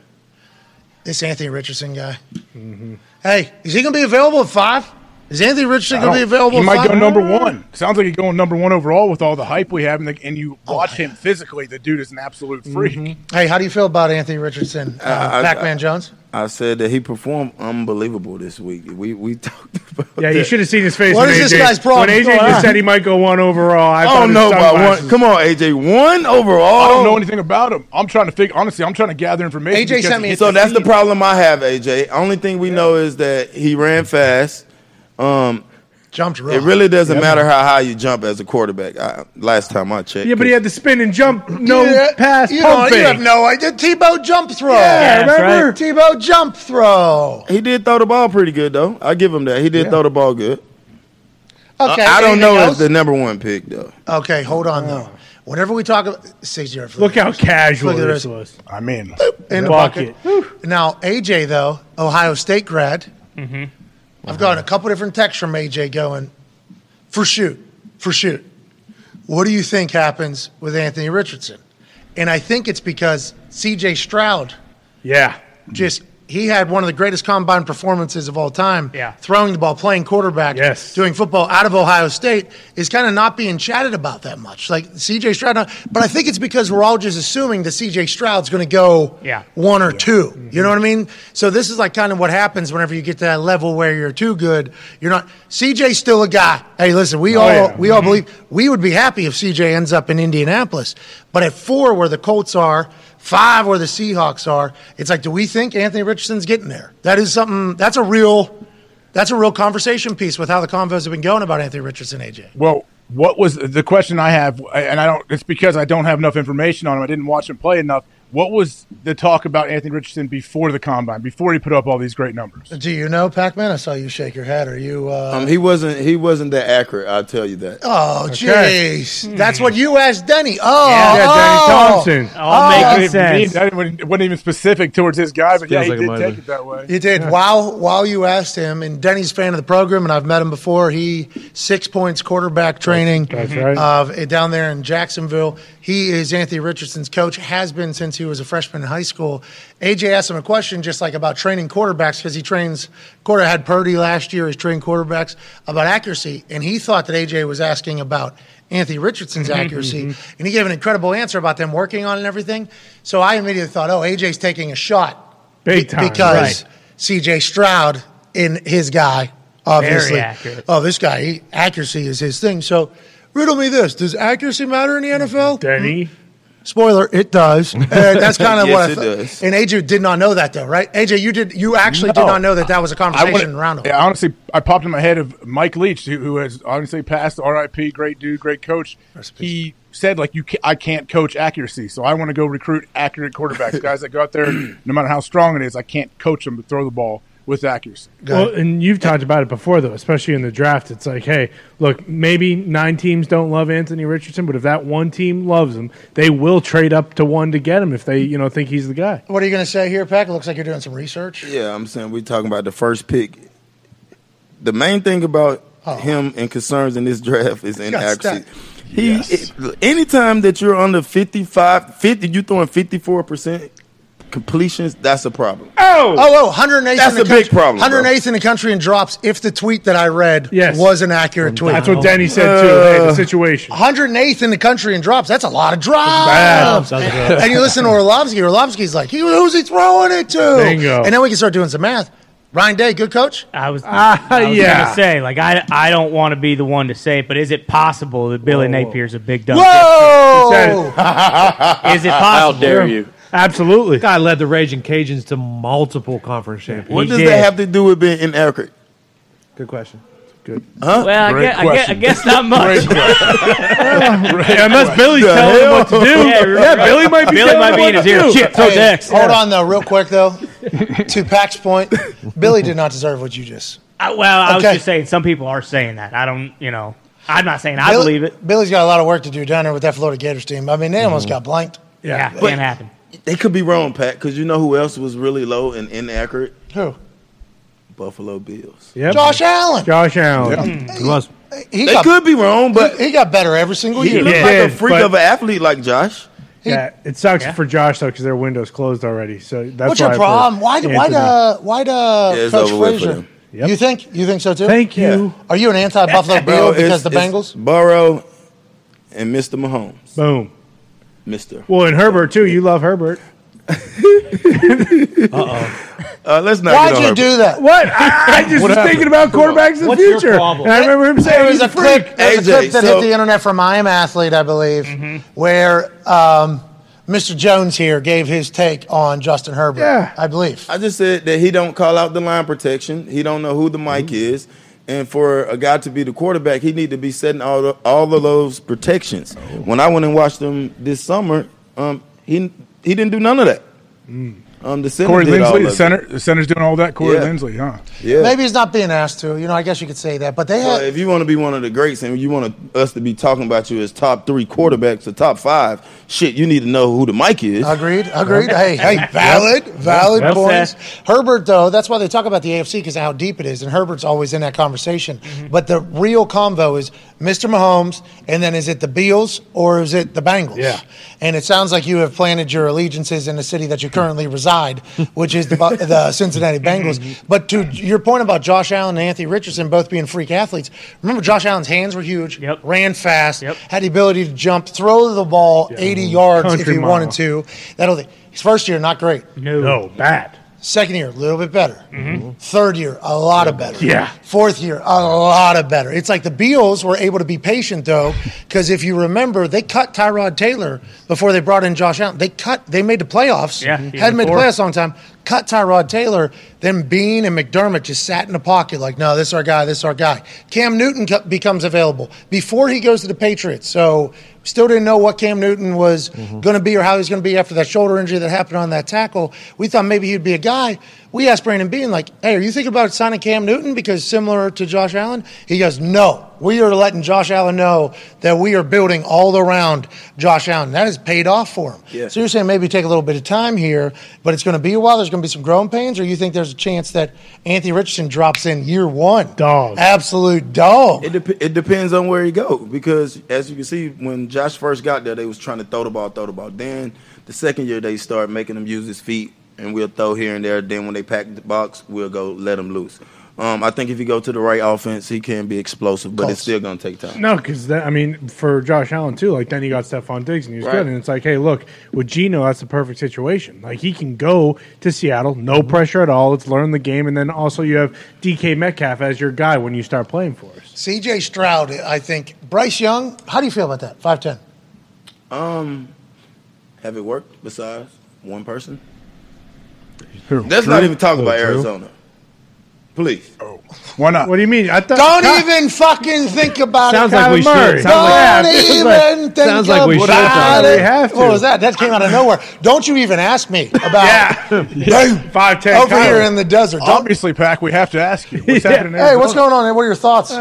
A: This Anthony Richardson guy.
C: mm-hmm.
A: Hey, is he going to be available at five? Is Anthony Richardson going to be available
B: He
A: at
B: might
A: five?
B: go number one. Sounds like he's going number one overall with all the hype we have, and, the, and you
A: Oh,
B: watch him physically. The dude is an absolute freak.
C: Mm-hmm.
A: Hey, how do you feel about Anthony Richardson? Uh,
E: I- I-
A: Pac Man Jones?
E: I said that he performed unbelievable this week. We we talked about
C: Yeah, you
E: that.
C: should have seen his face.
A: What
C: when
A: is this
C: AJ
A: guy's problem?
C: When AJ
A: What's going on?
C: just said he might go one overall, I,
E: I
C: thought
E: don't
C: it
E: know
C: was
E: about one.
C: sunglasses.
E: Come on, AJ. One overall.
B: I don't know anything about him. I'm trying to figure. Honestly, I'm trying to gather information.
A: AJ
B: because
A: sent me
B: he-
A: a
E: So that's the problem I have, AJ. Only thing we know is that he ran fast. Um,
A: Jumped real
E: It really doesn't matter how high you jump as a quarterback. I, last time I checked.
C: Yeah, but he had to spin and jump, no
A: Yeah,
C: pass,
A: You,
C: pump
A: don't, you
C: fake.
A: have no idea. Tebow jump throw.
G: Yeah, that's
A: remember?
G: right.
A: Tebow jump throw.
E: he did throw the ball pretty good though. I give him that. He did throw the ball good.
A: Okay,
E: I, I don't
A: anything
E: know
A: else?
E: if the number one pick though.
A: Okay, hold on though. Whenever we talk about six yard field,
C: Look how casual
A: Look at
C: this
A: this.
C: was.
B: I mean,
A: in the bucket.
C: Bucket.
A: Now AJ though, Ohio State grad. I've gotten a couple different texts from AJ going for shoot, for shoot. What do you think happens with Anthony Richardson? And I think it's because CJ Stroud
C: Yeah.
A: just he had one of the greatest combine performances of all time.
G: Yeah.
A: Throwing the ball, playing quarterback,
C: Yes.
A: doing football out of Ohio State is kind of not being chatted about that much. Like CJ Stroud, but I think it's because we're all just assuming that CJ Stroud's going to go
G: Yeah.
A: one or 2 You know what I mean? So this is like kind of what happens whenever you get to that level where you're too good. You're not CJ's still a guy. Hey, listen, we all
C: yeah.
A: we all believe we would be happy if CJ ends up in Indianapolis. But at four where the Colts are, five where the Seahawks are, it's like, do we think Anthony Richardson's getting there? That is something that's a real that's a real conversation piece with how the convos have been going about Anthony Richardson, AJ.
B: well, what was the question I have? And I don't. It's because I don't have enough information on him. I didn't watch him play enough. What was the talk about Anthony Richardson before the combine? Before he put up all these great numbers?
A: Do you know, Pac Man? I saw you shake your head. Are you uh
E: Um, he wasn't. He wasn't that accurate. I'll tell you that.
A: Oh jeez. That's what you asked Denny. Oh,
C: Yeah,
A: oh.
C: Danny Thompson.
G: All
A: Oh,
G: making sense.
B: That wasn't it wasn't even specific towards his guy, but yeah,
D: Feels
B: he
D: like it
B: did
D: might
B: take
D: have
B: it that way.
A: He did. While while you asked him, and Denny's fan of the program, and I've met him before. He six points quarterback training
C: That's right.
A: of eh, down there in Jacksonville. He is Anthony Richardson's coach, has been since he was a freshman in high school. AJ asked him a question just like about training quarterbacks because he trains quarter had Purdy last year. He's trained quarterbacks about accuracy, and he thought that AJ was asking about Anthony Richardson's
C: Mm-hmm,
A: accuracy, and he gave an incredible answer about them working on it and everything. So I immediately thought, oh, AJ's taking a shot.
C: Big
A: Be-
C: time,
A: because
G: right.
A: CJ Stroud in his guy, obviously.
G: accurate.
A: Oh, this guy, he, accuracy is his thing. So, riddle me this: Does accuracy matter in the NFL?
C: Denny.
A: Hmm? Spoiler: It does. And that's kind of
E: Yes,
A: what I
E: it
A: thought.
E: does.
A: And AJ did not know that, though, right? AJ, you did. You actually did
B: No.
A: not know that that was a
B: I
A: conversation
B: wouldn't-
A: around him.
B: yeah, honestly, I popped in my head of Mike Leach, who, who has honestly passed. R.I.P. Great dude, great coach. He said like you, ca- I can't coach accuracy, so I want to go recruit accurate quarterbacks, guys that go out there, no matter how strong it is, I can't coach them to throw the ball with accuracy.
C: Well, and you've talked about it before, though, especially in the draft. It's like, hey, look, maybe nine teams don't love Anthony Richardson, but if that one team loves him, they will trade up to one to get him if they, you know, think he's the guy.
A: What are you going to say here, Peck? It looks like you're doing some research.
E: Yeah, I'm saying we're talking about the first pick. The main thing about him and concerns in this draft is
A: got
E: inaccuracy.
A: stacked.
E: He, it- anytime that you're under 55, 50, you throwing 54% completions, that's a problem.
A: Oh, oh, 108th.
E: That's
A: in the
E: a big
A: country-
E: problem, bro.
A: 108th in the country and drops if the tweet that I read
C: Yes.
A: was an accurate tweet. Uh,
C: That's what Denny
A: Oh.
C: said, too. hey, the situation.
A: 108th in the country in drops. That's a lot of drops.
D: Oh.
C: That's
A: And, you listen to Orlovsky. Orlovsky's like, he, who's he throwing it to?
C: Bingo.
A: And then we can start doing some math. Ryan Day, good coach.
G: I was,
C: Ah,
G: I was
C: yeah.
G: gonna say like I I don't want to be the one to say it, but is it possible that Billy Napier's a big dumb?
A: Whoa!
G: dick? Is it
H: How
G: possible?
H: dare you?
C: Absolutely.
D: Guy led the Raging Cajuns to multiple conference champions.
E: What
G: He
E: does
G: did.
E: that have to do with being inaccurate?
D: Good question.
G: Well, I guess, I, guess, I
B: question.
G: guess not much.
C: Yeah, unless Billy's telling him what to do.
G: Yeah,
C: Yeah,
G: right.
C: Billy might be.
G: Billy
C: telling
G: might
C: him
G: be
C: what
G: in his
C: to
G: ear.
C: do.
G: Shit, throw
A: Hey,
G: decks.
A: Hold on, though, real quick, though. to Pac's point, Billy did not deserve what you just
G: I- well, I
A: Okay.
G: was just saying some people are saying that. I don't, you know, I'm not saying I
A: Billy-
G: believe it.
A: Billy's got a lot of work to do down there with that Florida Gators team. I mean,
G: Mm-hmm.
A: they almost got blanked.
G: Yeah,
E: But-
G: can't happen.
E: They could be wrong, Pat, because you know who else was really low and inaccurate?
A: Who?
E: Buffalo Bills.
D: Yep.
A: Josh Allen. Mm.
C: Josh Allen.
D: He was.
A: He,
E: They
A: got,
E: could be wrong, but
A: he got better every single
E: he
A: year.
E: looked
C: Yeah.
E: like a
C: did,
E: freak
C: but-
E: of an athlete like Josh.
C: Yeah, it sucks for Josh though because their window's closed already. So that's
A: What's
C: why
A: your
C: I
A: problem?
C: put
A: Why? do- Why?
C: Anthony.
A: the Why? the
E: Yeah, it's
A: Coach
E: over with for
A: Frazier?
E: them.
C: Yep.
A: You think? You think so too?
C: Thank
E: Yeah.
C: you.
A: Are you an anti Buffalo Bill because the
E: it's
A: Bengals?
E: Burrow and Mr. Mahomes.
C: Boom.
E: Mr.
C: Well, and Herbert too. You love Herbert.
E: Uh, let's not.
A: Why'd
E: get on
A: you
E: her-
A: do that?
C: What? I, I just was thinking about quarterbacks in the
D: What's your
C: future,
D: problem?
C: and I remember him saying
A: There
C: he's
A: was
C: a
A: a clip.
C: freak. Mm-hmm.
A: There was a
E: AJ,
A: clip that
E: so-
A: hit the internet from I Am Athlete, I believe, where um, Mr. Jones here gave his take on Justin Herbert.
C: Yeah.
A: I believe.
E: I just said that he don't call out the line protection. He don't know who the mic is. And for a guy to be the quarterback, he need to be setting all the, all of those protections. When I went and watched him this summer, um, he he didn't do none of that. Um, the center
B: Corey
E: did all
B: Lindsley,
E: of
B: the
E: it.
B: center, the center's doing all that. Corey
E: Yeah.
B: Lindsley, huh?
E: Yeah.
A: Maybe he's not being asked to. You know, I guess you could say that. But they
E: Well,
A: had.
E: if you want to be one of the greats and you want us to be talking about you as top three quarterbacks or top five, shit, you need to know who the mic is.
A: Agreed. Agreed. hey, hey, valid, valid
G: Well
A: points.
G: said.
A: Herbert, though, that's why they talk about the AFC because how deep it is, and Herbert's always in that conversation.
G: Mm-hmm.
A: But the real convo is Mr. Mahomes, and then is it the Beals or is it the Bengals?
C: Yeah.
A: And it sounds like you have planted your allegiances in the city that you currently reside, which is the, Bu- the Cincinnati Bengals.
G: Mm-hmm.
A: But to your point about Josh Allen and Anthony Richardson both being freak athletes, remember Josh Allen's hands were huge,
G: Yep.
A: ran fast,
G: Yep.
A: had the ability to jump, throw the ball 80 yards if
C: Country
A: he
C: mile.
A: wanted to. That'll his first year not great.
G: No. Mm-hmm.
C: No, bad.
A: Second year, a little bit better. Third year, a lot of better.
C: Yeah.
A: Fourth year, a lot of better. It's like the Beals were able to be patient though, because if you remember, they cut Tyrod Taylor before they brought in Josh Allen. They cut. They made the playoffs.
G: Yeah, year
A: Hadn't made the
G: before.
A: playoffs a long time. Cut Tyrod Taylor. Then Bean and McDermott just sat in the pocket like, no, this our guy. This our guy. Cam Newton co- becomes available before he goes to the Patriots. So. Still didn't know what Cam Newton was going to be or how he was going to be after that shoulder injury that happened on that tackle. We thought maybe he'd be a guy. We asked Brandon Bean, like, hey, are you thinking about signing Cam Newton because similar to Josh Allen? He goes, no. We are letting Josh Allen know that we are building all around Josh Allen. That has paid off for him. So you're saying maybe take a little bit of time here, but it's going to be a while. There's going to be some growing pains, or you think there's a chance that Anthony Richardson drops in year one?
C: Dog.
A: Absolute dog.
E: It, dep it depends on where he go because as you can see, when Josh first got there, they was trying to throw the ball, throw the ball. Then the second year, they start making him use his feet, and we'll throw here and there. Then when they pack the box, we'll go let him loose. Um, I think if you go to the right offense, he can be explosive, but
A: Colts.
E: it's still gonna take time.
C: No, because I mean, for Josh Allen too. Like then he got Stephon Diggs and he was
E: Right.
C: good. And it's like, hey, look, with Geno, that's the perfect situation. Like he can go to Seattle, no
A: Mm-hmm.
C: pressure at all. Let's learn the game, and then also you have DK Metcalf as your guy when you start playing for us.
A: CJ Stroud, I think. Bryce Young, how do you feel about that? 5'10.
E: Um, Have it worked besides one person?
B: Who?
E: Let's not even talk about Arizona. Please.
B: Why not?
C: What do you mean? I thought
A: Don't even fucking think about
D: Sounds
A: it.
D: like we
C: Kyler Murray.
D: should. Sounds like,
A: Don't
D: sounds
A: even
D: like-
A: think
D: sounds like we should.
A: about
D: talk about
A: it.
D: it.
C: have to.
A: What was Oh, that? That came out of nowhere. Don't you even ask me about Boom.
C: five ten
A: over here in the desert. Don't,
B: Obviously, Pack, we have to ask you. What's
C: Yeah.
B: happening there?
A: hey, what's going on? What are your thoughts?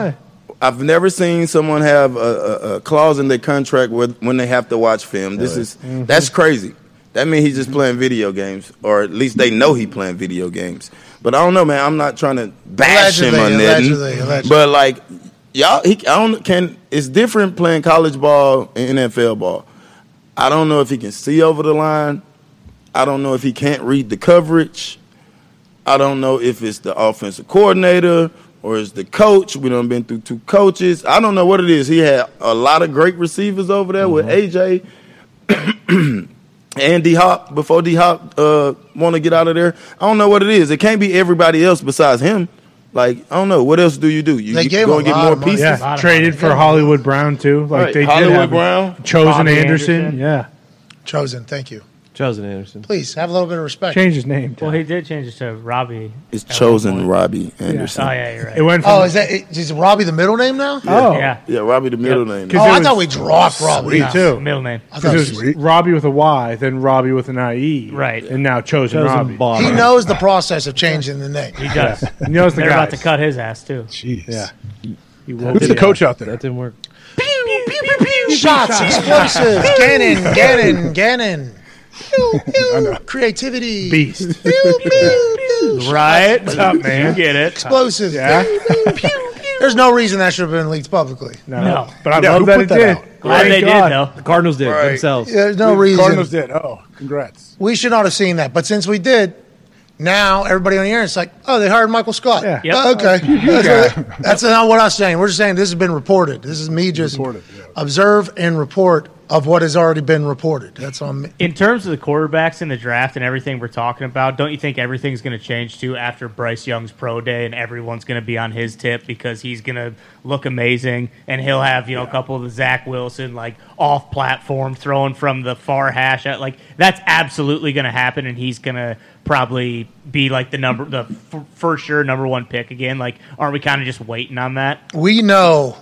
E: I've never seen someone have a, a, a clause in their contract with, when they have to watch film. This is that's crazy. That means he's just
A: Mm-hmm.
E: playing video games, or at least they know he playing video games. But I don't know, man. I'm not trying to bash
A: Allegedly,
E: him on
A: allegedly,
E: that.
A: allegedly.
E: But like, y'all, he, I don't can. It's different playing college ball and NFL ball. I don't know if he can see over the line. I don't know if he can't read the coverage. I don't know if it's the offensive coordinator or it's the coach. We done been through two coaches. I don't know what it is. He had a lot of great receivers over there with AJ and D Hop before D Hop uh, want to get out of there. I don't know what it is. It can't be everybody else besides him. Like I don't know. What else do you do? You,
A: They
E: you
A: gave him
E: go
A: a
E: and get
A: lot
E: more
A: of money.
E: pieces.
C: Yeah,
G: lot of
C: traded for Hollywood Brown too. Like
E: Right.
C: they did
E: Hollywood
C: have him.
E: Brown.
C: chosen
G: Bobby
C: Anderson.
G: Anderson.
C: Yeah,
A: Chosen, thank you.
D: Chosen Anderson.
A: Please have a little bit of respect.
C: change his name.
G: Well, he did change it to Robbie.
E: It's
G: at one
E: chosen
G: point.
E: Robbie
G: Oh
E: Anderson. Yeah,
G: yeah, you're right.
C: it went from
A: Oh, is that is Robbie the middle name now?
C: oh
G: yeah,
E: Robbie the middle name.
A: Oh,
C: it
A: I
C: was-
A: thought we dropped Robbie.
C: Me too.
G: middle name.
A: I thought
C: 'Cause
A: it
C: it
A: was-
C: was Robbie with a Y, then Robbie with an IE.
G: Right.
C: And now chosen,
D: Chosen
C: Robbie.
D: Bob.
A: he knows the process of changing the name.
G: He does.
C: He knows the
G: They're about to
C: guys.
G: cut his ass too.
B: Jeez. Yeah.
C: He will
B: Who's
C: be.
B: the coach out there?
D: That didn't work.
A: Shots, explosives, cannon, cannon, cannon. Pew, pew, creativity.
C: Beast.
A: Pew, pew, pew.
G: Right, what's up, man? You get it?
A: Explosives.
C: Yeah.
A: There's no reason that should have been leaked publicly.
C: No.
G: No.
C: But I
B: Yeah, who
C: love that
B: put
C: it
B: that
C: did.
B: out?
G: Glad
C: Thank
G: they
C: God.
G: did though.
D: The Cardinals did
E: Right.
D: themselves.
A: There's no reason.
B: Cardinals did. Oh, congrats.
A: We should not have seen that. But since we did, now everybody on the internet is like, oh, they hired Michael Scott.
C: Yeah.
G: Yep.
A: Oh, okay. That's, what- that's not what I'm saying. We're just saying this has been reported. This is me just
B: Reported, yeah.
A: observe and report of what has already been reported. That's on me.
G: In terms of the quarterbacks in the draft and everything we're talking about, don't you think everything's going to change too after Bryce Young's pro day and everyone's going to be on his tip because he's going to look amazing and he'll have you know a couple of the Zach Wilson like off platform throwing from the far hash at like that's absolutely going to happen and he's going to probably be like the number the f- for sure number one pick again. Like, aren't we kind of just waiting on that?
A: We know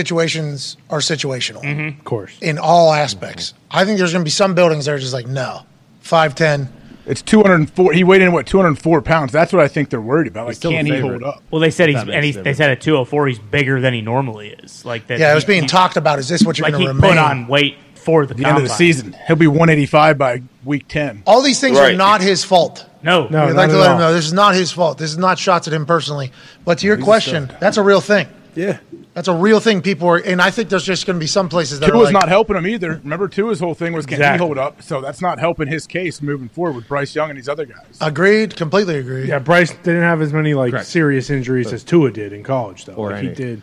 A: situations are situational
G: Mm-hmm. Of course.
A: in all aspects. I think there's going to be some buildings that are just like, no, 5'10.
B: It's 204. He weighed in, what, 204 pounds? That's what I think they're worried about. Like,
G: still
B: can
G: the
B: he
G: favorite.
B: hold up?
G: Well, they said he's
B: That
G: and he,
B: makes a
G: they said at 204 he's bigger than he normally is. Like that.
A: Yeah, it was
G: he-
A: being
G: he-
A: talked about. Is this what you're
G: like
A: going
G: he
A: to remain?
G: put on weight for the,
B: The end of the
G: combine.
B: season. He'll be 185 by week 10.
A: All these things are
B: Right.
A: not his fault.
G: No,
A: We'd like to let him know this is not his fault. This is not shots at him personally. But to your
B: He's a
A: question, that's a real thing.
B: Yeah.
A: That's a real thing. People are, and I think there's just going to be some places that are
B: Tua's
A: like,
B: not helping him either. Remember, Tua's whole thing was can he
A: Exactly.
B: hold up? So that's not helping his case moving forward with Bryce Young and these other guys.
A: Agreed. Completely agreed.
C: Yeah, Bryce didn't have as many like
A: Correct.
C: serious injuries
A: But-
C: as Tua did in college, though.
A: Or
C: Like,
A: any.
C: he did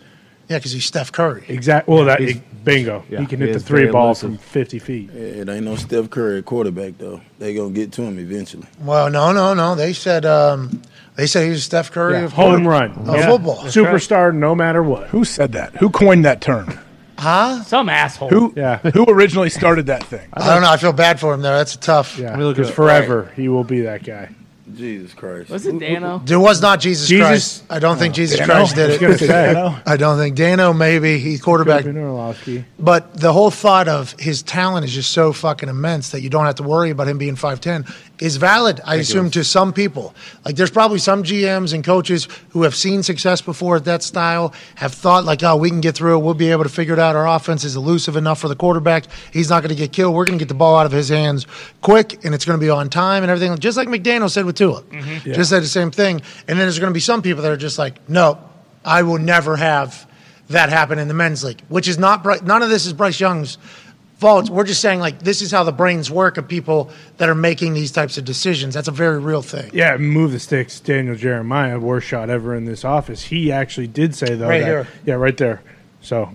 A: Yeah, because he's Steph Curry.
C: exactly. Well,
E: Yeah,
C: that
E: he's-
C: bingo.
E: yeah,
C: he can
E: he
C: hit the
E: is
C: three
E: very
C: ball
E: elusive.
C: from fifty feet.
E: It ain't no Steph Curry at quarterback though. They gonna get to him eventually.
A: Well, no, no, no. They said um, they said he was Steph Curry
C: Yeah,
A: of
C: home
A: quarter-
C: run
A: of
C: Yeah.
A: football
C: superstar, no matter what.
B: Who said that? Who coined that term?
A: Huh?
G: Some asshole.
B: Who who originally started that thing?
A: I don't know. I feel bad for him though. That's tough.
C: Yeah,
B: me look
C: because
B: it up.
C: forever he will be that guy.
E: Jesus Christ.
G: Was it Dano?
A: There was not Jesus,
C: Jesus-
A: Christ. I don't think
C: Oh,
A: Jesus
C: Dano?
A: Christ
C: I
A: did
C: was gonna say
A: it.
C: Dano.
A: I don't think Dano. Maybe he's quarterback.
C: Could've been Orlovsky.
A: But the whole thought of his talent is just so fucking immense that you don't have to worry about him being 5'10 is valid, I assume, to some people. Like, there's probably some GMs and coaches who have seen success before at that style, have thought, like, oh, we can get through it. We'll be able to figure it out. Our offense is elusive enough for the quarterback. He's not going to get killed. We're going to get the ball out of his hands quick, and it's going to be on time and everything. Just like McDaniel said with Tua.
G: Mm-hmm.
F: Yeah.
A: Just said the same thing. And then there's going to be some people that are just like, no, I will never have that happen in the men's league, which is not Bry- none of this is Bryce Young's fault. We're just saying like this is how the brains work of people that are making these types of decisions. That's a very real thing.
C: Yeah, move the sticks. Daniel Jeremiah, worst shot ever in this office. He actually did say though.
A: Right
C: that-
A: here.
C: Yeah, right there. So,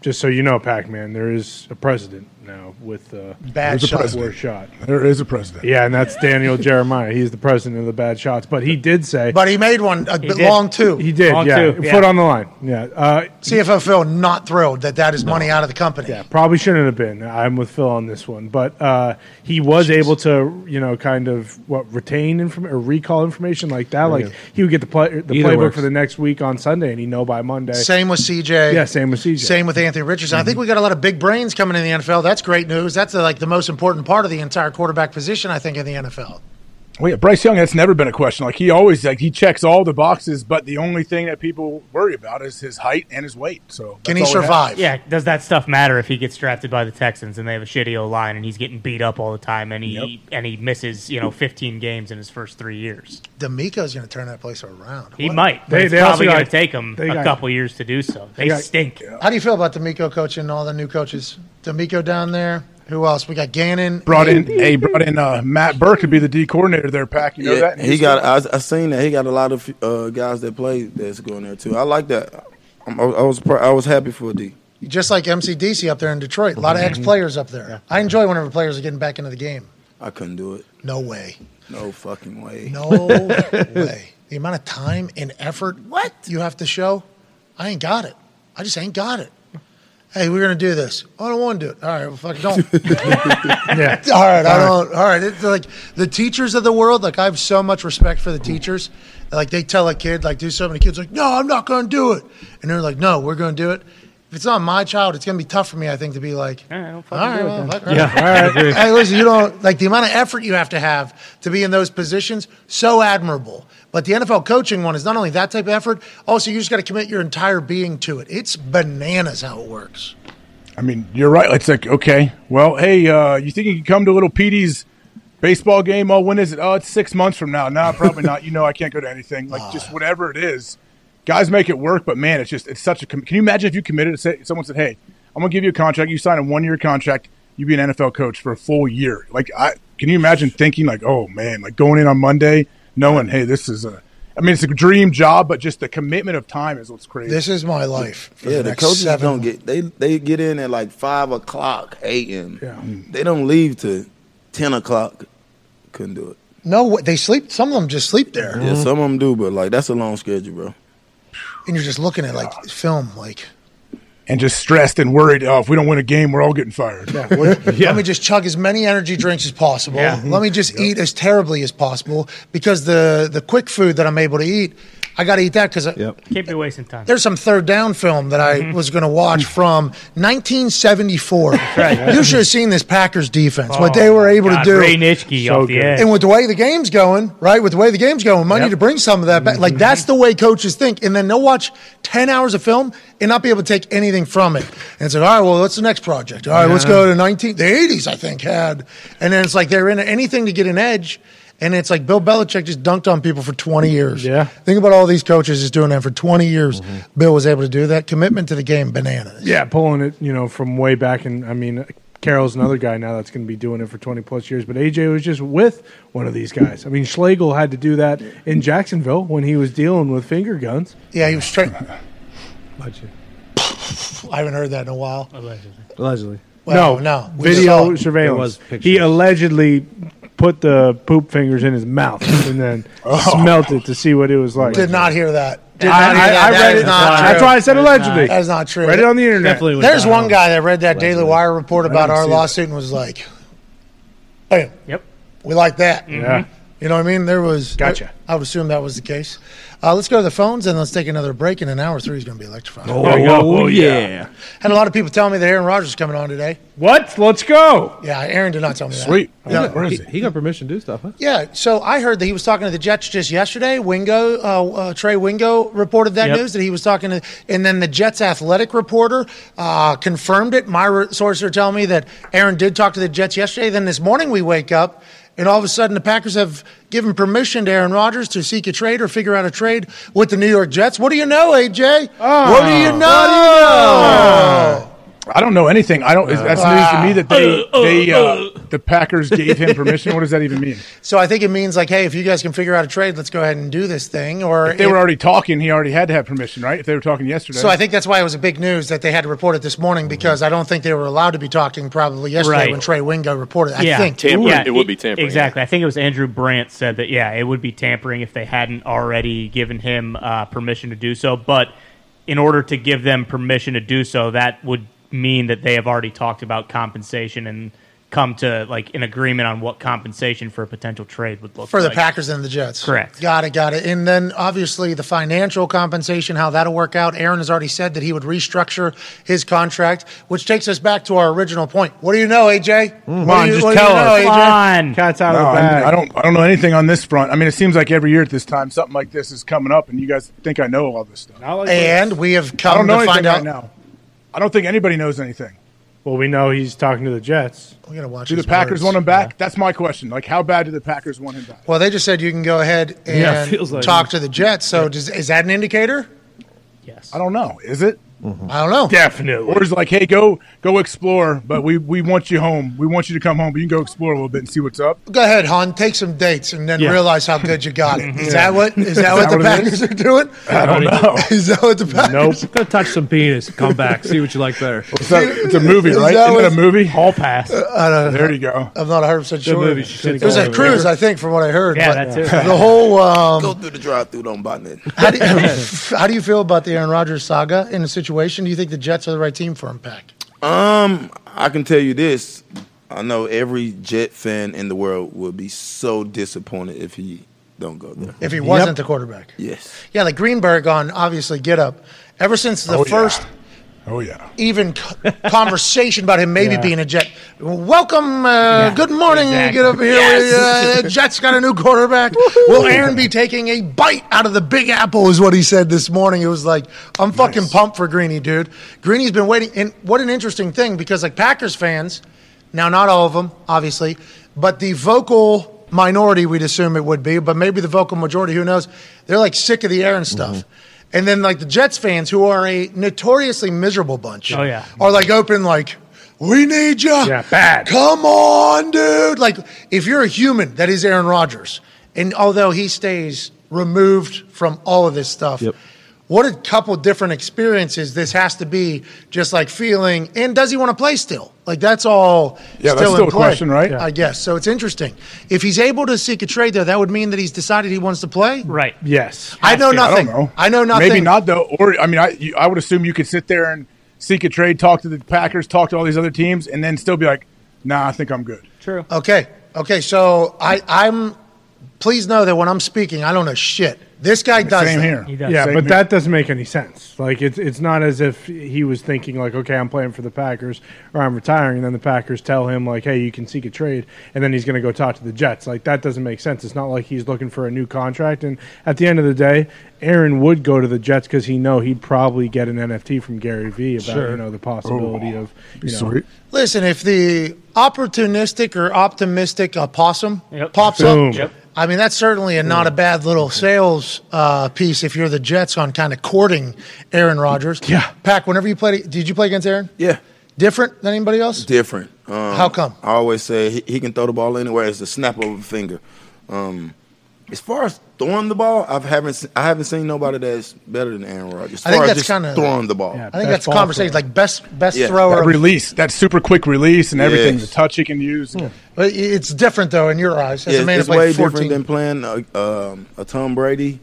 C: just so you know, Pac Man, there is a president now with uh,
A: Bad
C: with the
A: shot.
C: Worst shot.
B: There is a president.
C: Yeah, and that's Daniel Jeremiah. He's the president of the bad shots, but he did say.
A: But he made one a
C: He
A: bit
C: did.
A: long too.
C: He did, Long yeah. two, Foot yeah. on the line. Yeah. Uh,
A: CFO Phil not thrilled that that is money out of the company. Yeah.
C: Probably shouldn't have been. I'm with Phil on this one, but uh, he was able to, you know, kind of what retain information or recall information like that. Like
D: Yeah.
C: he would get the play the
D: Either
C: playbook
D: works.
C: for the next week on Sunday, and he know by Monday.
A: Same with CJ.
C: Yeah, same with Mm-hmm. CJ.
A: Same with Anthony Richardson. I think we got a lot of big brains coming in the NFL. That's great news. That's uh, like the most important part of the entire quarterback position, I think, in the NFL.
B: Well, yeah, Bryce Young. That's never been a question. Like he always like he checks all the boxes, but the only thing that people worry about is his height and his weight. So that's all we have.
G: Yeah. Does that stuff matter if he gets drafted by the Texans and they have a shitty O line and he's getting beat up all the time and he and he misses you know 15 games in his first three years?
A: D'Amico's going to turn that place around.
G: He
A: What?
G: might. But
C: They-
G: it's
C: they also
G: probably going
C: got-
G: to take him
C: they
G: a
C: got-
G: couple years to do so. They,
C: they got-
G: stink.
A: How do you feel about D'Amico coaching all the new coaches? D'Amico down there. Who else? We got Gannon.
B: Brought in, hey, brought in uh, Matt Burke to be the D coordinator there, Pack. You know
E: yeah,
B: that?
E: he got. I, I seen that he got a lot of uh, guys that play that's going there too. I like that. I'm, I was pr- I was happy for D.
A: Just like MCDC up there in Detroit. A lot
C: Mm-hmm.
A: of ex players up there. I enjoy whenever players are getting back into the game.
E: I couldn't do it.
A: No way.
E: No fucking way.
A: No way. The amount of time and effort what you have to show, I ain't got it. I just ain't got it. Hey, we're gonna do this. Oh, I don't want to do it. All right, well, fuck, it, don't.
C: yeah.
A: All right, I don't. All right, it's like the teachers of the world. Like I have so much respect for the teachers. Like they tell a kid, like do so many kids, like no, I'm not going to do it, and they're like, no, we're going to do it. If it's not my child, it's going to be tough for me. I think to be like, all right,
G: fucking do it
A: well,
G: then."
A: fuck,
G: Yeah,
A: all
G: I
A: right.
G: agree.
A: Hey, listen, you don't like the amount of effort you have to have to be in those positions. So admirable. But the NFL coaching one is not only that type of effort. Also, you just got to commit your entire being to it. It's bananas how it works.
B: I mean, you're right. It's like, okay, well, hey, uh, you think you can come to little PD's baseball game? Oh, when is it? Oh, it's six months from now. No, probably not. You know, I can't go to anything. Like,
A: Ah.
B: just whatever it is, guys make it work. But man, it's just, it's such a. Com- can you imagine if you committed? Say, someone said, hey, I'm gonna give you a contract. You sign a one year contract. You be an NFL coach for a full year. Like, I can you imagine thinking like, oh man, like going in on Monday, knowing, hey, this is a I mean, it's a dream job, but just the commitment of time is what's crazy.
A: This is my life. for
E: yeah,
A: the
E: the,
A: next
E: coaches do
A: seven-
E: don't get they they get in at like five o'clock a.m. They don't leave till ten o'clock. Couldn't do it.
A: No, what- they sleep. Some of them just sleep there,
E: Yeah, some of them do, but like that's a long schedule, bro.
A: and you're just looking at like film. Like,
B: and just stressed and worried. Oh, if we don't win a game, we're all getting fired.
A: what- let me just chug as many energy drinks as possible. Let me just eat as terribly as possible because the the quick food that I'm able to eat, I got to eat that because
G: Can't be wasting time.
A: There's some third down film that I
G: Mm-hmm.
A: was going to watch from 1974.
G: Mm. right. Oh,
A: You should have seen this Packers defense, what they were able
G: God,
A: to do.
G: Ray Nitschke off the edge.
A: And with the way the game's going, right? With the way the game's going, money to bring some of that back.
C: Mm-hmm.
A: Like that's the way coaches think. And then they'll watch ten hours of film and not be able to take anything from it. And it's like, all right, well, what's the next project? All right, let's go to nineteen the eighties, I think, had. And then it's like they're in anything to get an edge. And it's like Bill Belichick just dunked on people for 20 years.
C: Yeah. Mm-hmm.
A: Think about all these coaches just doing that for 20 years. Bill was able to do that. Commitment to the game, bananas.
C: Yeah, pulling it, you know, from way back, and I mean, Carroll's another guy now that's going to be doing it for twenty plus years. But AJ was just with one of these guys. I mean, Schlegel had to do that in Jacksonville when he was dealing with finger guns.
A: Yeah, he was trying. I haven't heard that in a while.
D: Allegedly.
A: Well,
C: no,
A: no, we saw
C: video
A: it.
D: There was
C: surveillance. He
D: pictures.
C: allegedly put the poop fingers in his mouth and then smelt it to see what it was like.
A: Did not hear that. Did
C: I,
A: not Oh. hear
C: I-
A: that.
C: I
A: That
C: read
A: is
C: it.
A: not true.
C: That's why I said allegedly.
A: That is not true.
C: Read it on the internet.
D: Definitely was
A: There's
D: not
A: one
D: on-
A: guy that read that Daily Wire report about our
C: see
A: lawsuit and was like, "Bam,
G: Yep.
A: we like that."
C: Yeah.
A: You know what I mean? There was.
C: Gotcha.
A: I would assume that was the case. Uh, let's go to the phones and let's take another break. In an hour, three is going to be electrified.
D: Oh,
C: yeah.
D: yeah.
A: Had a lot of people telling me that Aaron Rodgers is coming on today.
C: What? Let's go.
A: Yeah, Aaron did not tell me that.
B: Sweet.
A: Yeah.
B: Where
D: He,
B: is he?
D: he got permission to do stuff, huh?
A: Yeah, so I heard that he was talking to the Jets just yesterday. Wingo, uh, uh, Trey Wingo reported that
G: Yep.
A: news that he was talking to, and then the Jets athletic reporter uh, confirmed it. My re- sources are telling me that Aaron did talk to the Jets yesterday. Then this morning we wake up, and all of a sudden the Packers have given permission to Aaron Rodgers to seek a trade or figure out a trade with the New York Jets. What do you know, AJ?
B: Ah.
A: what do you know?
B: I don't know anything. I don't. is- that's
A: Uh,
B: news to me that they, they uh, the Packers gave him permission. What does that even mean?
A: So I think it means like, hey, if you guys can figure out a trade, let's go ahead and do this thing. Or
B: They
A: if-
B: were already talking. He already had to have permission, right? If they were talking yesterday.
A: So I think that's why it was a big news that they had to report it this morning because I don't think they were allowed to be talking probably yesterday
G: Right.
A: when Trey Wingo reported. I
G: Yeah.
A: think
H: Tampering. it would be
G: e-
H: tampering,
G: Exactly. I think it was Andrew Brandt said that. Yeah, it would be tampering if they hadn't already given him uh, permission to do so. But in order to give them permission to do so, that would mean that they have already talked about compensation and come to like an agreement on what compensation for a potential trade would look
A: for the
G: like.
A: Packers and the Jets.
G: Correct.
A: Got it. Got it. And then obviously the financial compensation, how that'll work out. Aaron has already said that he would restructure his contract, which takes us back to our original point. What do you know, AJ? what
B: Mm-hmm. on,
A: do you,
B: just
A: what
B: tell
A: do you
B: us.
A: know,
G: Come
A: AJ?
G: on.
C: Cat's out
B: No,
C: of the bag.
B: I, I don't. I don't know anything on this front. I mean, it seems like every year at this time, something like this is coming up, and you guys think I know all this stuff.
C: I like
A: And we have
B: I don't
A: come
B: know
A: to
B: anything
A: find
B: right
A: out.
B: now. I don't think anybody knows anything.
C: Well, we know he's talking to the Jets.
A: We gotta watch
B: Do the
A: these
B: Packers
A: words.
B: want him back? That's my question. Like, how bad do the Packers want him back?
A: Well, they just said you can go ahead and
D: Yeah, it feels like-
A: talk to the Jets. So does, is that an indicator? Mm-hmm.
G: Yes.
B: I don't know. Is it?
A: I don't know.
C: Definitely.
B: Or is it like, hey, go go explore, but we we want you home. We want you to come home, but you can go explore a little bit and see what's up.
A: Go ahead, hon. Take some dates and then realize how good you got it. Is that what is that what
B: that
A: the
B: what it is?
A: Packers are doing?
B: I don't know.
A: Is that what the Packers?
C: Nope.
D: Go touch some penis. Come back. See what you like better.
B: It's, not- it's a movie,
A: Is
B: right?
A: that
B: Isn't it a
A: what-
B: movie?
G: All pass.
A: Uh,
B: There you go.
A: I'm not 100 percent sure.
D: movie
A: it
D: shit's
A: was
D: all
A: a
D: over.
A: cruise, I think, from what I heard.
G: Yeah, that
A: but
G: too.
A: The whole um,
E: Go through the drive-through, don't buy nothing.
A: how, do you, how do you feel about the Aaron Rodgers saga in the situation? Do you think the Jets are the right team for him, Pack?
E: Um, I can tell you this. I know every Jet fan in the world would be so disappointed if he don't go there.
A: If he wasn't the quarterback,
E: Yes.
A: yeah, like Greenberg on obviously get up. Ever since the
B: Oh, yeah.
A: first
B: Oh yeah.
A: even c- conversation about him maybe being a Jet. Welcome, uh, good morning.
G: exactly.
A: Get up here. We, uh, the Jets got a new quarterback. Will Aaron be taking a bite out of the Big Apple? Is what he said this morning. It was like I'm fucking pumped for Greeny, dude. Greeny's been waiting, and what an interesting thing because like Packers fans, now not all of them, obviously, but the vocal. Minority, we'd assume it would be, but maybe the vocal majority, who knows? They're like sick of the Aaron stuff.
G: Mm-hmm.
A: And then, like, the Jets fans, who are a notoriously miserable bunch
G: Oh, yeah.
A: are like open like we need you.
C: Yeah, bad.
A: Come on, dude. Like if you're a human, that is Aaron Rodgers. And although he stays removed from all of this stuff. What a couple different experiences this has to be, just like feeling. And does he want to play still? Like that's all.
B: Yeah,
A: still
B: that's
A: in
B: still a
A: play,
B: question, right?
A: I guess so. It's interesting. If he's able to seek a trade, though, that would mean that he's decided he wants to play.
G: Right.
C: Yes.
A: I know
B: I
A: nothing.
B: don't know.
A: I know nothing.
B: Maybe not though. Or I mean, I you, I would assume you could sit there and seek a trade, talk to the Packers, talk to all these other teams, and then still be like, Nah, I think I'm good.
G: True.
A: Okay. Okay. So I, I'm. Please know that when I'm speaking, I don't know shit. This guy does.
B: Same
A: that.
B: here.
G: He does.
C: Yeah,
B: Same
C: but
B: here.
C: that doesn't make any sense. Like it's it's not as if he was thinking like, okay, I'm playing for the Packers or I'm retiring, and then the Packers tell him like, hey, you can seek a trade, and then he's going to go talk to the Jets. Like that doesn't make sense. It's not like he's looking for a new contract. And at the end of the day, Aaron would go to the Jets because he know he'd probably get an NFT from Gary Vee about you know the possibility
B: Oh,
C: of you know,
A: Listen, if the opportunistic or optimistic uh, possum
G: Yep.
A: pops
C: Boom.
A: up,
C: Yep.
A: I mean that's certainly a, not a bad little sales uh, piece if you're the Jets on kind of courting Aaron Rodgers.
C: Yeah.
A: Pack. Whenever you played, did you play against Aaron?
E: Yeah,
A: Different than anybody else?
E: different. Um,
A: How come?
E: I always say he, he can throw the ball anywhere. It's a snap of a finger. Um, as far as throwing the ball, I've haven't se- I haven't seen nobody that's better than Aaron Rodgers. As
A: I think
E: far as
A: that's
E: just
A: kinda-
E: throwing the ball.
C: Yeah.
A: I think
C: Best
A: that's a
C: ball
A: conversation.
C: thrower.
A: Like best best
E: Yeah,
A: thrower.
B: That release, that super quick release, and everything,
E: Yes.
B: the touch he can use.
A: but it- it's different though in your eyes as
E: Yeah,
A: a man who
E: it's way
A: played
E: different
A: 14.
E: than playing a, um, a Tom Brady.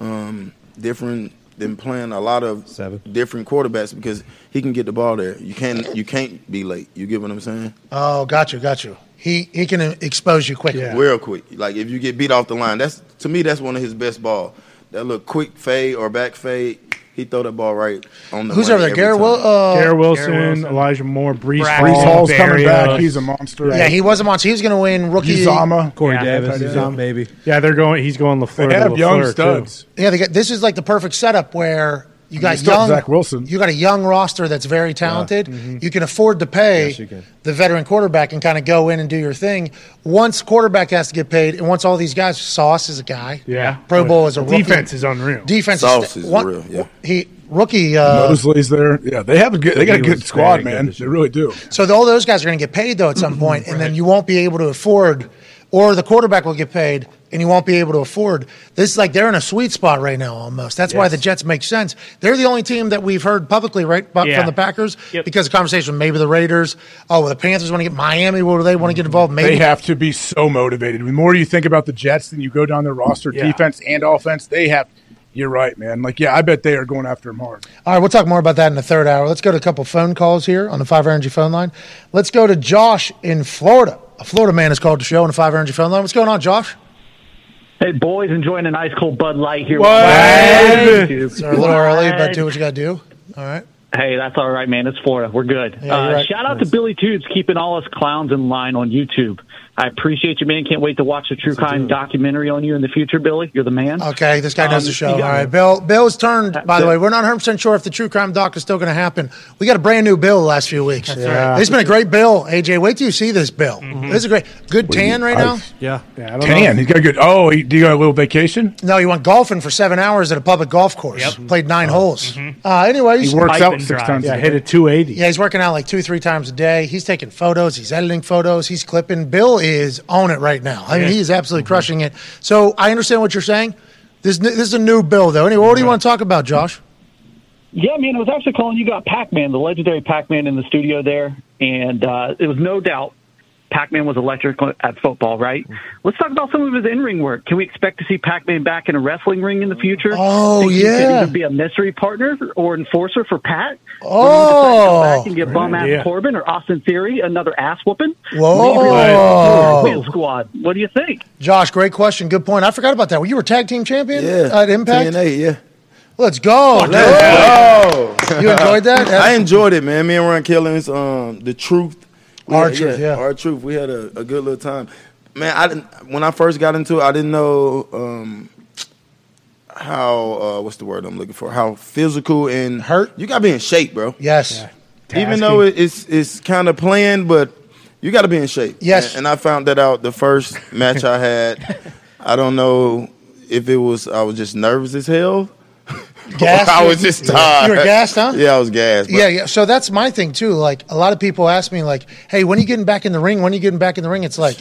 E: Um, different than playing a lot of
D: Seven.
E: different quarterbacks because he can get the ball there. You can't you can't be late. You get what I'm saying?
A: oh, got you, got you. He he can uh, expose you quickly.
C: Yeah.
E: real quick. Like if you get beat off the line, that's to me that's one of his best ball. That little quick fade or back fade, he throw that ball right on the.
A: Who's
E: money
A: over there?
E: every
A: Garrett
E: time.
A: Will. Uh,
C: Garrett Wilson,
G: Wilson.
C: Elijah Moore, Brees,
G: Brees
C: Hall,
B: Brees Hall's coming back.
C: Berrios.
B: He's a monster.
A: yeah, he was a monster. He was going to win rookie.
B: Uzama.
D: Corey
G: Yeah,
D: Davis,
B: that's
D: yeah,
B: it.
D: maybe.
C: Yeah, they're going. He's going Lafleur.
B: They
C: to
B: have young
C: Lafleur, too.
B: studs.
A: Yeah, they got, this is like the perfect setup where you got
B: still
A: young
B: Zach Wilson. Mm-hmm.
A: You got a young roster that's very talented. You can afford to pay
D: Yes, you can.
A: the veteran quarterback and kind of go in and do your thing. Once quarterback has to get paid, and once all these guys, Sauce is a guy.
C: Yeah.
A: Pro Bowl is a rookie.
C: defense is unreal.
A: Defense
E: Sauce is
A: one-
E: real, yeah.
A: He rookie. Uh,
B: Mosley's there. Yeah, they have a good, they got a
D: He
B: good
D: was very
B: squad,
D: good
B: man.
D: this
B: They
D: year.
B: really do.
A: so all those guys are going to get paid though at some point, and then you won't be able to afford, or the quarterback will get paid. And you won't be able to afford this. Is like they're in a sweet spot right now, almost. That's why the Jets make sense. They're the only team that we've heard publicly, right, bu-
G: Yeah.
A: from the Packers,
G: Yep.
A: because of conversation. Maybe the Raiders. Oh, well, the Panthers want to get Miami. Where do they want to get involved? Maybe
B: They have to be so motivated. The more you think about the Jets, then you go down their roster,
C: Yeah.
B: defense and offense. They have. You're right, man. Like, yeah, I bet they are going after him hard.
A: All right, we'll talk more about that in the third hour. Let's go to a couple phone calls here on the Five Energy phone line. Let's go to Josh in Florida. A Florida man has called the show on the Five Energy phone line. What's going on, Josh?
F: Hey, boys, enjoying an ice cold Bud Light here.
B: What?
A: It's a little early, but do what you got to do. All right.
F: Hey, that's all right, man. It's Florida. We're good.
A: Yeah,
F: uh,
A: you're right.
F: Shout out to Billy Toots keeping all us clowns in line on YouTube. I appreciate you, man. Can't wait to watch the True Crime documentary on you in the future, Billy. You're the man.
A: Okay, this guy knows
F: Um,
A: the show. All
F: you got
A: right,
F: me.
A: Bill. Bill's turned. By the
F: it.
A: way, we're not 100 percent sure if the true crime doc is still going to happen. We got a brand new Bill the last few weeks. That's
C: right. Mm-hmm.
A: It's been a great Bill. AJ, wait till you see this Bill. This is a great. Good tan right now.
D: Yeah.
C: Yeah, I don't know.
B: Tan. He's got a good. Oh, he, do you got a little vacation?
A: No, you went golfing for seven hours at a public golf course. Played nine
C: Oh.
A: holes. Uh, anyways,
B: He works
G: Pipe
B: out
G: and
B: six
G: drive.
B: times.
C: Yeah,
B: a
C: hit
B: day.
C: a 280.
A: Yeah, he's working out like two, three times a day. He's taking photos. He's editing photos. He's clipping. Bill is on it right now. I mean, he is absolutely
B: Mm-hmm.
A: crushing it. So I understand what you're saying. This, this is a new Bill, though. Anyway, what do you want to talk about, Josh?
F: Yeah, man, I was actually calling. You got Pac Man, the legendary Pac Man, in the studio there, and uh, it was no doubt Pac Man was electric at football, right?
A: Mm-hmm.
F: Let's talk about some of his in ring work. Can we expect to see Pac Man back in a wrestling ring in the future?
A: Oh,
F: Think he could
A: yeah.
F: either be a mystery partner or enforcer for Pat.
A: Oh.
F: Or he decides to go back and get bum ass
C: idea.
F: Corbin or Austin Theory another ass whooping.
A: Whoa.
F: Wheel Squad. What do you think?
A: Josh, great question. Good point. I forgot about that. Well, you were tag team champion
E: Yeah,
A: at Impact?
E: TNA, yeah.
A: Let's go. dude.
E: Oh,
A: You enjoyed that?
E: I enjoyed it, man. Me and Ron Killings, um, the truth. We
A: Our
E: had-
A: Truth, yeah.
E: Our truth. We had a, a good little time, man. I didn't when I first got into it. I didn't know um, how uh, what's the word I'm looking for? How physical and
A: Hurt?
E: You got to be in shape, bro.
A: yes.
E: even though it, it's it's kind of planned, but you got to be in shape.
A: Yes.
E: and, and I found that out the first match I had. I don't know if it was I was just nervous as hell.
A: Gassed?
E: I was just tired.
A: You were gassed, huh?
E: Yeah, I was gassed. but-
A: Yeah, yeah. So that's my thing too. Like a lot of people ask me, like, "Hey, when are you getting back in the ring? When are you getting back in the ring?" It's like,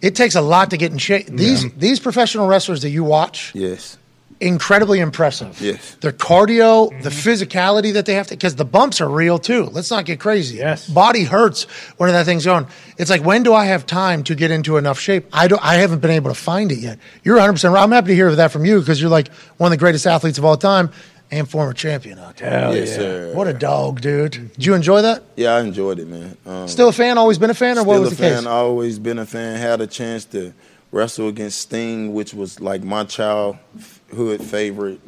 A: it takes a lot to get in shape. These these professional wrestlers that you watch,
E: Yes.
A: incredibly impressive.
E: Yes.
A: Their cardio, the physicality that they have to, because the bumps are real too. Let's not get crazy. Yes. Body hurts when that thing's going. It's like, when do I have time to get into enough shape? I don't, I haven't been able to find it yet. You're 100% right. I'm happy to hear that from you because you're like one of the greatest athletes of all time and former champion out there.
E: Hell Yes, yeah. sir.
A: What a dog, dude. Did you enjoy that?
E: Yeah, I enjoyed it, man. Um,
A: Still a fan? Always been a fan? Or what
E: Still
A: was
E: a
A: the
E: fan.
A: case?
E: Always been a fan. Had a chance to wrestle against Sting, which was like my childhood favorite.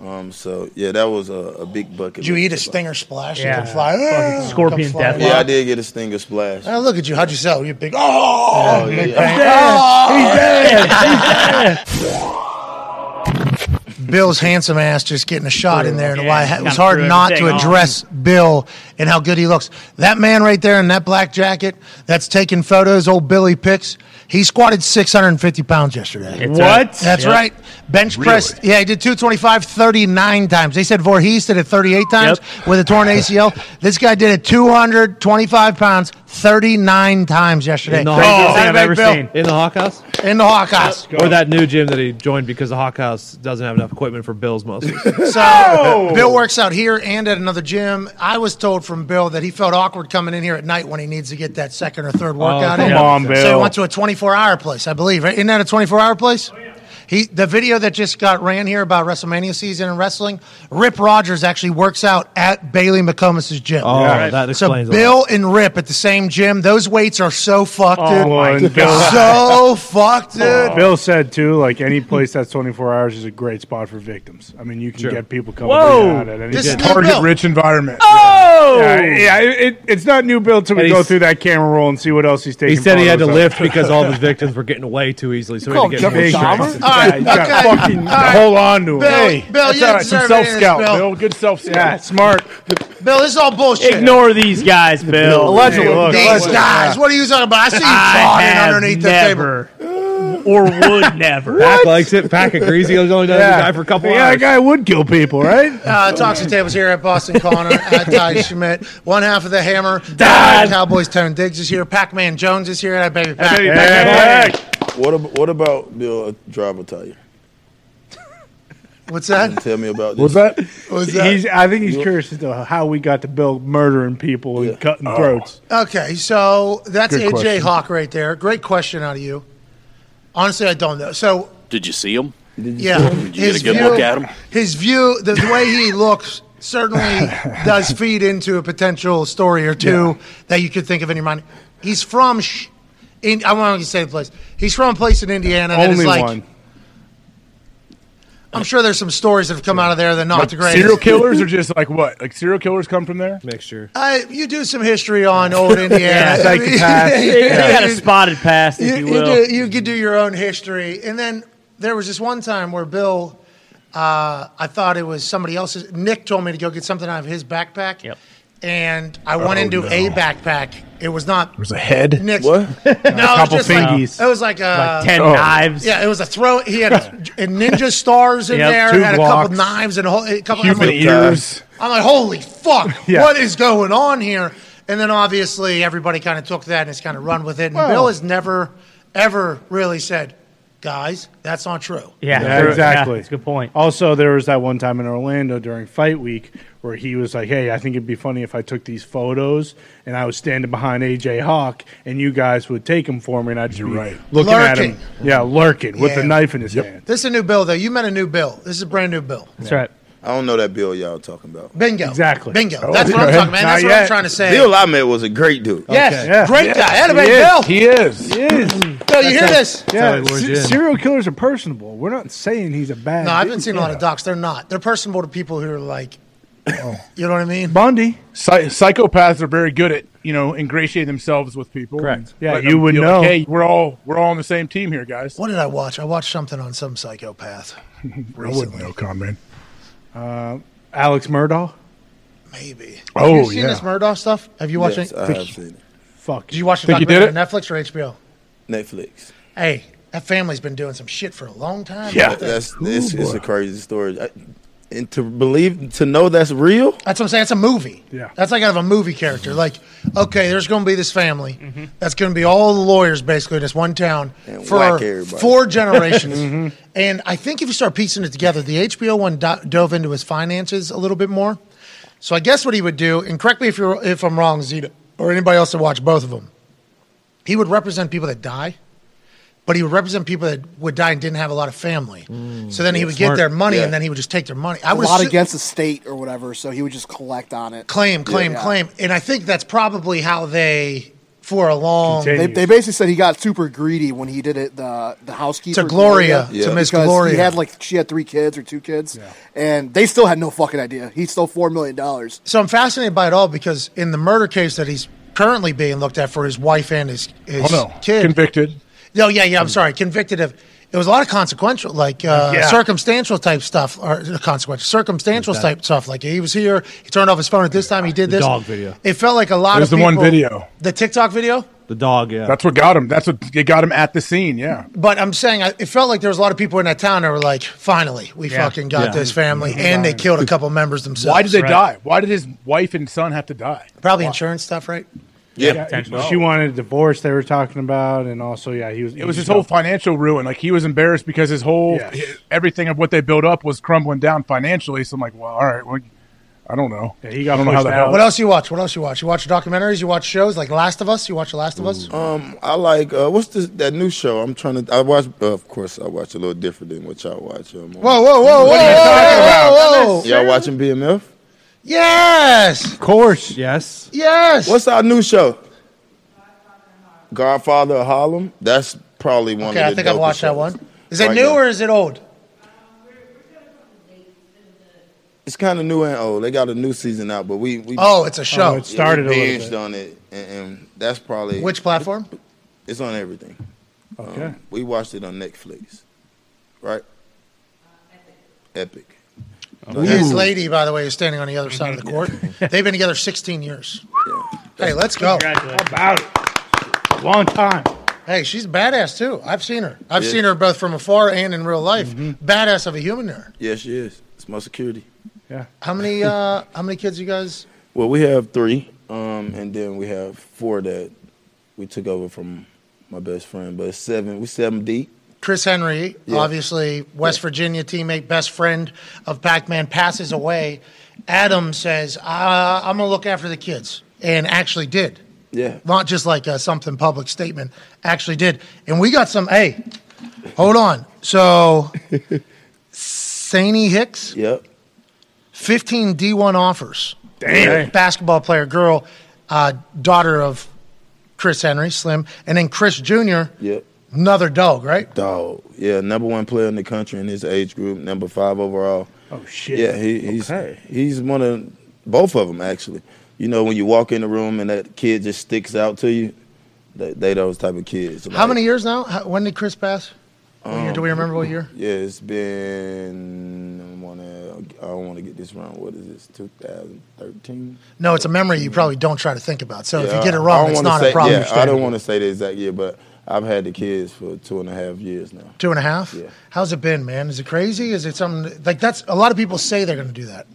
E: Um, so yeah, that was a, a big bucket.
A: Did you
E: list.
A: eat a stinger splash
E: Yeah.
A: and come fly?
E: Fucking
A: come
E: scorpion
A: fly.
E: Yeah, I did get a Stinger splash.
A: Oh, look at you. How'd you sell? You big. Oh,
E: Yeah.
A: big
E: He's
A: bang.
E: dead.
A: Oh!
E: He's dead.
A: Bill's handsome ass just getting a shot in there, and
K: Yeah,
A: why
K: just
A: it was
K: kinda
A: hard
K: threw
A: not to
K: everything on.
A: address Bill and how good he looks. That man right there in that black jacket that's taking photos, old Billy picks. He squatted 650 pounds yesterday.
K: It's What? right.
A: That's
K: Yep.
A: right. Bench press. Yeah, he did 225 39 times. They said Voorhees did it 38 times with a torn ACL. this guy did it 225 pounds 39 times yesterday.
D: In the
A: Crazy
D: Hawk
A: as that,
D: I've
A: big
D: ever
A: Bill.
D: seen. In the Hawk House?
A: In the Hawk House.
D: Or that new gym that he joined because the Hawk House doesn't have enough equipment for Bill's muscles.
A: So Bill works out here and at another gym. I was told from Bill that he felt awkward coming in here at night when he needs to get that second or third workout
C: Oh, come
A: in.
C: on,
A: So
C: Bill.
A: he went to a 24-hour place, I believe. right? Isn't that a 24-hour place? He, the video that just got ran here about WrestleMania season and wrestling, Rip Rogers actually works out at Bailey McComas' gym.
D: Oh, Yeah. that explains a
A: so Bill and Rip at the same gym. Those weights are so fucked, dude.
C: Oh, and Bill-
A: so fucked, dude.
D: Oh.
C: Bill said too, like any place that's 24 hours is a great spot for victims. I mean, you can get people coming
B: Whoa!
C: out at any
B: This is
C: time.
B: new Target Bill. rich environment.
C: Oh, yeah, yeah, it, it- it's not new Bill till
D: And
C: we go
D: he's-
C: through that camera roll and see what else he's taking.
D: he said he had to
C: photos of.
D: lift because all of his victims were getting away too easily. So he had to get more
C: Big
D: strength.
C: strength. Yeah, you gotta fucking hold on to him.
A: Oh, Bill, Bill you
B: right. Some
A: deserve
B: self
A: it,
B: scout,
A: Bill.
B: Bill. Good self scout.
A: Yeah,
C: smart.
A: Bill, this is all bullshit.
G: Ignore these guys, Bill.
A: Allegedly. These guys. What are you talking about? I see you
G: I
A: prodding
G: have
A: underneath
G: never, or would never.
D: Pack likes it. Pack agrees. He only does
A: Yeah.
D: the guy for a couple
A: Yeah,
D: hours.
A: that guy
C: would kill people, right?
A: Uh, Talks and Tables here at Boston Corner at Ty Schmidt. One half of the hammer. Dad. Cowboys Tone Diggs is here. Pac Man Jones is here. At baby Pac.
E: What ab- what about Bill uh, driver tire?
A: What's that?
E: Tell me about this.
C: What's that?
A: What's that?
C: He's, I think he's
A: You-
C: curious as to how we got to Bill murdering people and cutting
A: Oh.
C: throats.
A: Okay, so that's
C: Good
A: AJ
C: question.
A: Hawk right there. Great question out of you. Honestly, I don't know. So
H: Did you see him? Did
A: Yeah,
H: Did you get a good look at him?
A: His view, the, the way he looks, certainly does feed into a potential story or two that you could think of in your mind. He's from, sh- in, I want to say the place. He's from a place in Indiana that is
B: Only
A: like.
B: one.
A: I'm sure there's some stories that have come out of there that are not
B: Like,
A: the greatest.
B: serial killers are just like what? Like serial killers come from there?
D: Mixture.
A: I, you do some history on old Indiana.
B: Yeah, psychopath.
A: I mean,
B: You got a
G: spotted past, if you will.
A: do, you could do your own history. And then there was this one time where Bill, uh, I thought it was somebody else's. Nick told me to go get something out of his backpack. Yep. And I went
B: Oh,
A: into
B: no.
A: a backpack. It was not. It
B: was a head.
A: Nick's.
B: What?
A: No, it was
B: couple
A: just like-
B: fingies.
A: it was like a
B: Like 10 Oh. knives.
A: Yeah, it was a throw. He had a, a ninja stars in
B: Yep.
A: there.
B: Two
A: had a couple
B: blocks.
A: knives and a, whole, a couple. I'm
B: Human
A: like,
B: ears.
A: I'm like, holy fuck,
B: Yeah.
A: what is going on here? And then obviously everybody kind of took that and has kind of run with it. And
B: Well-
A: Bill has never, ever really said, guys, that's not true.
G: Yeah,
C: Yeah,
G: true.
C: exactly.
G: Yeah, that's a good point.
C: Also, there was that one time in Orlando during fight week where he was like, "Hey, I think it'd be funny if I took these photos and I was standing behind AJ Hawk and you guys would take them for me and I'd just be
B: right.
C: looking
A: Lurking.
C: at him, yeah, lurking with the
A: Yeah.
C: knife in his hand."
A: This is a new Bill, though. You met a new Bill. This is a brand new Bill.
E: That's right. I don't know that Bill y'all talking about.
A: Bingo. Exactly. Bingo.
E: Oh,
A: That's what I'm
E: okay.
A: talking about. That's
E: Not
A: what I'm
E: yet.
A: trying to say.
E: Bill I met was a great dude.
A: Yes, Yeah. great guy. Elevate
B: he
A: Bill.
B: Is. He is. He is.
A: Bill, you hear this?
C: Yeah, se- serial killers are personable. We're not saying he's a bad.
A: Oh, No, I've
C: dude.
A: been seeing a lot of docs. They're not. They're personable to people who are like, you know what I mean?
C: Bundy.
B: Psy- psychopaths are very good at you know ingratiating themselves with people. Correct.
C: Yeah, you would know.
B: hey, we're all we're all on the same team here, guys.
A: What did I watch? I watched something on some psychopath.
B: I wouldn't know, Conrad.
C: Uh, Alex Murdaugh.
A: Maybe.
B: Oh,
A: Have you seen
B: yeah.
A: this Murdoch stuff? Have you watched
E: Yes,
A: it?
E: I have seen it.
C: Fuck.
A: Did you watch the
E: Think you did
A: documentary on Netflix or HBO?
E: Netflix.
A: Hey, that family's been doing some shit for a long time.
E: that's
A: Who,
E: it's, it's
A: boy?
E: a crazy story. I, and to believe to know that's real.
A: That's what I'm saying. It's a movie. Yeah. That's like out of a movie
K: Mm-hmm.
A: character. Like, okay, there's going to be this family that's going to be all the lawyers basically in this one town
E: And
A: for
E: whack everybody.
A: four generations.
E: Mhm.
K: Mm-hmm.
A: And I think if you start piecing it together, the HBO one do- dove into his finances a little bit more. So I guess what he would do, and correct me if you're if I'm wrong, Zeta, or anybody else that watched both of them, he would represent people that die, but he would represent people that would die and didn't have a lot of family. so then he would get
K: Smart.
A: their money,
K: Mm. Yeah.
A: and then he would just take their money.
K: I
A: I
K: a
A: would
K: lot
A: assu-
K: against the state or whatever, so he would just collect on it.
A: claim, claim,
K: Yeah.
A: claim. And I think that's probably how they, for a long,
K: They, they basically said he got super greedy when he did it. The the housekeeper
A: To Gloria, to Miss
K: because
A: Gloria.
K: He had like she had three kids or two kids, and they still had no fucking idea. He stole four million dollars.
A: So I'm fascinated by it all because in the murder case that he's currently being looked at for his wife and his, his
B: Oh, no.
A: kid,
B: Convicted.
A: No, yeah, yeah. I'm sorry. Convicted of it was a lot of consequential, like uh,
B: Yeah.
A: circumstantial type stuff, or uh, consequential, circumstantial
B: Exactly.
A: type stuff. Like he was here, he turned off his phone at this time, he did
B: The
A: this.
B: dog video.
A: It felt like a lot
B: There's
A: of
B: the
A: people,
B: one video.
A: the TikTok video.
B: The dog, yeah. That's what got him. That's what it got him at the scene, yeah.
A: But I'm saying I, it felt like there was a lot of people in that town that were like, "Finally, we
B: Yeah.
A: fucking got
B: Yeah.
A: this family," and they killed a couple members themselves.
B: Why did they die? Why did his wife and son have to die?
A: Probably insurance stuff, right?
E: Yeah,
C: she wanted a divorce. They were talking about, and also, yeah, he was.
B: It was his whole financial ruin. Like he was embarrassed because his whole
C: Yes.
B: everything of what they built up was crumbling down financially. So I'm like, well, all right, well, I don't know. Yeah, he I don't know how that happened.
A: What else you watch? What else you watch? You watch documentaries? You watch shows like Last of Us? You watch The Last of Us?
E: Um, I like uh, what's this, that new show? I'm trying to. I watch. Uh, of course, I watch a little different than what y'all watch. Um,
A: Whoa, whoa, whoa,
E: What are you
A: whoa,
E: talking
A: whoa,
E: about?
A: whoa, whoa.
E: Y'all watching BMF?
A: Yes. Of
E: course. Yes.
A: Yes.
E: What's our new show? Godfather of Harlem. That's probably one.
A: Okay,
E: of
A: I
E: the
A: think I've
E: dopest
A: watched that
E: shows.
A: one. Is it
E: Right
A: new
E: now.
A: or is it old?
E: It's kind of new and old. They got a new season out, but we, we
A: Oh, it's a show. Oh, it
E: Yeah, we
A: started a little
E: binged
A: bit.
E: on it, and, and that's probably
A: Which platform?
E: It's on everything. Um,
A: Okay.
E: we watched it on Netflix, right? Epic.
A: His lady, by the way, is standing on the other side of the court. They've been together 16 years. Hey, let's go.
C: Congratulations.
A: How about it?
C: long time.
A: Hey, she's badass too. I've seen her. I've
E: Yeah.
A: seen her both from afar and in real life. Badass of a human there.
E: Yeah, she is. It's my security.
A: How many uh how many kids you guys
E: Well, we have three, um, and then we have four that we took over from my best friend. But it's seven, we seven deep.
A: Chris Henry,
E: Yeah.
A: obviously West Virginia teammate, best friend of Pac-Man, passes away. Adam says, uh, "I'm gonna look after the kids," and actually did,
E: Yeah,
A: not just like a something public statement. Actually did, and we got some. Hey, hold on. So, Saney Hicks,
E: yep,
A: 15 D1 offers.
E: Damn.
A: basketball player, girl, uh, daughter of Chris Henry, Slim, and then Chris Jr.,
E: yep.
A: another dog, right?
E: Dog, yeah, number one player in the country in his age group, number five overall.
C: Oh shit!
E: Yeah, he, he's he's one of both of them actually. You know, when you walk in the room and that kid just sticks out to you, they, they those type of kids.
A: How
E: Like,
A: many years now? How, when did Chris pass? What year,
E: um,
A: do we remember what year?
E: Yeah, it's been. I wanna. I don't want to get this wrong. What is this? 2013.
A: No, it's a memory you probably don't try to think about. Uh, So if you
E: Yeah,
A: get it
E: I don't
A: wrong, it's
E: wanna
A: not
E: say,
A: a problem.
E: Yeah, I don't want to say the exact year, but I've had the kids for two and a half years now.
A: Two and a half.
E: Yeah.
A: How's it been, man? Is it crazy? Is it something like that's a lot of people say they're going to do that.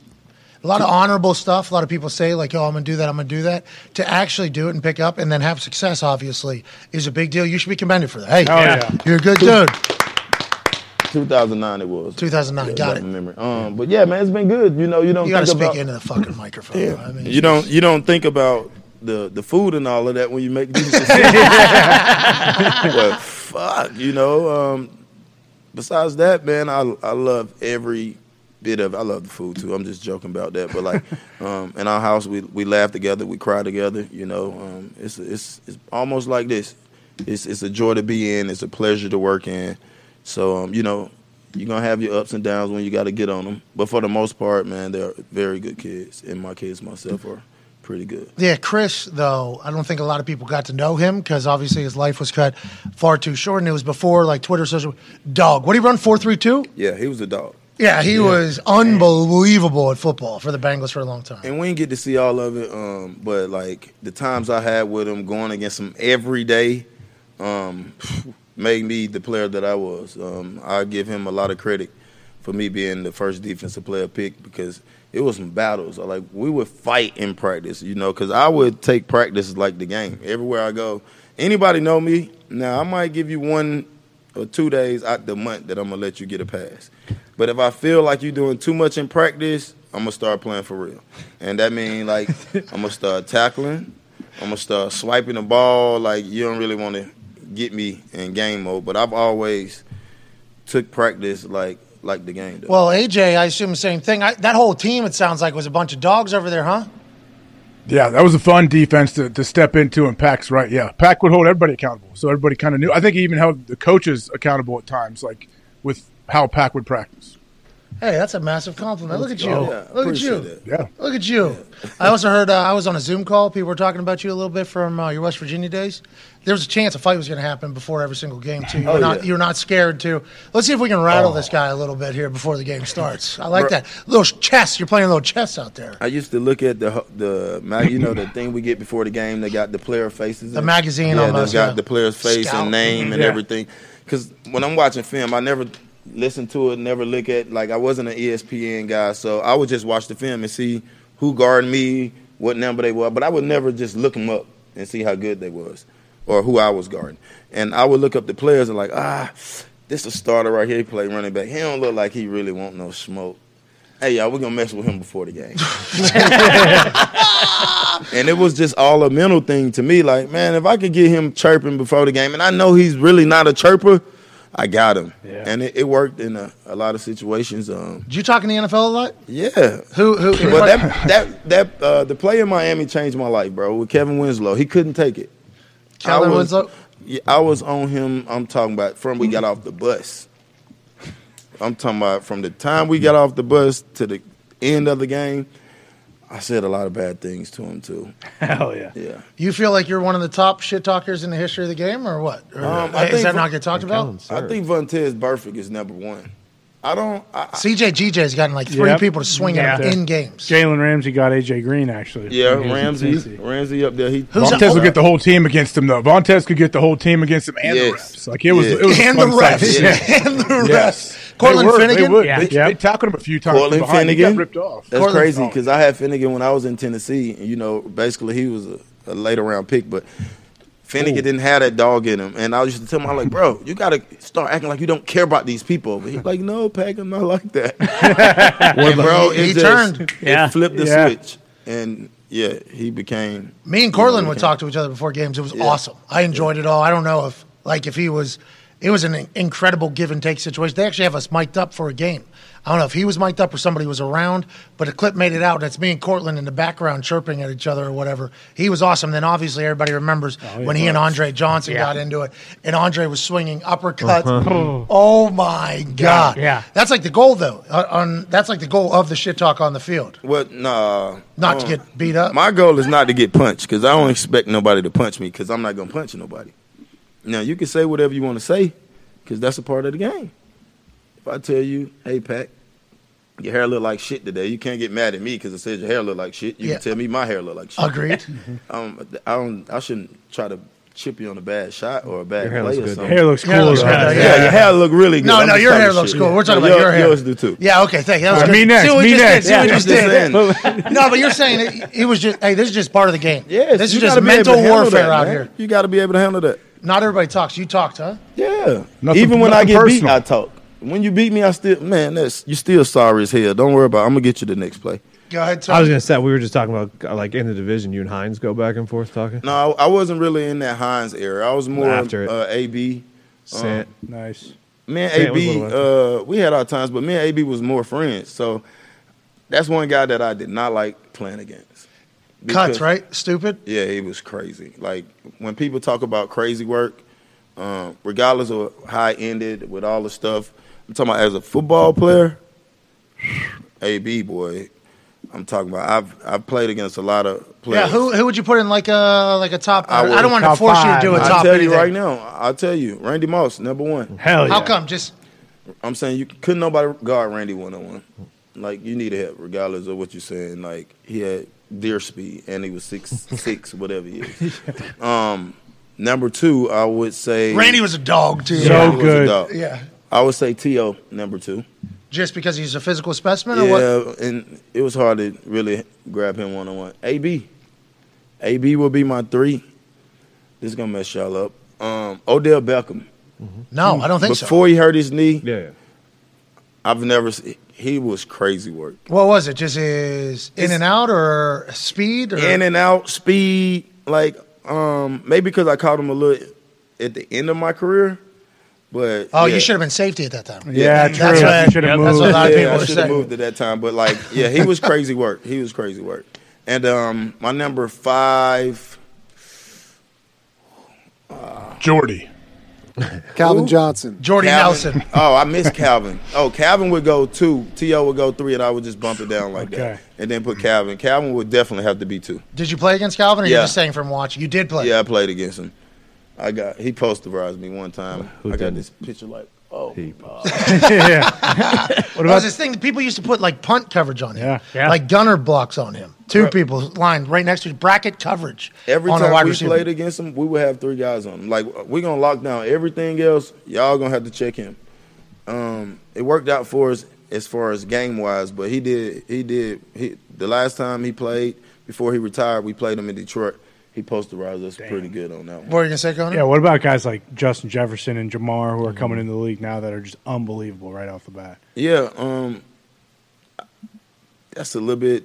A: A lot of honorable stuff. A lot of people say like, "Oh, I'm going to do that. I'm going to do that." To actually do it and pick up and then have success, obviously, is a big deal. You should be commended for that. Hey,
E: Hell Oh, yeah.
A: you're a good dude.
E: 2009 it was.
A: 2009, got Oh,
E: it. Memory. Um, but yeah, man, it's been good. You know, you don't
A: You got to
E: think
A: speak
E: about
A: into the fucking microphone. though. I mean,
E: you don't you don't think about the the food and all of that when you make these decisions. but fuck, you know. Um, besides that, man, I I love every bit of. I love the food too. I'm just joking about that, but like, um, in our house, we we laugh together, we cry together. You know, um, it's it's it's almost like this. It's it's a joy to be in. It's a pleasure to work in. So um, you know. You're gonna have your ups and downs when you got to get on them, but for the most part, man, they're very good kids, and my kids myself are pretty good.
A: Yeah, Chris, though, I don't think a lot of people got to know him because obviously his life was cut far too short. And it was before like Twitter, social. Dog. What did he run? 432?
E: Yeah, he was a dog.
A: Yeah, he
E: Yeah.
A: was unbelievable at football for the Bengals for a long time.
E: And we didn't get to see all of it, um, but like the times I had with him, going against him every day, um, made me the player that I was. Um, I give him a lot of credit for me being the first defensive player picked because it was some battles. Like we would fight in practice, you know, because I would take practice like the game. Everywhere I go, anybody know me? Now I might give you one or two days out the month that I'm gonna let you get a pass. But if I feel like you're doing too much in practice, I'm gonna start playing for real, and that means like I'm gonna start tackling, I'm gonna start swiping the ball. Like you don't really want to get me in game mode, but I've always took practice like like the game does.
A: Well, AJ, I assume the same thing. I, that whole team, it sounds like, was a bunch of dogs over there, huh?
B: Yeah, that was a fun defense to, to step into, and Pack's right. Yeah, Pack would hold everybody accountable, so everybody kind of knew. I think he even held the coaches accountable at times, like with how Pack would practice.
A: Hey, that's a massive compliment. Look at you.
B: Oh, yeah,
A: Look at you.
B: appreciate it. Yeah.
A: Look at you. I also heard uh, I was on a Zoom call. People were talking about you a little bit from uh, your West Virginia days. There was a chance a fight was going to happen before every single game, too. You were,
E: Oh,
A: not,
E: yeah.
A: you were not scared, too. Let's see if we can rattle this guy a little bit here before the game starts. I like
E: Bro.
A: that. Little chess. You're playing a little chess out there.
E: I used to look at the ho- the ma- you know the thing we get before the game. They got the player faces,
A: The
E: in.
A: magazine
E: Yeah,
A: almost,
E: they got
A: yeah.
E: the player's face
A: Scout.
E: and name and
A: Yeah.
E: everything. Because when I'm watching film, I never listen to it, never look at. Like I wasn't an E ESPN guy, so I would just watch the film and see who guarded me, what number they were. But I would never just look them up and see how good they was or who I was guarding. And I would look up the players and like ah. This a starter right here. He play running back. He don't look like he really want no smoke. Hey y'all, we're gonna mess with him before the game. and it was just all a mental thing to me. Like, man, if I could get him chirping before the game, and I know he's really not a chirper, I got him. And it, it worked in a, a lot of situations. Um,
A: Did you talk in the NFL a lot?
E: yeah.
A: Who? Who?
E: Well, that that that uh, the play in Miami changed my life, bro. With Kevin Winslow, he couldn't take it.
A: Kevin
E: I was,
A: Winslow?
E: Yeah, I was on him. I'm talking about from we got off the bus. I'm talking about from the time we got off the bus to the end of the game. I said a lot of bad things to him too.
A: Hell yeah.
E: Yeah.
A: You feel like you're one of the top shit talkers in the history of the game, or what? Or,
E: Um,
A: is that
E: Von-
A: not get talked about?
E: I think Vontez Burfict is number one. I don't. I,
A: CJ GJ's gotten like three
C: Yep.
A: people to swing
C: Yeah.
A: at him in games.
C: Jalen Ramsey got AJ Green actually.
E: yeah,
C: He was
E: Ramsey.
C: insane.
E: Ramsey up there. He
B: Vontaze will get the whole team against him, though. Vontaze could get the whole team against him and
E: Yes.
B: the refs. Like it was,
E: Yes.
B: it was a
E: And
B: fun
E: the refs.
B: sight.
E: Yes.
B: Yeah.
E: And the
B: Yes.
E: refs.
B: They
E: Cortland
B: were, they
E: Finnegan?
B: would.
E: Yeah.
B: They,
E: Yeah.
B: they tackled him a few times.
E: Cortland
B: behind. He
E: Finnegan.
B: got ripped off.
E: That's crazy because I had Finnegan when I was in Tennessee. And, you know, basically he was a, a later round pick, but Finnegan didn't have that dog in him. And I used to tell him, I'm like, bro, you got to start acting like you don't care about these people. But he's like, no, Pack, I'm not like that. and bro, it
A: He
E: just-
A: turned. Yeah.
E: It flipped the
A: Yeah.
E: switch. And yeah, he became.
A: Me and Cortland would talk to each other before games. It was awesome. I enjoyed it all. I don't know if like if he was it was an incredible give and take situation. They actually have us mic'd up for a game. I don't know if he was mic'd up or somebody was around, but a clip made it out and it's me and Cortland in the background chirping at each other or whatever. He was awesome. Then obviously everybody remembers when he and Andre Johnson
G: Oh, Yeah.
A: got into it and Andre was swinging uppercuts.
G: Uh-huh.
A: Oh my god.
G: Yeah.
A: That's like the goal though. Uh, on that's like the goal of the shit talk on the field.
E: Well, nah.
A: Not to
E: um,
A: get beat up.
E: My goal is not to get punched because I don't expect nobody to punch me because I'm not going to punch nobody. Now, you can say whatever you want to say because that's a part of the game. If I tell you, hey, Pat, your hair look like shit today, you can't get mad at me because I said your hair look like shit. You
A: Yeah.
E: can tell me my hair look like shit.
A: Agreed.
E: um, I don't. I shouldn't try to chip you on a bad shot or a bad
D: Your hair
E: play
D: looks
E: or
D: good.
E: something.
D: Hair looks Hair cool, looks though. good,
E: Yeah,
D: though,
E: yeah,
D: yeah.
E: your hair look really good.
A: No,
E: I'm
A: no,
E: just
A: your
E: talking
A: hair looks
E: shit.
A: cool. We're talking
E: No,
A: about your
E: your-
A: hair.
E: Yours do too.
A: Yeah, okay, thank you. That was
E: All right,
A: good.
E: me next,
A: See what
E: me
A: you
E: next.
A: Did, see what you
E: Yeah,
A: just
E: I'm
A: did.
E: just
A: no, but you're saying it, it was just, hey, this is just part of the game.
E: Yes,
A: this
E: you
A: is just
E: gotta be able to
A: mental
E: handle
A: warfare
E: that,
A: out
E: man.
A: here.
E: You got to be able to handle that.
A: Not everybody talks. You talked, huh?
E: Yeah.
A: Nothing-
E: Even when I
A: nothing
E: get beat,
A: personal.
E: I talk. When you beat me, I still man, that's you still sorry as hell. Don't worry about. it. I'm gonna get you the next play.
A: Go ahead.
D: I was gonna say we were just talking about uh, like in the division. You and Hines go back and forth talking.
E: No, I I wasn't really in that Hines era. I was more
D: After it.
E: uh, AB.
D: Sant.
C: nice.
E: Me and
D: Sant was a
E: AB, uh, we had our times, but me and AB was more friends. So that's one guy that I did not like playing against.
A: Cuts,
E: Because-
A: right? Stupid.
E: Yeah, he was crazy. Like when people talk about crazy work, um, regardless of how it ended with all the stuff, I'm talking about as a football player, AB boy. I'm talking about. I've I've played against a lot of players.
A: Yeah, who who would you put in like a like a top? I,
E: would-
A: don't want to force you to do a
E: I'll
A: top.
E: tell you
A: anything.
E: right now. I'll tell you, Randy Moss, number one.
A: How come? Just
E: I'm saying you couldn't nobody guard Randy one on one. Like you need help, regardless of what you're saying. Like he had deer speed, and he was six six, whatever he is. Um, number two, I would say
A: Randy was a dog too.
E: Yeah, he was a dog.
A: Yeah.
E: I would say To number two.
A: Just because he's a physical specimen, or what?
E: yeah, and it was hard to really grab him one on one. AB, AB will be my three. This is gonna mess y'all up. Um, Odell Beckham.
A: Mm-hmm. No, I don't think so.
E: Before he hurt his knee, yeah, I've never. se- He was crazy work.
A: What was it? Just his in and out or speed? Or?
E: in and out speed like um maybe because i caught him a little at the end of my career but
A: Oh,
E: yeah.
A: you should have been safety at that time.
E: that's
A: That's what, that's what a lot of
E: Yeah,
A: people
E: I
A: were
E: should have
A: saying.
E: moved at that time, but like, yeah, he was crazy work. He was crazy work. And um, my number five, uh,
B: Jordy,
K: Calvin Johnson.
A: Jordy
E: Calvin- Oh, I miss Calvin. Oh, Calvin would go two. To would go three, and I would just bump it down like that,
A: Okay.
E: and then put Calvin. Calvin would definitely have to be two.
A: Did you play against Calvin? Or
E: Yeah.
A: You're just saying from watching. You did play.
E: Yeah, I played against him. I got he posterized me one time.
A: Who
E: I got
A: didn't?
E: this picture like, oh,
A: yeah.
E: What
A: What
E: about-
A: about this thing? that People used to put like punt coverage on him,
E: Yeah.
A: like gunner blocks on him. Two people lined right next to each bracket coverage
E: Every
A: on a
E: time
A: wide
E: we
A: receiver.
E: played against him, we would have three guys on him. Like we're gonna lock down everything else. Y'all gonna have to check him. Um, it worked out for us as far as game wise, but he did he did he, the last time he played before he retired, we played him in Detroit. He posterized us pretty good on that one.
A: What were you gonna say, Connor?
C: Yeah, what about guys like Justin Jefferson and Jamar who are coming into the league now that are just unbelievable right off the bat?
E: Yeah, um, that's a little bit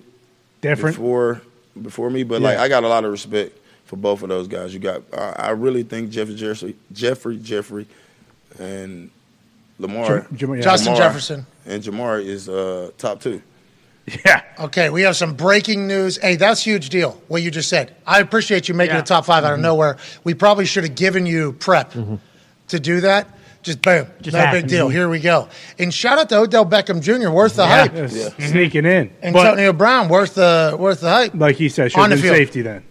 C: Different.
E: before before me, but like
C: Yeah.
E: I got a lot of respect for both of those guys. You got, I, I really think Jeffrey Jeffrey Jeffrey Jeffrey and Lamar
A: Jam- Jam- yeah. Justin
E: Jamar
A: Jefferson.
E: and Jamar is uh, top two.
A: Okay, we have some breaking news. Hey, that's huge deal. What you just said. I appreciate you making the top 5
E: Mm-hmm.
A: out of nowhere. We probably should have given you prep
D: Mm-hmm.
A: to do that. Just boom,
C: Just
A: no
C: happened.
A: big deal.
C: Mhm.
A: Here we go. And shout out to Odell Beckham Jr. Worth the hype.
C: Yeah, s- Sneaking in.
A: And
C: But-
A: Antonio Brown worth the worth the hype.
C: Like he said, should
A: On
C: have
A: the
C: been
A: field.
C: safety then.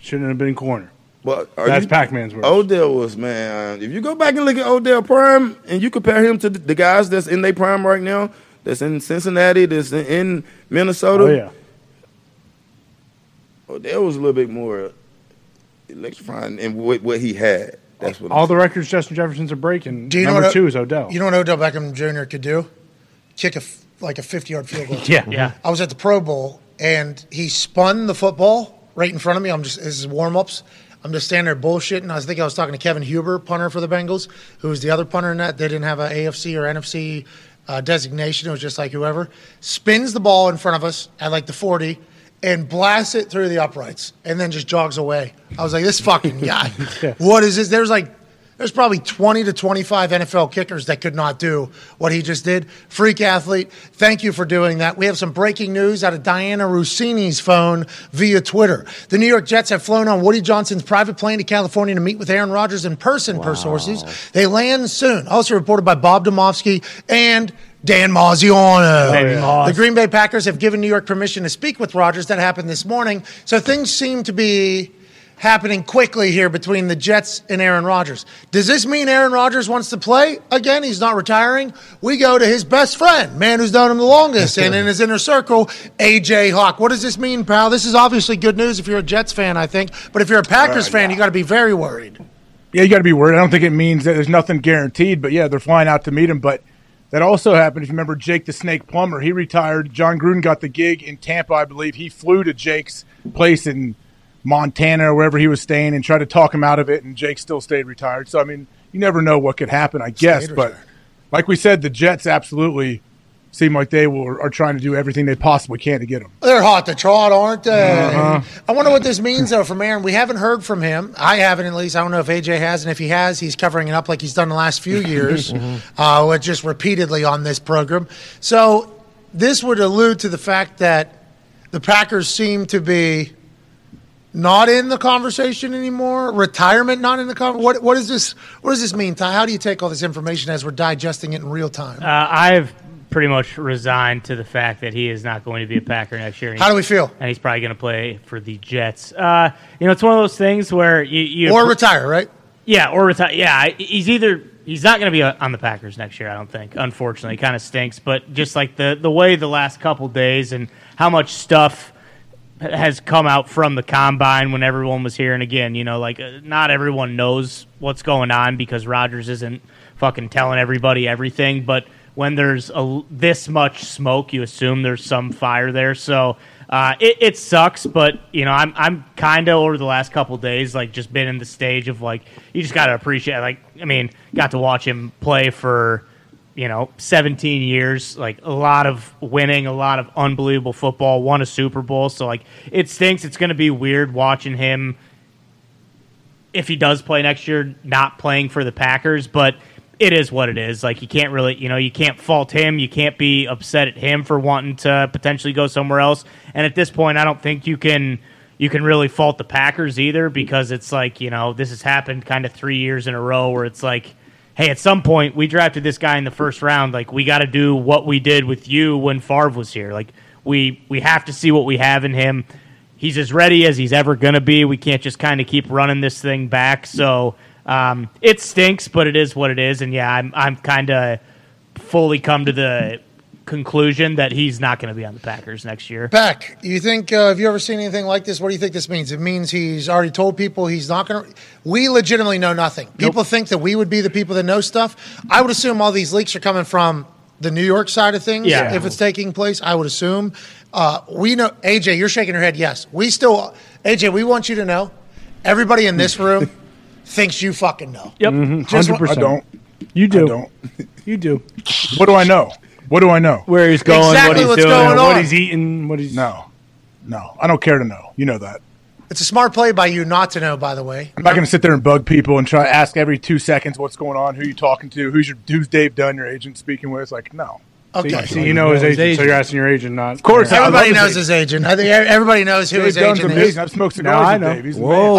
C: Shouldn't have been corner.
E: Well, are
C: That's
E: you-
C: Pac-Man's
B: Oh.
C: words.
E: Odell was man. If you go back and look at Odell prime, and you compare him to the, the guys that's in their prime right now, that's in Cincinnati, that's in, in Minnesota.
C: Oh, yeah.
E: Odell was a little bit more electrifying in what, what he had. That's what.
C: All the records Justin Jefferson's are breaking.
A: Do you know
C: Number
A: what-
C: two is Odell.
A: You know what Odell Beckham Jr. could do? Kick a f- like a fifty yard field goal.
C: Yeah. Yeah.
A: I was at the Pro Bowl and he spun the football right in front of me. I'm just this is warm ups. I'm just standing there bullshitting. I was thinking I was talking to Kevin Huber, punter for the Bengals, who was the other punter in that. They didn't have a AFC or NFC uh, designation. It was just like whoever spins the ball in front of us at like the forty. And blasts it through the uprights, and then just jogs away. I was like, "This fucking guy, what is this?" There's like there's probably 20 to 25 NFL kickers that could not do what he just did. Freak athlete. Thank you for doing that. We have some breaking news out of Diana Rossini's phone via Twitter. The New York Jets have flown on Woody Johnson's private plane to California to meet with Aaron Rodgers in person, per sources. They land soon. Also reported by Bob Domofsky and Dan Maziano.
J: Baby Moz.
A: The Green Bay Packers have given New York permission to speak with Rodgers. That happened this morning. So things seem to be happening quickly here between the Jets and Aaron Rodgers. Does this mean Aaron Rodgers wants to play? Again, he's not retiring. We go to his best friend, man who's known him the longest and in his inner circle, AJ Hawk. What does this mean, pal? This is obviously good news if you're a Jets fan, I think. But if you're a Packers fan, you got to be very worried.
B: Yeah, you got to be worried. I don't think it means that there's nothing guaranteed, but yeah, they're flying out to meet him. But that also happened. If you remember Jake the Snake Plumber, he retired. John Gruden got the gig in Tampa, I believe. He flew to Jake's place in Montana or wherever he was staying and tried to talk him out of it, and Jake still stayed retired. So, I mean, you never know what could happen, I guess. But like we said, the Jets absolutely seem like they will, are trying to do everything they possibly can to get him.
A: They're hot to trot, aren't they?
B: Uh-huh.
A: I wonder what this means, though, from Aaron. We haven't heard from him. I haven't, at least. I don't know if AJ has, and if he has, he's covering it up like he's done the last few years,
D: Mm-hmm.
J: Mhm.
A: uh, with just repeatedly on this program. So this would allude to the fact that the Packers seem to be not in the conversation anymore. Retirement not in the conversation. What, what is this? What does this mean, Ty? How do you take all this information as we're digesting it in real time?
G: Uh, I've pretty much resigned to the fact that he is not going to be a Packer next year.
A: How do we feel?
G: And he's probably going to play for the Jets. Uh, you know, it's one of those things where you, you
A: Or retire, right?
G: Yeah, or retire. Yeah, I- he's either he's not going to be uh, on the Packers next year. I don't think. Unfortunately, kind of stinks. But just like the the way the last couple days and how much stuff has come out from the combine when everyone was here. And again, you know, like uh, not everyone knows what's going on because Rodgers isn't fucking telling everybody everything. But when there's a, this much smoke, you assume there's some fire there. So uh, it, it sucks, but you know, I'm I'm kind of over the last couple days like just been in the stage of like you just gotta appreciate. Like I mean, got to watch him play for you know 17 years, like a lot of winning, a lot of unbelievable football, won a Super Bowl. So like it stinks. It's gonna be weird watching him if he does play next year, not playing for the Packers, but it is what it is. Like you can't really, you know, you can't fault him. You can't be upset at him for wanting to potentially go somewhere else. And at this point, I don't think you can you can really fault the Packers either because it's like, you know, this has happened kind of 3 years in a row where it's like hey, at some point we drafted this guy in the first round. Like we got to do what we did with you when Favre was here. Like we we have to see what we have in him. He's as ready as he's ever gonna be. We can't just kind of keep running this thing back. So um, it stinks, but it is what it is. And yeah, I'm I'm kind of fully come to the conclusion that he's not going to be on the Packers next year.
A: Beck, you think uh, have you ever seen anything like this? What do you think this means? It means he's already told people he's not going to. We legitimately know nothing. People think that we would be the people that know stuff. I would assume all these leaks are coming from the New York side of things.
L: Yeah.
A: If it's taking place, I would assume. Uh, we know AJ. You're shaking your head. Yes, we still AJ. We want you to know. Everybody in this room thinks you fucking know.
C: Yep.
A: Just what-
B: 100%. I don't.
C: Mm-hmm. You do.
B: don't.
C: You do.
B: What do I know? What do I know?
C: Where he's going, what Exactly he's what's doing, going what on. he's
B: eating, what he's No. No. I don't care to know. You know that.
A: It's a smart play by you not to know. By the way,
B: I'm not going to sit there and bug people and try to ask every two seconds what's going on, who you talking to, who's your who's Dave Dunn, your agent speaking with. Like, no.
A: Okay.
C: So you know his agent, so you're asking your agent, not. Of
B: course, I
A: everybody
B: love
A: knows
B: his
A: his agent. I think e-, everybody knows who
B: Dave
A: his
B: Dunn's
A: agent is.
B: amazing. I've smoked cigars with Dave. He's Whoa.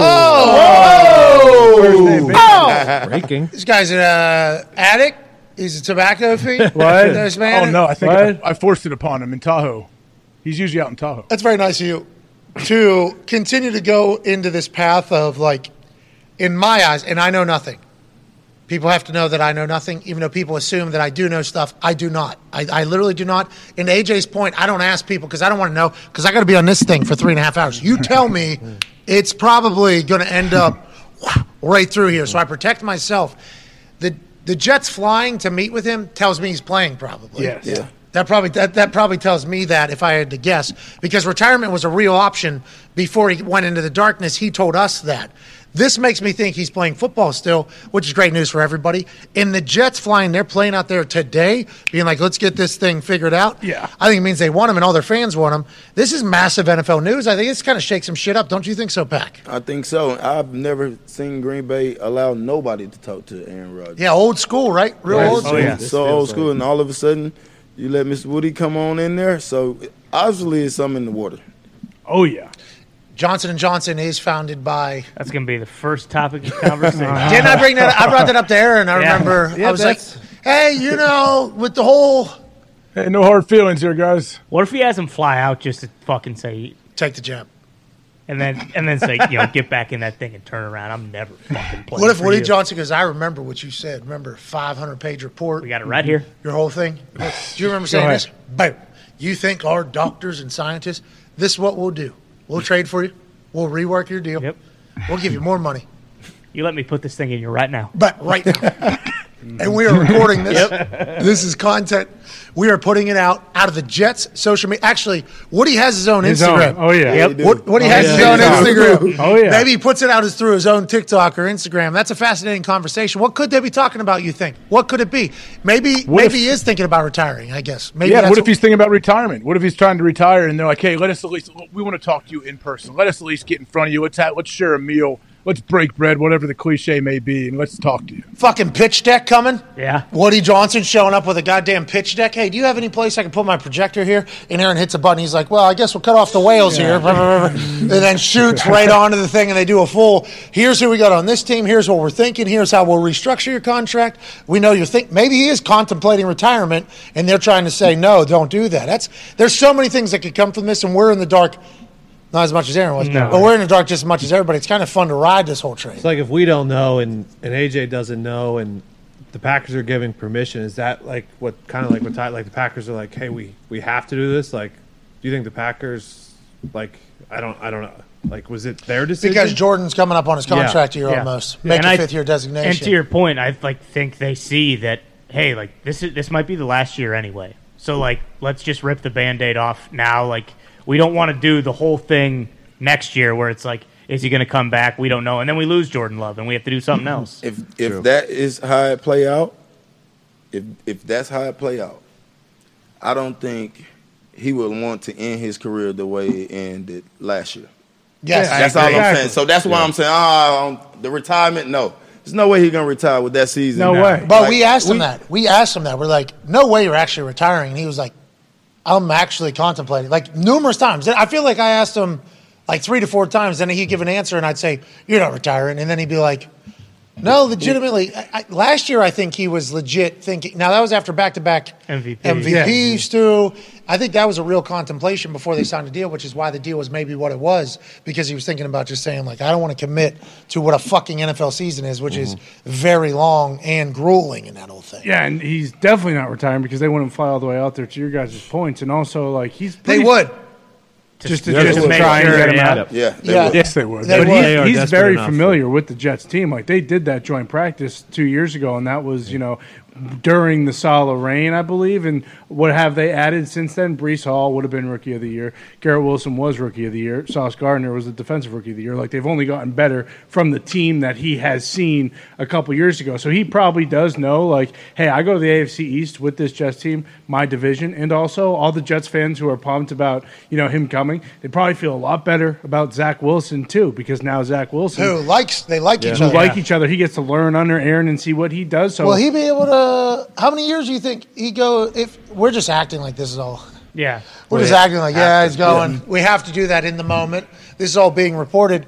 A: Oh!
B: Where's Dave Baker?
A: Oh!
D: Breaking.
A: This guy's an uh, addict. He's a tobacco fiend. This man.
B: Oh no, I think I, I forced it upon him in Tahoe. He's usually out in Tahoe.
A: That's very nice of you to continue to go into this path of like, in my eyes, and I know nothing. People have to know that I know nothing, even though people assume that I do know stuff. I do not. I, I literally do not. And to AJ's point, I don't ask people because I don't want to know because I got to be on this thing for three and a half hours. You tell me, it's probably going to end up right through here. So I protect myself. The the Jets flying to meet with him tells me he's playing probably.
B: Yes. Yeah.
A: That probably that, that probably tells me that if I had to guess, because retirement was a real option before he went into the darkness, he told us that. This makes me think he's playing football still, which is great news for everybody. And the Jets flying their plane out there today, being like, let's get this thing figured out. Yeah. I think it means they want him and all their fans want him. This is massive NFL news. I think this kind of shakes some shit up. Don't you think so, Pack?
E: I think so. I've never seen Green Bay allow nobody to talk to Aaron Rodgers.
A: Yeah, old school, right? Real
C: Oh,
A: old school.
E: Oh, So old school, and all of a sudden, you let Miss Woody come on in there. So obviously, it's something in the water.
C: Oh yeah.
A: Johnson and Johnson is founded by.
G: That's going to be the first topic of conversation.
A: Didn't I bring that? Up? I brought that up to Aaron. I
G: Yeah.
A: remember.
G: Yeah,
A: I was like, "Hey, you know, with the whole
B: Hey, no hard feelings here, guys.
G: What if he has him fly out just to fucking say
A: take the jab,
G: and then and then say you know get back in that thing and turn around? I'm never fucking playing.
A: what if
G: for
A: Woody
G: you.
A: Johnson goes? I remember what you said. Remember, five hundred page report. We got
G: it right here.
A: Your whole thing. Do you remember
G: Go
A: saying
G: ahead.
A: this? Boom. You think our doctors and scientists? This is what we'll do. We'll trade for you. We'll rework your deal. Yep. We'll give you more money.
G: You let me put this thing in you right now.
A: But right now. and we are recording this. This is content. We are putting it out out of the Jets social media. Actually, Woody has his own
C: His
A: Instagram.
C: own. Oh, yeah. Yeah,
A: Yep.
C: he do.
A: Wood- Woody
C: Oh,
A: has
C: yeah.
A: his own
C: TikTok.
A: Instagram.
C: Oh, yeah.
A: Maybe he puts it out as through his own TikTok or Instagram. That's a fascinating conversation. What could they be talking about? You think? What could it be? Maybe
B: What
A: maybe
B: if-
A: he is thinking about retiring. I guess. Maybe
B: yeah.
A: that's
B: What if he's thinking about retirement? What if he's trying to retire and they're like, "Hey, let us at least we want to talk to you in person. Let us at least get in front of you. Let's have, let's share a meal. Let's break bread, whatever the cliche may be, and let's talk to you."
A: fucking pitch deck coming.
G: Yeah.
A: Woody Johnson showing up with a goddamn pitch deck. Hey, do you have any place I can put my projector here? And Aaron hits a button. He's like, well, I guess we'll cut off the whales here. and then shoots right onto the thing, and they do a full here's who we got on this team. Here's what we're thinking. Here's how we'll restructure your contract. We know you're think maybe he is contemplating retirement, and they're trying to say, no, don't do that. That's There's so many things that could come from this, and we're in the dark. Not as much as Aaron was,
D: No.
A: but we're in the dark just as much as everybody. It's kind of fun to ride this whole train.
D: It's like if we don't know and, and AJ doesn't know and the Packers are giving permission, is that like what kind of like what Ty, like the Packers are like, hey, we we have to do this? Like, do you think the Packers like I don't I don't know like was it their decision?
A: Because Jordan's coming up on his contract year
D: Yeah.
A: almost,
D: Yeah.
A: make
D: And
A: a
D: I-
A: fifth year
G: And
A: designation.
G: to your point, I like think they see that hey, like this is this might be the last year anyway. So like let's just rip the band-aid off now. Like we don't want to do the whole thing next year where it's like is he going to come back? We don't know. And then we lose Jordan Love and we have to do something else.
E: If if that is how it play out, if if that's how it play out, I don't think he would want to end his career the way it ended last year.
A: Yes. Yeah,
E: that's
A: I
E: all
A: agree.
E: I'm saying. So that's why
A: Yeah.
E: I'm saying, ah, um, the retirement. No, there's no way he's gonna retire with that season.
A: But
E: Like,
A: we asked him
E: we-
A: that. We asked him that. We're like, no way you're actually retiring. And he was like, I'm actually contemplating. Like numerous times. I feel like I asked him like three to four times, and he'd give an answer, and I'd say, You're not retiring. And then he'd be like, No, legitimately. I, I, last year, I think he was legit thinking. Now, that was after back to back
G: MVP.
A: MVP, Stu. I think that was a real contemplation before they signed a deal, which is why the deal was maybe what it was because he was thinking about just saying like, I don't want to commit to what a fucking NFL season is, which is
C: Mm-hmm.
A: very long and grueling and that whole thing.
C: Yeah, and he's definitely not retiring because they wouldn't fly all the way out there to your guys' points. And also, like he's
A: They
C: pretty-
A: would.
C: just to,
B: Yes,
C: just
B: they
C: to
B: would.
C: try and
B: Yeah.
C: get him
B: Yeah.
C: out. of
B: Yeah, they Yeah. would. Yes, they would. They
C: But
B: would. They are
C: he's, he's
B: desperate
C: very
B: enough.
C: familiar with the Jets team. Like they did that joint practice two years ago, and that was you know during the solid rain, I believe. And what have they added since then? Brees Hall would have been Rookie of the Year. Garrett Wilson was Rookie of the Year. Sauce Gardner was the Defensive Rookie of the Year. Like they've only gotten better from the team that he has seen a couple years ago. So he probably does know, like, hey, I go to the AFC East with this Jets team, my division, and also all the Jets fans who are pumped about you know him coming. They probably feel a lot better about Zach Wilson too, because now Zach Wilson
A: Who likes they like each
C: who
A: other.
C: like each other. He gets to learn under Aaron and see what he does. So
A: Will he be able to? How many years do you think he go? If we're just acting like this is all,
G: yeah,
A: we're just acting like yeah, he's going. We have to do that in the moment. This is all being reported.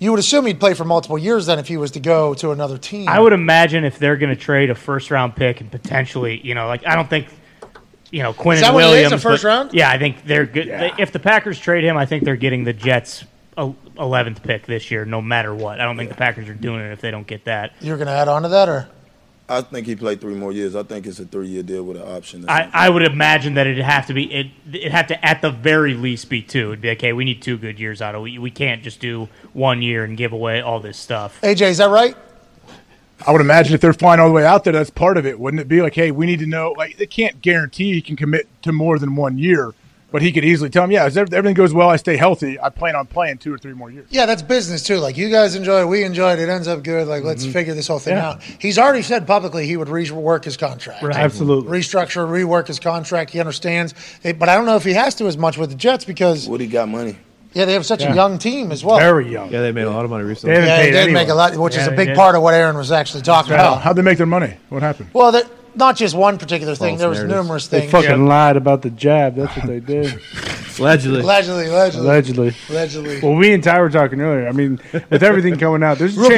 A: You would assume he'd play for multiple years then if he was to go to another team.
G: I would imagine if they're going to trade a first round pick and potentially, you know, like I don't think, you know, Quinn
A: Is that
G: and
A: what it is,
G: Williams.
A: a first
G: but-
A: round?
G: Yeah, I think they're good. they- if the Packers trade him, I think they're getting the Jets eleventh pick this year, no matter what. I don't think the Packers are doing it if they don't get that.
A: You're going to add on to that, or
E: I think he played three more years. I think it's a three-year deal with an option. or
G: I,
E: something.
G: I would imagine that it'd have to be it. It'd have to at the very least be two. It'd be like, hey, we need two good years out of. We, we can't just do one year and give away all this stuff.
A: AJ, is that right?
B: I would imagine if they're flying all the way out there, that's part of it, wouldn't it? Be like, hey, we need to know. Like, they can't guarantee he can commit to more than one year, but he could easily tell him, yeah, if everything goes well, I stay healthy, I plan on playing two or three more years.
A: Yeah, that's business too. Like you guys enjoy it, we enjoy it. It ends up good. Like let's figure this whole thing
B: Yeah.
A: out. He's already said publicly he would rework his contract.
C: Right. Absolutely.
A: restructure, rework his contract. He understands, it, but I don't know if he has to as much with the Jets because
E: Woody got money.
A: Yeah, they have such
D: Yeah.
A: a young team as well.
C: young.
D: Yeah, they made a lot of money recently.
A: yeah, they did make a lot, which is a big part of what Aaron was actually talking about.
B: How'd they make their money? What happened?
A: Well, that, not just one particular thing.
C: False
A: there was
C: narratives.
A: numerous
C: They
A: things.
C: fucking lied about the jab. That's what they did.
D: Allegedly.
A: Allegedly, allegedly,
C: Allegedly.
A: Allegedly.
C: Well, we and Ty were talking earlier. I mean, with everything coming out, there's a
A: Reportedly,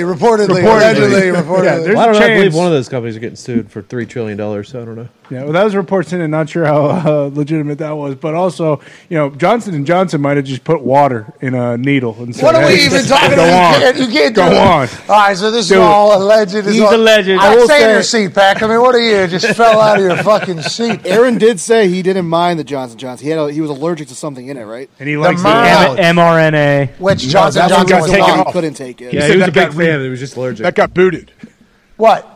C: chance.
A: reportedly, allegedly, reportedly.
C: Yeah, there's
D: Well, I don't
C: a
D: know. I
C: chance.
D: believe one of those companies are getting sued for three trillion dollars. So I don't know.
C: Yeah, well, that was reports in, and not sure how uh, legitimate that was. But also, you know, Johnson and Johnson might have just put water in a needle and said,
A: What are we
C: "Hey,
A: even talking
C: go
A: about? You
C: On.
A: can't, you can't
C: go
A: do it.
C: on."
A: All right, so this
C: Do it.
A: is all alleged. It's
K: He's
A: all,
K: alleged. I
A: I
K: will
A: say in
K: say-
A: your seat, Pack. I mean, what are you? Just fell out of your fucking seat.
K: Aaron did say he didn't mind the Johnson Johnson. He had a, he was allergic to something in it, right?
C: And he
A: The
C: likes the
A: mouth.
G: M- mRNA.
A: Which
K: No,
A: Johnson
K: that's what
A: Johnson
K: got
A: was
K: taken
A: on.
K: off. Couldn't take it.
B: He
D: Yeah,
B: said
D: he was
B: that
D: a big
B: got re-
D: fan. He was just allergic.
B: That got booted.
A: What?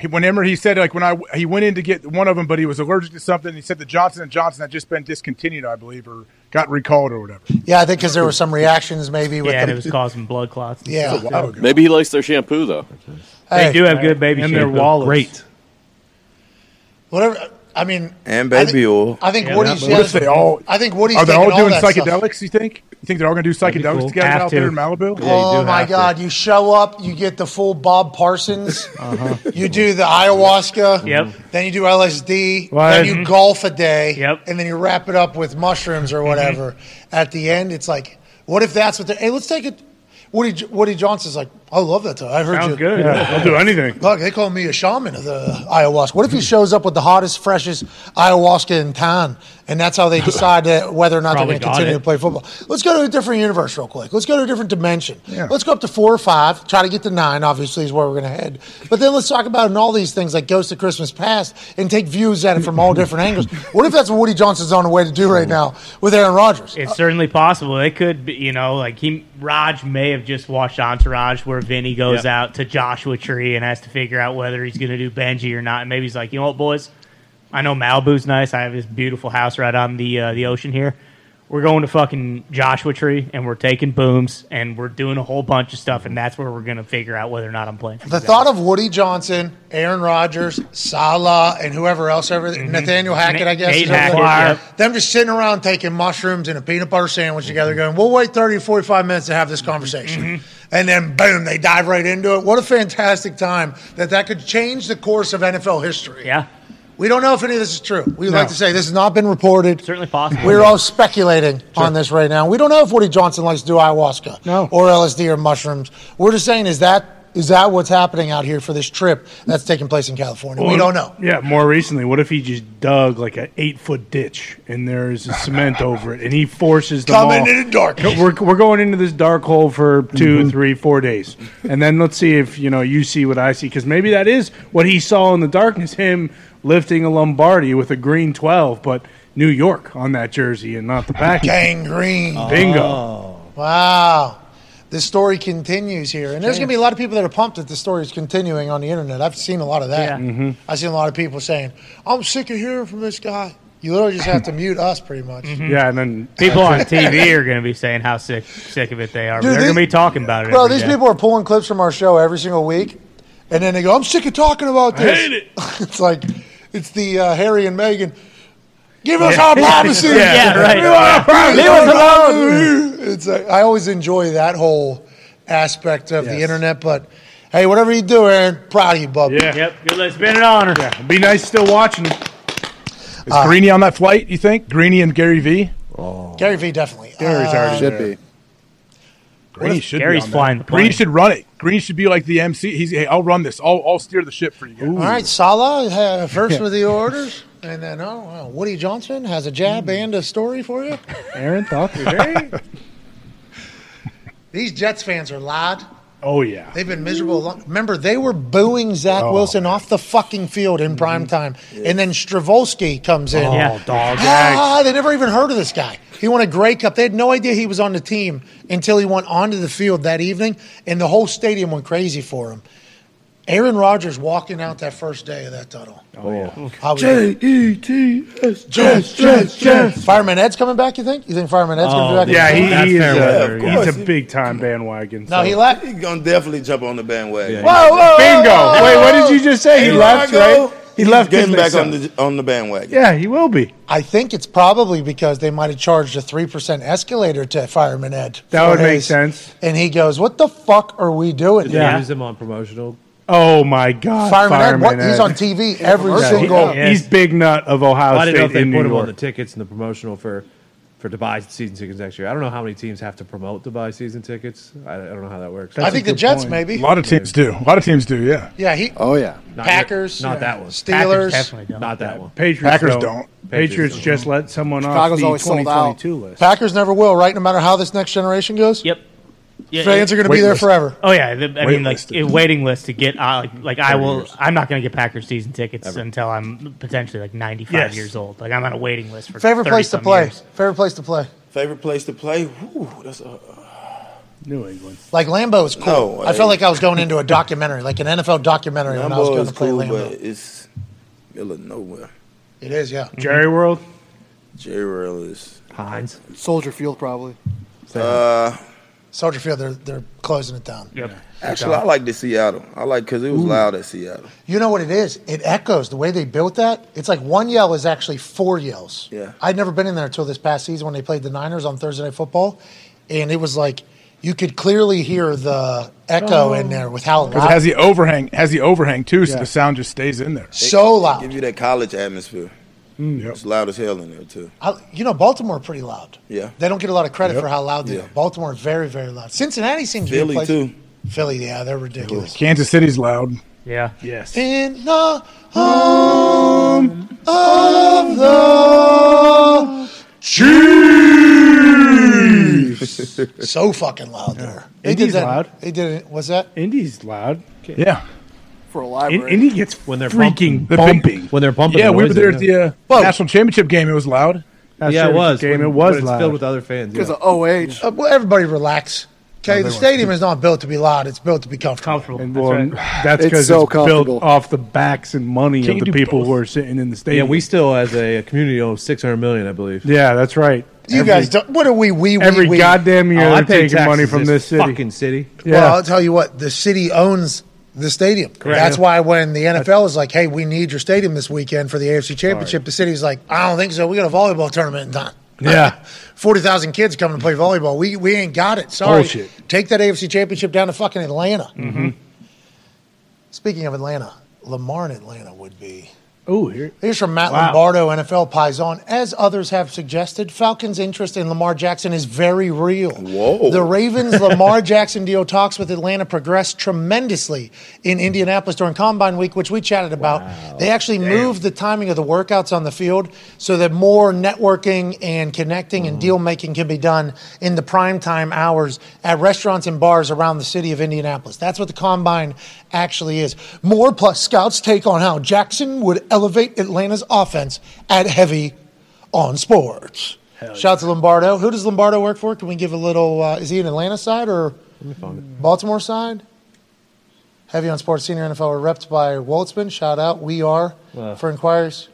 B: He, whenever he said, like when I he went in to get one of them, but he was allergic to something. He said the Johnson and Johnson had just been discontinued, I believe, or got recalled or whatever.
A: Yeah, I think because there were some reactions maybe with
G: Yeah,
A: the,
G: and it was causing blood clots. and
A: Yeah.
G: stuff.
A: Wow.
H: Maybe he likes their shampoo though.
G: They
A: Hey.
G: do have good baby
H: And
G: shampoo.
H: their wallets. Great.
A: whatever. I mean,
E: And
A: I
E: baby
A: think-
E: oil.
A: I think
E: Yeah,
A: Woody's.
E: that- What if
B: they all-
A: I think Woody's.
B: Are they all
A: taking
B: doing
A: that stuff.
B: psychedelics? You think? You think they're all going to do psychedelics
A: cool.
B: together
A: Have
B: out there
A: to.
B: in Malibu?
A: oh my God! You show up, you get the full Bob Parsons.
C: Uh-huh.
A: You do the ayahuasca.
G: Yep.
A: Then you do LSD.
G: Well,
A: then you
G: mhm.
A: golf a day.
G: Yep.
A: And then you wrap it up with mushrooms or whatever. At the end, it's like, what if that's what? they're, Hey, let's take it. Woody J- Woody Johnson's like, I love that. Time. I heard
C: Sounds
A: you.
C: good. Yeah, I'll do anything.
A: Look, they call me a shaman of the ayahuasca. What if he
G: Hmm.
A: shows up with the hottest, freshest ayahuasca in town, and that's how they decide that whether or not
G: Probably
A: they're going to
G: got
A: continue
G: it.
A: to play football? Let's go to a different universe real quick. Let's go to a different dimension.
G: Yeah.
A: Let's go up to four or five. Try to get to nine. Obviously, is where we're going to head. But then let's talk about in all these things like Ghost of Christmas Past and take views at it from all different angles. What if that's what Woody Johnson's on the way to do right now with Aaron Rodgers?
G: It's certainly possible. They could, be, you know, like he Raj may have just watched Entourage, where Vinny goes
D: Yep.
G: out to Joshua Tree and has to figure out whether he's going to do Benji or not. And maybe he's like, you know what, boys, I know Malibu's nice. I have this beautiful house right on the uh, the ocean here. We're going to fucking Joshua Tree and we're taking booms and we're doing a whole bunch of stuff, and that's where we're going to figure out whether or not I'm playing. for
A: The
G: Zach."
A: thought of Woody Johnson, Aaron Rodgers, Salah, and whoever else, ever Nathaniel Hackett, I guess,
G: Mm-hmm. Nate
A: is over
G: Hackett,
A: there.
G: yep.
A: them just sitting around taking mushrooms and a peanut butter sandwich together, going, "We'll wait 30 to 45 minutes to have this conversation,"
G: Mm-hmm.
A: and then boom, they dive right into it. What a fantastic time that that could change the course of NFL history.
G: Yeah,
A: we don't know if any of this is true. We
G: No.
A: like to say this has not been reported.
G: Certainly possible.
A: We're all speculating on this right now. We don't know if Woody Johnson likes to do ayahuasca or LSD or mushrooms. We're just saying, is that is that what's happening out here for this trip that's taking place in California? we
C: Or-
A: don't know.
C: Yeah, more recently, what if he just dug like an eight foot ditch and there's cement over it, and he forces them
A: Coming
C: all-
A: in the dark.
C: No, We're, we're going into this dark hole for two, three, four days, and then let's see if you know you see what I see because maybe that is what he saw in the darkness: him lifting a Lombardi with a green twelve, but New York on that jersey and not the back.
A: Gang green.
C: bingo.
A: Oh, Wow. This story continues here. And there's going to be a lot of people that are pumped that the story is continuing on the internet. I've seen a lot of that.
C: Mhm.
A: I've seen a lot of people saying, I'm sick of hearing from this guy. You literally just have to mute us pretty much.
C: Yeah, and then
G: people on TV are going to be saying how sick sick of it they are.
A: Dude,
G: They're
A: these-
G: going to be talking about it.
A: Bro,
G: every
A: these
G: day.
A: people are pulling clips from our show every single week, and then they go, "I'm sick of talking about
G: I
A: this."
G: hate
A: it. it's like it's the uh, Harry and Meghan. Give us our privacy.
G: Yeah, yeah, right.
A: Leave our privacy.
G: Leave us
A: It's like, I always enjoy that whole aspect of the internet, but. Hey, whatever you do, Aaron, proud of you, bub.
C: Yeah.
G: Yep. Good. It's been an honor.
C: be nice still watching.
B: Is Greeny on that flight? You think Greeny and Gary V? Oh,
A: Gary V definitely.
B: Gary's already
A: Uh,
B: there. Greeny should
A: Gary's
B: be on
A: flying the
B: That. Greeny
A: plane?
B: should run it. Greeny should be like the MC. He's hey, I'll run this. I'll, I'll steer the ship for you. Guys.
A: All right, Salah uh, first with the orders, and then oh, wow, Woody Johnson has a jab and a story for you.
C: Hmm. Aaron thought
A: These Jets fans are loud.
C: Oh yeah. Oh,
A: They've been miserable. Long- Remember, they were booing Zach Wilson off the fucking field in prime time, and then Stravolsky comes in.
C: Oh, Mm-hmm. Yeah. dog
A: Ah, they never even heard of this guy. He won a Grey Cup. They had no idea he was on the team until he went onto the field that evening, and the whole stadium went crazy for him. Aaron Rodgers walking out that first day of that tunnel.
B: Oh,
A: How was
B: J
A: it?
B: E T S
A: Jets, Jets, Jets. Fireman Ed's coming back. You think? You think Fireman Ed's going to be back?
C: Oh, yeah,
A: in the
C: he,
A: game?
C: he is
E: of
C: a,
E: course.
C: he's a big time bandwagon.
A: No,
C: so-
A: he left.
E: He's gonna definitely jump on the bandwagon.
C: Whoa, whoa, Bingo. whoa, Wait, what did you just say? He
E: Here
C: left,
E: I go.
C: right? He left
E: Getting
A: his-
E: back on the on the bandwagon.
C: Yeah, he will be.
A: I think it's probably because they might have charged a three percent escalator to Fireman Ed.
C: That
A: for
C: would make
A: his-
C: sense.
A: And he goes, "What the fuck are we doing?"
C: Did they Yeah.
A: here?"
C: use
D: him on promotional.
C: Oh my God,
A: Fireman, Ed, what? He's on TV every
D: Yeah, he-
A: single.
D: yeah.
C: He's big nut of Ohio
D: I didn't know if
C: State
D: they
C: in
D: put
C: New
D: him on the
C: York.
D: tickets and the promotional for for to buy season tickets next year. I don't know how many teams have to promote to buy season tickets. I, I don't know how that works.
A: I think the Jets maybe.
B: A lot of teams do. A lot of teams do. Yeah.
A: Yeah, he.
K: Oh yeah.
D: Not
A: Packers,
D: your- not that one.
A: Steelers.
D: Packers definitely don't. Not that one.
C: Patriots
B: Packers
C: don't.
B: don't.
C: Patriots,
D: Patriots
C: just let someone
A: Chicago's
C: off
A: always
C: the
A: sold
C: twenty
A: out.
C: twenty two list.
A: Packers never will, right? No matter how this next generation goes.
G: Yep. Yeah,
A: Fans
G: it-
A: are going to be there
G: Waitlist.
A: forever.
G: Oh yeah, the, I mean,
A: Wait
G: like
A: list.
G: a waiting list to get uh, like, like I
A: Thirty
G: will.
A: years.
G: I'm not going to get Packers season tickets until I'm potentially like 95
A: Yes.
G: years old. Like I'm on a waiting list for
A: Favorite
G: 30
A: place to
G: some
A: play.
G: years.
A: Favorite place to play.
E: Favorite place to play? Whew, that's a, uh,
C: New England.
A: Like Lambo is cool.
E: No,
A: I, felt
E: I-
A: like I was going into a documentary, like an NFL documentary, when I was
E: Lambeau
A: going
E: is
A: to play
E: cool,
A: Lambo.
E: but it's middle of nowhere.
A: It is, yeah.
C: Jerry World.
E: Jerry World is
D: Hines.
K: Soldier Field probably.
E: Uh,
A: Mhm. Soldier Field, they're they're closing it down. Yep.
E: actually, I like the Seattle. I like because it was loud at Seattle.
A: You know what it is? It echoes the way they built that. It's like one yell is actually four yells.
E: Yeah.
A: I'd never been in there until this past season when they played the Niners on Thursday Night Football, and it was like you could clearly hear the echo in there with how
B: Because
A: loud.
B: Oh. it has the overhang, has the overhang too, so
A: Yeah.
B: the sound just stays in there.
A: so loud.
E: Give you that college atmosphere.
C: Mm,
E: It's loud as hell in there too.
A: I, you know, Baltimore pretty loud.
E: Yeah.
A: They don't get a lot of credit
E: Yep.
A: for how loud they
E: Yeah.
A: are. Baltimore very very loud. Cincinnati seems to
E: Philly,
A: be a place-
E: too.
A: Philly, yeah, they're ridiculous.
B: Kansas City's loud.
G: Yeah.
C: Yes.
A: In the home of the Chiefs. so fucking loud there. They did
C: Indy's
A: that.
C: loud.
A: They did it. What's that?
C: Indy's loud.
B: Yeah.
K: For a
C: In,
K: library.
C: Indy gets when they're freaking bumping.
D: when they're bumping.
B: yeah,
D: the
B: we were
D: noise
B: there
D: in,
B: at the uh, national championship game. It was loud.
D: yeah, it was.
C: Game,
D: when-
C: it was
D: when it's
C: loud.
E: uh,
D: filled with other fans. Yeah.
A: OH. well, Uh, everybody relax. Okay, the stadium is not built to be loud; it's built to be comfortable. Comfortable.
C: Well, that's
A: It's
C: because
A: so
C: it's built
A: comfortable.
C: off the backs and money
A: Can't
C: of
A: you
C: the
A: do
C: people
A: both?
C: who are sitting in the
D: Yeah,
C: stadium.
D: we still, as a a community, owe six hundred million, I believe.
C: Yeah, that's right.
A: You
C: Every-
A: guys, don't, what are we? We we,
C: every
A: we.
C: goddamn year
D: Oh, I
C: they're
D: pay
C: taking money
D: taxes
C: from
D: this
C: this city.
D: fucking city.
A: Well, I'll tell you what: the city owns the stadium.
D: Correct.
A: That's
D: Yeah.
A: why when the NFL is like, "Hey, we need your stadium this weekend for the AFC Championship," the city's like, "I don't think so. We got a volleyball tournament in time.
C: Yeah,
A: Forty thousand kids coming to play volleyball. We we ain't got it. Sorry.
C: Bullshit. Mm-hmm.
A: Take that AFC Championship down to fucking Atlanta." Speaking of Atlanta, Lamar in Atlanta would be.
C: Ooh, here.
A: Here's from Matt
C: Wow.
A: Lombardo, NFL Paisan. As others have suggested, Falcons' interest in Lamar Jackson is very real. Whoa. The Ravens' Lamar Jackson deal talks with Atlanta progressed tremendously in Indianapolis during Combine Week, which we chatted about. They actually moved the timing of the workouts on the field so that more networking and connecting
C: Mm-hmm.
A: and deal making can be done in the prime time hours at restaurants and bars around the city of Indianapolis. That's what the Combine actually is. More plus scouts take on how Jackson would elevate Atlanta's offense at heavy on sports. Shout to Lombardo. Who does Lombardo work for? Can we give a little? Uh, is he an Atlanta side or Baltimore side? Heavy on sports senior NFL. We're repped by Waltzman. Shout out. We are
C: Well.
A: for inquiries.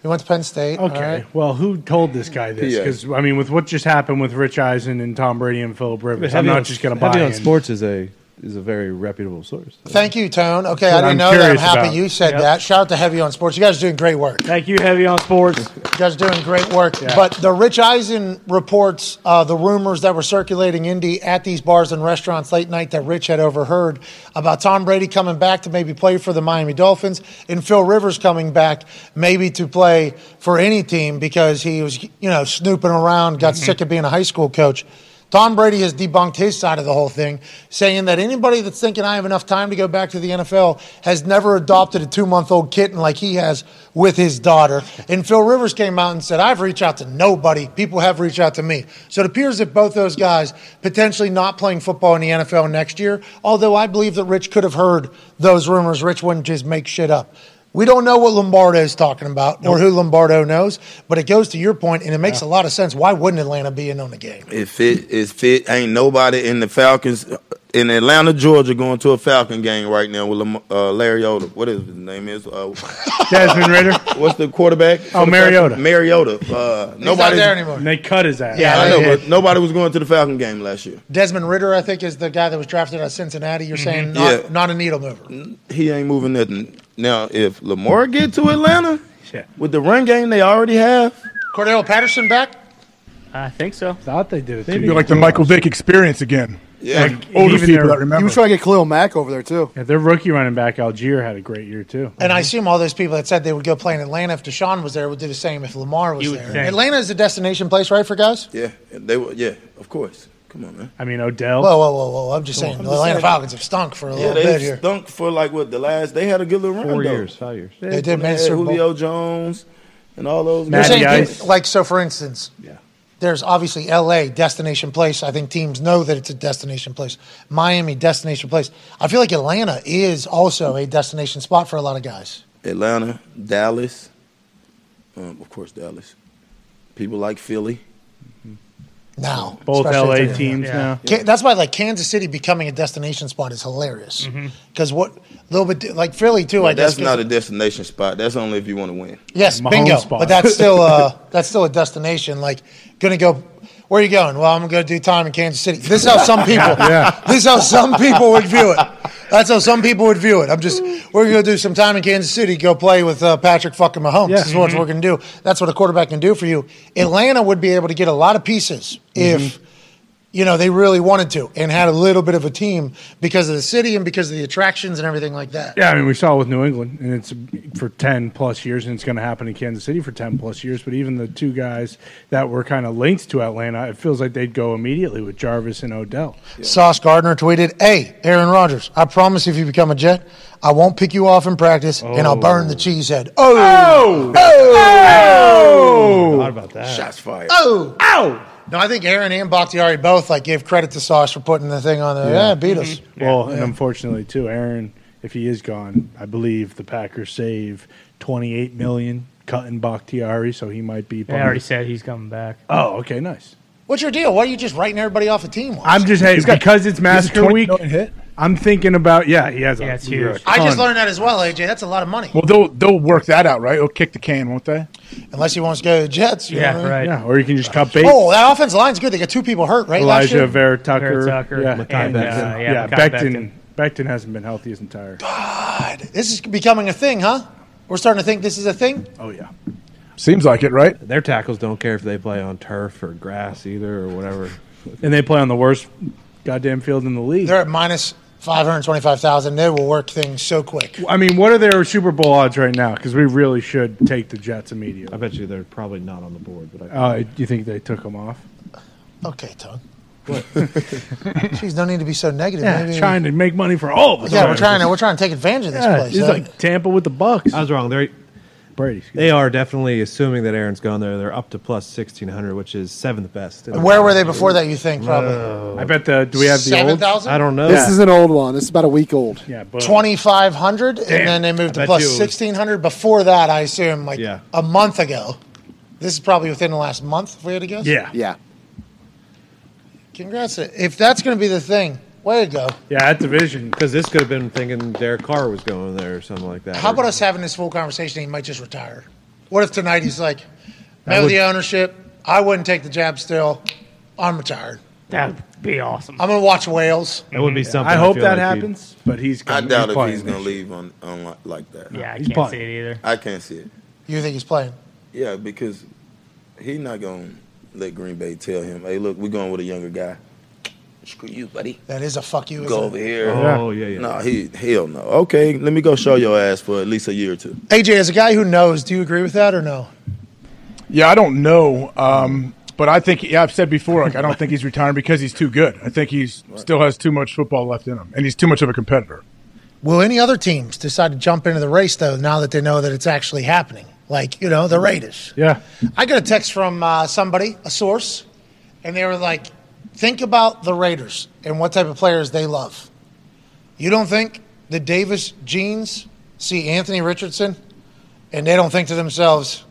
A: He went to Penn State. all
C: Okay.
A: right?
C: Well, who told this guy this?
A: Yeah.
C: Because I mean, with what just happened with Rich Eisen and Tom Brady and Philip Rivers, I'm
D: Heavy
C: not
D: on-
C: just going to buy
D: Heavy on
C: in.
D: Sports is a is a very reputable source.
A: Thank you, Tone. Okay,
D: That's
A: I
D: what
A: didn't
D: I'm
A: know that. I'm
D: curious
A: happy
D: about.
A: you said
D: Yep.
A: that. Shout out to Heavy on Sports. You guys are doing great work.
G: Thank you, Heavy on Sports.
A: You guys are doing great work. But the Rich Eisen reports, uh, the rumors that were circulating Indy at these bars and restaurants late night that Rich had overheard about Tom Brady coming back to maybe play for the Miami Dolphins and Phil Rivers coming back maybe to play for any team because he was, you know, snooping around, got sick of being a high school coach. Tom Brady has debunked his side of the whole thing, saying that anybody that's thinking I have enough time to go back to the NFL has never adopted a two month old kitten like he has with his daughter. And Phil Rivers came out and said, I've reached out to nobody. People have reached out to me. So it appears that both those guys potentially not playing football in the NFL next year, although I believe that Rich could have heard those rumors. Rich wouldn't just make shit up. We don't know what Lombardo is talking about or who Lombardo knows, but it goes to your point, and it makes a lot of sense. Why wouldn't Atlanta be in on the game?
E: If it is fit, ain't nobody in the Falcons uh, in Atlanta, Georgia, going to a Falcon game right now with Lam- uh, Larry Oda. What is his name is? Uh,
C: Desmond Ritter.
E: What's the quarterback?
C: Oh, Mariota.
E: Mariota. Uh,
A: He's not
E: nobody's-
A: there anymore.
C: And they cut his ass.
E: Yeah, I
A: they
E: know,
A: did.
E: but nobody was going to the Falcon game last year.
A: Desmond Ritter, I think, is the guy that was drafted out of Cincinnati. You're saying not,
E: Mm-hmm. Yeah.
A: not a needle mover.
E: He ain't moving nothing. Now, if Lamar get to Atlanta with the run game they already have,
A: Cordell Patterson back?
G: I think so.
C: Thought they did it.
B: It'd be like the Michael Vick experience again. Like older
C: Even
B: people
C: their-
B: that remember.
C: you
K: trying to get Khalil Mack over there too.
C: Yeah, their rookie running back Algier had a great year too.
A: And I assume all those people that said they would go play in Atlanta if Deshaun was there would do the same if Lamar was
C: You would
A: there.
C: think.
A: Atlanta is a destination place, right, for guys?
E: yeah, they were. Yeah, of course. Come on, man.
C: I mean Odell.
A: Whoa, whoa, whoa, whoa. I'm just saying
E: I'm
A: the
E: just
A: Atlanta
E: saying.
A: Falcons have stunk for a
E: Yeah,
A: little bit
E: they
A: here.
E: stunk for like what the last. They had a good little run.
D: Four
E: though.
D: years, five years.
A: They did, man,
E: had
A: Super Bowl.
E: Julio Jones and all those.
A: You're
E: guys.
A: saying people- like, so for instance, there's obviously LA, destination place. I think teams know that it's a destination place. Miami, destination place. I feel like Atlanta is also a destination spot for a lot of guys.
E: Atlanta, Dallas, um, of course Dallas. People like Philly.
A: now.
E: Both
A: especially
E: LA
A: during the-
E: teams Yeah. now.
A: Ca- That's why, like Kansas City becoming a destination spot is hilarious. Because what little bit like Philly too, I
E: But
A: guess.
E: that's not a destination spot. That's only if you want to win.
A: yes, bingo. But that's still uh, that's still a destination. Like, gonna go. Where are you going? Well, I'm gonna do time in Kansas City. This is how some people.
B: Yeah.
A: This is how some people would view it. That's how some people would view it. I'm just we're gonna go do some time in Kansas City. Go play with uh, Patrick fucking Mahomes. This is what
B: Mhm.
A: we're gonna do. That's what a quarterback can do for you. Atlanta would be able to get a lot of pieces if
B: Mm-hmm.
A: you know, they really wanted to and had a little bit of a team because of the city and because of the attractions and everything like that.
C: Yeah, I mean, we saw it with New England, and it's for 10 plus years, and it's going to happen in Kansas City for 10 plus years. But even the two guys that were kind of linked to Atlanta, it feels like they'd go immediately with Jarvis and Odell.
A: Sauce Gardner tweeted, Hey, Aaron Rodgers, I promise if you become a Jet, I won't pick you off in practice and I'll burn the cheesehead. Oh! Oh!
B: Oh.
C: Forgot about that.
E: Shots fired.
A: Oh! Ow! No, I think Aaron and Bakhtiari both like gave credit to Sauce for putting the thing on there. Uh, Yeah, Mm-hmm. beat us.
C: Mm-hmm. Well,
A: Yeah.
C: and unfortunately, too, Aaron, if he is gone, I believe the Packers save 28 million cutting Bakhtiari, so he might be.
G: I already said he's coming back.
C: Oh, okay, nice.
A: What's your deal? Why are you just writing everybody off the team?
C: I'm just hey, because it's Massacre Week. I'm thinking about yeah, he has. a,
A: I just
C: ton.
A: learned that as well, AJ. That's a lot of money.
B: Well, they'll they'll work that out, right? They'll kick the can, won't they?
A: Unless he wants to go to the Jets. You know what I mean?
C: Yeah, or you can just cut bait.
A: Oh, that offensive line's good. They got two people hurt, right? last
C: Elijah
A: year?
C: Vera Tucker,
A: Vera Tucker,
C: yeah,
A: Mekhi And, Becton. uh, yeah,
C: yeah,
A: Mekhi
C: Becton. Becton hasn't been healthy his entire.
A: This is becoming a thing, huh? We're starting to think this is a thing.
C: Oh yeah.
B: Seems like it, right?
D: Their tackles don't care if they play on turf or grass either or whatever.
C: And they play on the worst goddamn field in the league.
A: They're at minus five hundred twenty-five thousand. They will work things so quick.
C: I mean, what are their Super Bowl odds right now? Because we really should take the Jets immediately. I bet you they're probably not on the board. But I uh, you think they took them off?
A: Okay, Tone. Jeez, no need to be so negative.
C: Yeah,
A: Maybe-
C: trying to make money for all of us.
A: Yeah, we're trying to we're trying to take advantage of this
C: Yeah,
A: place.
C: Uh,
A: Uh,
C: it's
A: huh?
C: like Tampa with the Bucks.
D: I was wrong. They're
C: Brady.
D: They are definitely assuming that Aaron's gone there. They're up to plus sixteen hundred, which is seventh best. in the
A: Where were they
D: league.
A: before that? You think probably
D: Uh,
C: I bet the. Do we have the old?
A: 7,000?
D: I don't know.
K: This is an old one. It's about a week old.
C: Yeah,
A: twenty-five hundred, and
K: Damn.
A: then they moved
K: I
A: to
K: bet
A: plus
K: you it was-
A: sixteen hundred. Before that, I assume like
K: Yeah.
A: a month ago. This is probably within the last month, if we had to guess.
K: Yeah.
A: Congrats! If that's going to be the thing, way to go.
C: Yeah, that division.
D: Because this could have been thinking Derek Carr was going there or something like that.
A: How
D: Or-
A: about us having this full conversation? He might just retire. What if tonight he's like,
D: I
A: man, with
D: would-
A: the ownership, I wouldn't take the jab still. I'm retired.
G: That would be awesome.
A: I'm going to watch Wales.
D: That would be something.
C: I hope that
D: feel like he'd-
C: happens, but he's.
E: I
C: gonna-
E: doubt
C: he's
E: if
C: playing
E: he's
C: this
E: going to leave on, on li- like that.
G: Yeah, I
A: He's
G: can't
A: playing.
G: see it either.
E: I can't see it.
A: You think he's playing?
E: Yeah, because he's not going to let Green Bay tell him, hey, look, we're going with a younger guy. Screw you, buddy.
A: That is a fuck you.
E: Go
A: isn't
E: over
A: it?
E: here.
D: Oh, yeah, yeah.
E: No, he, hell no. Okay, let me go show your ass for at least a year or two.
A: AJ, as a guy who knows, do you agree with that or no?
B: Yeah, I don't know, um, but I think yeah, I've said before, like I don't think he's retiring because he's too good. I think he's still has too much football left in him, and he's too much of a competitor.
A: Will any other teams decide to jump into the race though? Now that they know that it's actually happening, like you know, the Raiders.
C: Yeah.
A: I got a text from uh, somebody, a source, and they were like, "Think about the Raiders and what type of players they love." You don't think the Davis Jeans see Anthony Richardson, and they don't think to themselves,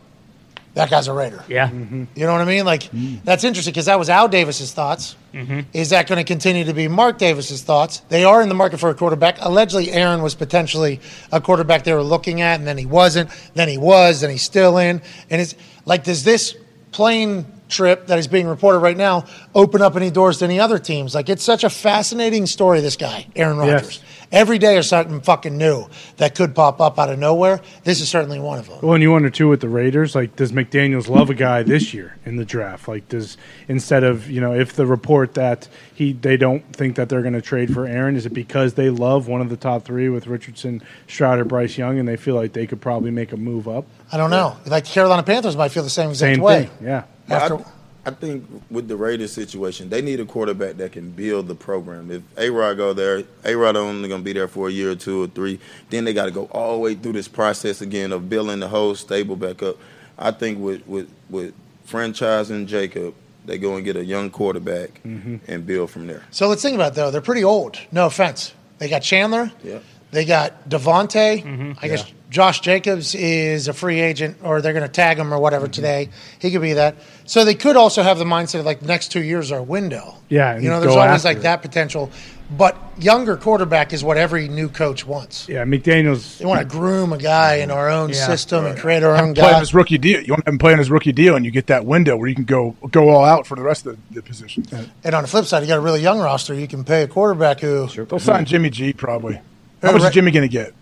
A: "That guy's a Raider."
G: Yeah.
A: You know what I mean? Like that's interesting because that was Al Davis's thoughts.
G: Mm-hmm.
A: Is that going to continue to be Mark Davis's thoughts? They are in the market for a quarterback. Allegedly, Aaron was potentially a quarterback they were looking at, and then he wasn't. Then he was, then he's still in. And it's like, does this plane trip that is being reported right now open up any doors to any other teams? Like, it's such a fascinating story. This guy, Aaron
C: Yes.
A: Rodgers. Every day or something fucking new that could pop up out of nowhere. This is certainly one of them.
C: Well, Oh, and you wonder too with the Raiders, like does McDaniel's love a guy this year in the draft? Like does instead of you know if the report that he they don't think that they're going to trade for Aaron, is it because they love one of the top three with Richardson, Stroud, or Bryce Young, and they feel like they could probably make a move up?
A: I don't know. Like the Carolina Panthers might feel the same exact
C: Same
A: way.
C: thing, yeah.
E: But
A: After-
E: I, I think with the Raiders situation, they need a quarterback that can build the program. If A Rod go there, A Rod only going to be there for a year or two or three. Then they got to go all the way through this process again of building the whole stable back up. I think with with with franchising Jacob, they go and get a young quarterback
B: Mm-hmm.
E: and build from there.
A: So let's think about it, though. They're pretty old. No offense. They got Chandler.
E: Yeah.
A: They got Devontae.
B: Mm-hmm.
A: I
E: Yeah.
A: guess Josh Jacobs is a free agent, or they're going to tag him or whatever
B: Mm-hmm.
A: today. He could be that. So they could also have the mindset of like the next two years are a window.
C: Yeah, and
A: you know, there's
C: go
A: always
C: after
A: like
C: it.
A: that potential. But younger quarterback is what every new coach wants.
C: Yeah, McDaniel's.
A: They want to groom a guy in our own
C: Yeah.
A: system and create our own
B: Play him
A: guy.
B: his rookie deal. You want him playing his rookie deal, and you get that window where you can go go all out for the rest of the, the position.
A: And on the flip side, you got a really young roster. You can pay a quarterback who
B: They'll sign Jimmy G probably.
A: Who
B: How much
A: ra-
B: is Jimmy going to get?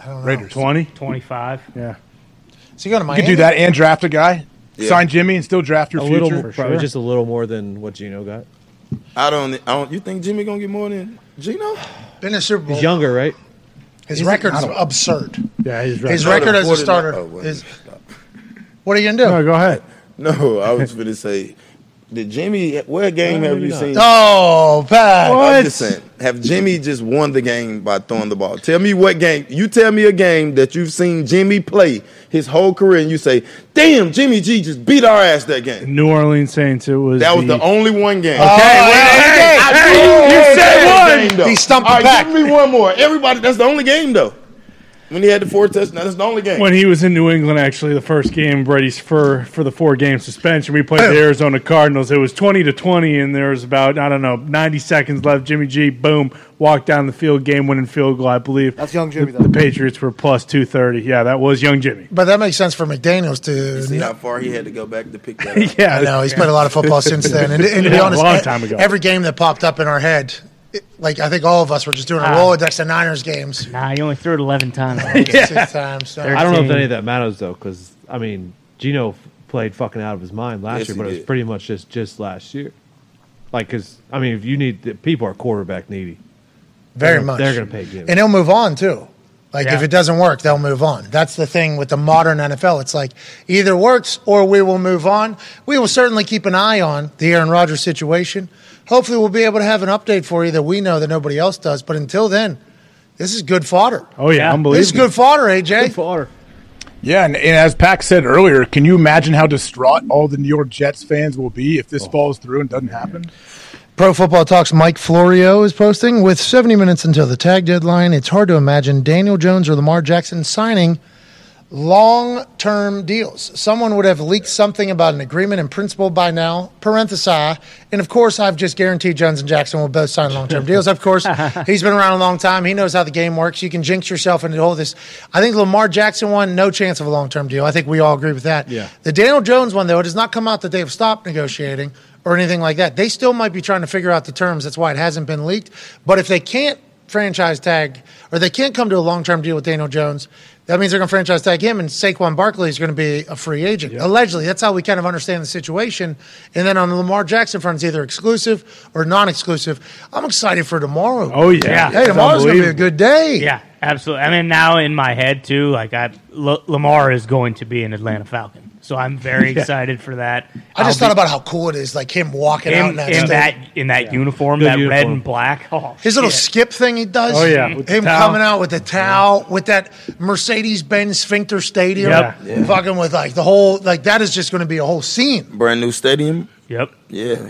A: I don't know.
B: Raiders
C: 20?
G: 25.
C: oh, Yeah.
A: So you go to
B: You
A: Miami.
B: could do that and draft a guy. Sign Jimmy and still draft your
D: a
B: future.
D: little, more- probably just a little more than what Gino got.
E: I don't. I don't. You think Jimmy going to get more than Gino?
A: Been a Super Bowl.
D: He's younger, right?
A: His record's absurd.
C: Yeah, he's
A: His record as a starter
E: Oh, wait.
A: is. What are you gonna do?
C: go ahead.
E: No, I was going to say, did Jimmy? What game have you seen?
A: Oh, Pat.
E: I'm just saying, have Jimmy just won the game by throwing the ball? Tell me what game. You tell me a game that you've seen Jimmy play his whole career, and you say, "Damn, Jimmy G just beat our ass that game."
C: New Orleans Saints. It was
E: That was the only one game.
C: Okay, Oh,
A: well, hey, hey, hey, hey, hey, hey,
E: I
A: hey,
E: did-
A: hey,
E: though.
A: he stumped
E: All right,
A: the back.
E: Give me one more. Everybody, that's the only game though. When he had the four touchdowns, that's the only game.
C: When he was in New England, actually, the first game, Brady's for for the four game suspension. We played the Arizona Cardinals. It was twenty to twenty, and there was about I don't know ninety seconds left. Jimmy G, boom, walked down the field, game winning field goal, I believe. That's
K: young Jimmy.
C: The, the Patriots were plus two thirty. Yeah, that was young Jimmy.
A: But that makes sense for McDaniels to.
E: See how far he had to go back to pick that up.
C: yeah,
A: I know he's played a lot of football since then, and, and to be
C: Yeah, a
A: honest,
C: long
A: e-
C: time ago.
A: every game that popped up in our head, it- like I think all of us were just doing a
G: Ah.
A: rolodex of Niners games.
G: Nah, you only threw it eleven times.
A: Six times. so-
D: I don't know if any of that matters though, because I mean, Gino f- played fucking out of his mind last
E: Yes,
D: year,
E: he
D: but it was
E: did.
D: pretty much just just last year. Like, because I mean, if you need the, people are quarterback needy,
A: Very
D: They're gonna-
A: much.
D: they're going to pay Gino.
A: and he'll move on too. Like if
D: Yeah.
A: it doesn't work, they'll move on. That's the thing with the modern NFL. It's like either works or we will move on. We will certainly keep an eye on the Aaron Rodgers situation. Hopefully, we'll be able to have an update for you that we know that nobody else does. But until then, this is good fodder.
C: Oh yeah,
B: unbelievable.
A: This is good fodder, AJ. Good
D: fodder.
B: Yeah, and, and as Pack said earlier, can you imagine how distraught all the New York Jets fans will be if
C: Oh.
B: this falls through and doesn't happen?
A: Pro Football Talks Mike Florio is posting with 70 minutes until the tag deadline. It's hard to imagine Daniel Jones or Lamar Jackson signing long term deals. Someone would have leaked something about an agreement in principle by now, parenthesi. And of course, I've just guaranteed Jones and Jackson will both sign long term deals. Of course, he's been around a long time. He knows how the game works. You can jinx yourself into all this. I think Lamar Jackson won, no chance of a long term deal. I think we all agree with that.
D: Yeah.
A: The Daniel Jones one, though, it has not come out that they've stopped negotiating or anything like that. They still might be trying to figure out the terms. That's why it hasn't been leaked. But if they can't franchise tag or they can't come to a long term deal with Daniel Jones, that means they're going to franchise tag him, and Saquon Barkley is going to be a free agent. Allegedly, that's how we kind of understand the situation. And then on the Lamar Jackson front, it's either exclusive or non exclusive. I'm excited for tomorrow.
G: Oh, yeah.
A: Hey,
G: It's
A: tomorrow's going to be a
G: unbelievable.
A: good day.
G: Yeah, absolutely. I mean, now in my head too, like I L- Lamar is going to be an Atlanta Falcon, so I'm very
A: Yeah.
G: excited for that.
A: I just
G: I'll
A: thought
G: be-
A: about how cool it is, like him walking out in
G: him
A: that,
G: in
A: state.
G: that in that uniform,
A: Good
G: that red
A: uniform.
G: and black. Oh,
A: His little
G: shit.
A: skip thing he does.
G: Oh, yeah, with the
A: him
G: towel.
A: coming out with the towel, with that Mercedes Benz Sphincter Stadium,
E: Yep. Yeah.
A: fucking with like the whole like that is just going to be a whole scene.
E: Brand new stadium.
G: Yep.
E: Yeah.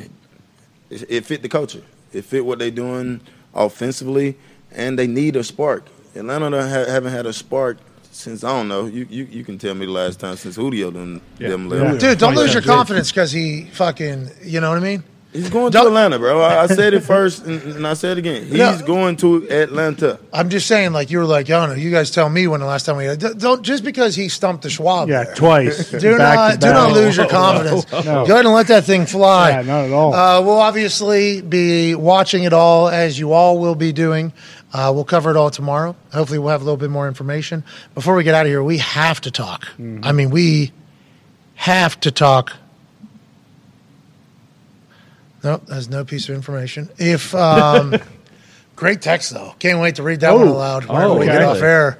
E: It, it fit the culture. It fit what they're doing offensively, and they need a spark. Atlanta don't ha- haven't had a spark since I don't know. You you, you can tell me the last time since Julio them them left.
A: Dude,
C: Oh,
A: don't lose your confidence because he fucking, you know what I mean?
E: He's going to Atlanta, bro. I, I said it first, and, and I said it again. He's
A: No.
E: going to Atlanta.
A: I'm just saying, like you were like, yo, no, you guys tell me when the last time we D- don't just because he stumped the Schwab.
C: Yeah,
A: there.
C: twice.
A: do
C: Back
A: not
C: to
A: do
C: back.
A: not lose your
C: Whoa, whoa,
A: confidence.
C: whoa, whoa.
A: Go ahead and let that thing fly.
C: Yeah, not at all.
A: Uh, we'll obviously be watching it all as you all will be doing. Uh, we'll cover it all tomorrow. Hopefully, we'll have a little bit more information before we get out of here. We have to talk. I mean, we have to talk. Nope, there's no piece of information. If um, great text though, can't wait to read that one
C: Oh.
A: aloud. Whenever
C: Oh,
A: we get
C: okay.
A: off air.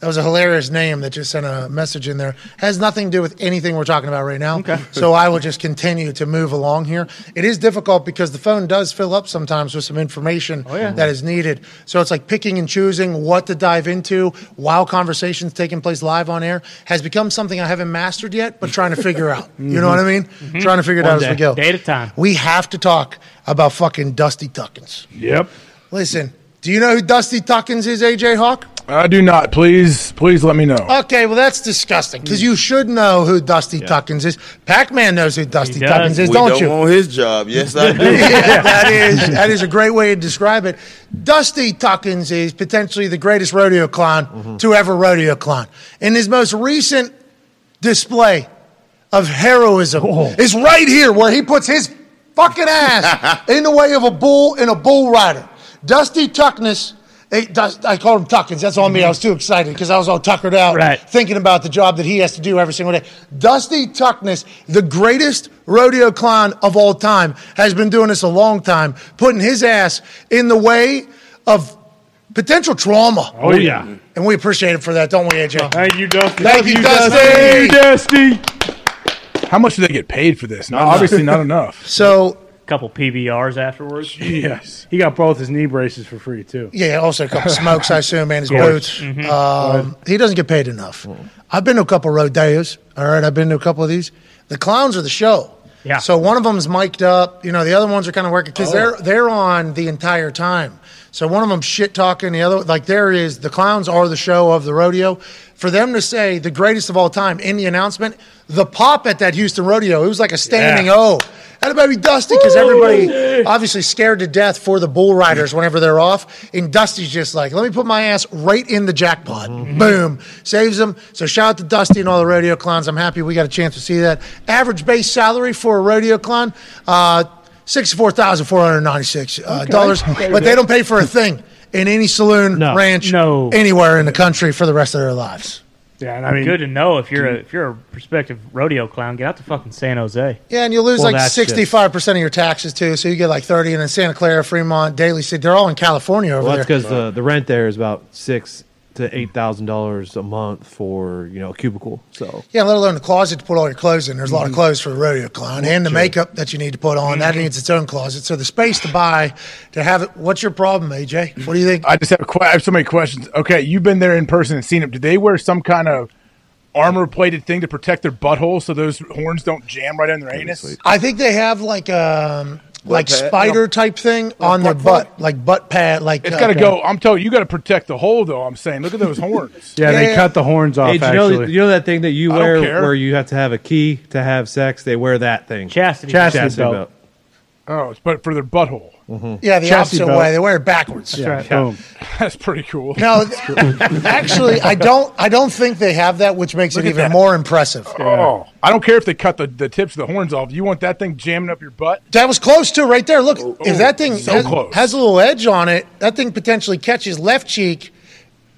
A: That was a hilarious name that just sent a message in there. Has nothing to do with anything we're talking about right now. So I will just continue to move along here. It is difficult because the phone does fill up sometimes with some information
C: Oh,
A: that is needed. So it's like picking and choosing what to dive into while conversations taking place live on air has become something I haven't mastered yet, but trying to figure out. You
C: Mm-hmm.
A: know what I mean?
D: Mm-hmm.
G: Mhm.
A: Trying to figure it
G: One
A: out as
G: day.
A: we go.
G: Day at a time.
A: We have to talk about fucking Dusty Tuckins.
C: Yep.
A: Listen, do you know who Dusty Tuckins is, AJ Hawk?
B: I do not. Please, please let me know.
A: Okay, well that's disgusting because you should know who Dusty Tuckins is. Pac-Man knows who Dusty Tuckins is,
E: we
A: don't,
E: don't
A: you?
E: want his job. Yes, I do.
A: Yeah, that is that is a great way to describe it. Dusty Tuckins is potentially the greatest rodeo clown to ever rodeo clown. And his most recent display of heroism is right here where he puts his fucking ass in the way of a bull and a bull rider. Dusty Tuckness. eh, Dust- I called him Tuckins. That's on me. I was too excited because I was all tuckered out thinking about the job that he has to do every single day. Dusty Tuckness, the greatest rodeo clown of all time, has been doing this a long time, putting his ass in the way of potential trauma.
C: Oh, yeah.
A: And we appreciate it for that, don't we, AJ?
C: Thank you, Dusty.
A: Thank you, Dusty.
C: Dusty.
B: How much do they get paid for this? Not
G: Not
B: obviously
G: enough.
B: not enough.
A: So,
G: couple PBRs afterwards.
C: Yes, he got both his knee braces for free too.
A: Yeah, also a couple smokes, I assume, and his
C: Of course.
A: boots. Um, he doesn't get paid enough. I've been to a couple rodeos. All right, I've been to a couple of these. The clowns are the show.
G: Yeah.
A: So one of them's mic'd up. You know, the other ones are kind of working because
G: Oh.
A: they're they're on the entire time. So one of them shit talking, the other like there is the clowns are the show of the rodeo. For them to say the greatest of all time in the announcement, the pop at that Houston rodeo, it was like a standing
L: Yeah.
A: O. That'd about be dusty because
L: Woo!
A: everybody obviously scared to death for the bull riders whenever they're off. And Dusty's just like, let me put my ass right in the jackpot.
G: Mm-hmm.
A: Boom. Saves them. So shout out to Dusty and all the rodeo clowns. I'm happy we got a chance to see that. Average base salary for a rodeo clown, uh, $64,496. Uh, dollars,
L: Okay.
A: But they don't pay for a thing in any saloon, ranch,
G: No.
A: anywhere in the country for the rest of their lives.
C: Yeah,
A: and I mean-
G: good to know if you're a if you're a prospective rodeo clown, get out to fucking San Jose.
A: Yeah, and you lose
G: Well,
A: like
G: that's
A: sixty
G: just-
A: five percent of your taxes too, so you get like thirty. And then Santa Clara, Fremont, Daly City, they're all in California over
D: Well, that's
A: there.
D: because the, the rent there is about six to eight thousand dollars a month for you know a cubicle. So
A: Yeah, let alone the closet to put all your clothes in. There's a lot of
D: Mhm.
A: clothes for the rodeo clown, and the
D: Sure.
A: makeup that you need to put on that needs its own closet. So the space to buy to have it. What's your problem, AJ? What do you think?
B: I just have, a que- I have so many questions. Okay, you've been there in person and seen them. Do they wear some kind of armor plated thing to protect their butthole so those horns don't jam right in their anus?
A: I think they have like um
B: Butt
A: like
B: pad?
A: spider type thing on their butt, like butt pad. Like
B: It's
A: uh,
B: got to go. I'm telling you, you got to protect the hole, though. I'm saying, look at those horns.
C: Yeah, they cut the horns off.
D: Hey, do you know,
C: actually,
D: you know that thing that you
B: I don't
D: wear
B: care.
D: where you have to have a key to have sex? They wear that thing.
G: Chastity,
A: Chastity belt.
B: Oh, it's but for their butthole.
A: Yeah, the opposite way. They wear it backwards.
B: That's pretty cool.
A: No, Actually, I don't. I don't think they have that, which makes
B: Look
A: it
B: at
A: even
B: that.
A: more impressive.
B: Oh, I don't care if they cut the, the tips of the horns off. You want that thing jamming up your butt?
A: That was close too, right there. Look, if that thing
B: Oh, so
A: has,
B: close.
A: has a little edge on it, that thing potentially catches left cheek,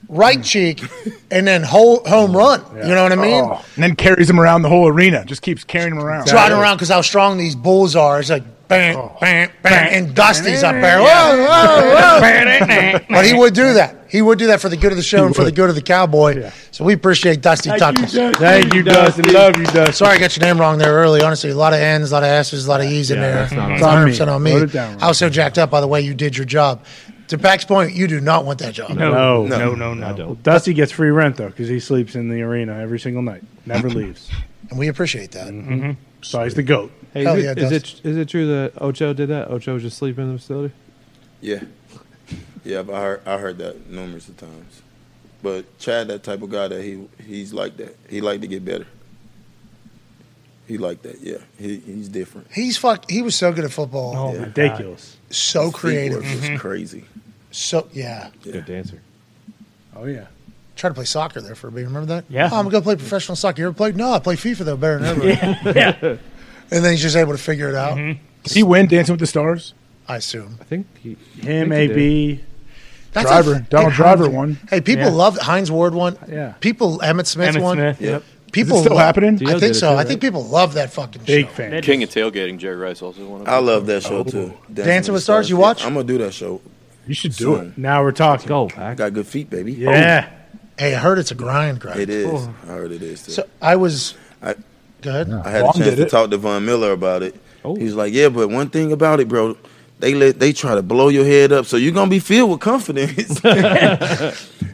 A: right
B: Mm.
A: cheek, and then ho home run. You know what I mean?
B: Oh, and then carries them around the whole arena. Just keeps carrying them around.
A: Trotting around because how strong these bulls are. It's like bang,
C: Oh.
A: bang, bang, and Dusty's up there. Whoa, whoa, whoa. but he would do that. He would do that for the good of the show and for the good of the cowboy. So we appreciate Dusty
C: Thank
A: Tuckles.
C: you, Dusty. Thank you, Dusty. Love you, Dusty.
A: Sorry, I got your name wrong there early. Honestly, a lot of N's, a lot of S's, a lot of E's in
C: Yeah,
A: there.
C: that's not
A: It's
C: on me.
A: 100% on me.
C: Wrote it down wrong.
A: I was so jacked up by the way you did your job. To Pack's point, you do not want that job.
C: No, no, no, no. Dusty gets free rent though because he sleeps in the arena every single night, never leaves.
A: And we appreciate that.
C: Mhm. So he's the goat.
D: Hey, is,
C: Hell
D: it,
C: yeah,
D: is it is it true that Ocho did that? Ocho was just sleeping in the facility.
E: Yeah, yeah. I heard I heard that numerous of times. But Chad, that type of guy that he he's like that. He like to get better. He like that. Yeah, he, he's different.
A: He's fuck. He was so good at football.
E: Oh, Yeah. ridiculous.
A: So
E: His
A: creative. Mm-hmm.
E: footwork is crazy.
A: So yeah.
D: Good dancer.
C: Oh yeah.
A: Tried to play soccer there for a bit. Remember that?
C: Yeah.
A: Oh, I'm gonna play professional soccer. You ever played? No, I play FIFA though. Better than ever.
B: Yeah.
A: And then he's just able to figure it out.
B: Did he win Dancing with the Stars?
A: I assume.
D: I think he,
C: Him, AB.
A: That's
B: Driver.
A: a-
B: Donald
A: hey,
B: Driver
A: Heinz-
B: won.
A: Hey, people
B: Yeah.
A: loved Heinz Ward won.
C: Yeah.
A: People Emmett Smith
C: Emmitt
A: won.
C: Smith, yep.
A: People
B: Is it still
A: lo-
B: happening?
A: I
B: Dio did
A: think
B: it
A: so.
B: too,
A: I think people love that fucking Big show.
C: fan.
H: King of tailgating, Jerry Rice also one of them.
E: I love that show too.
A: Dancing with Stars, you watch?
E: I'm gonna do that show.
B: You should
A: do
E: it.
C: Now we're talking.
D: Go.
E: I got good feet, baby.
B: Oh.
A: Hey, I heard it's a grind,
E: Oh,
A: grind.
E: it is. I heard it is too.
A: So I was.
E: I,
A: Go ahead.
E: I had a chance to talk to Von Miller about it. He was like, "Yeah, but one thing about it, bro, they let they try to blow your head up, so you're gonna be filled with confidence."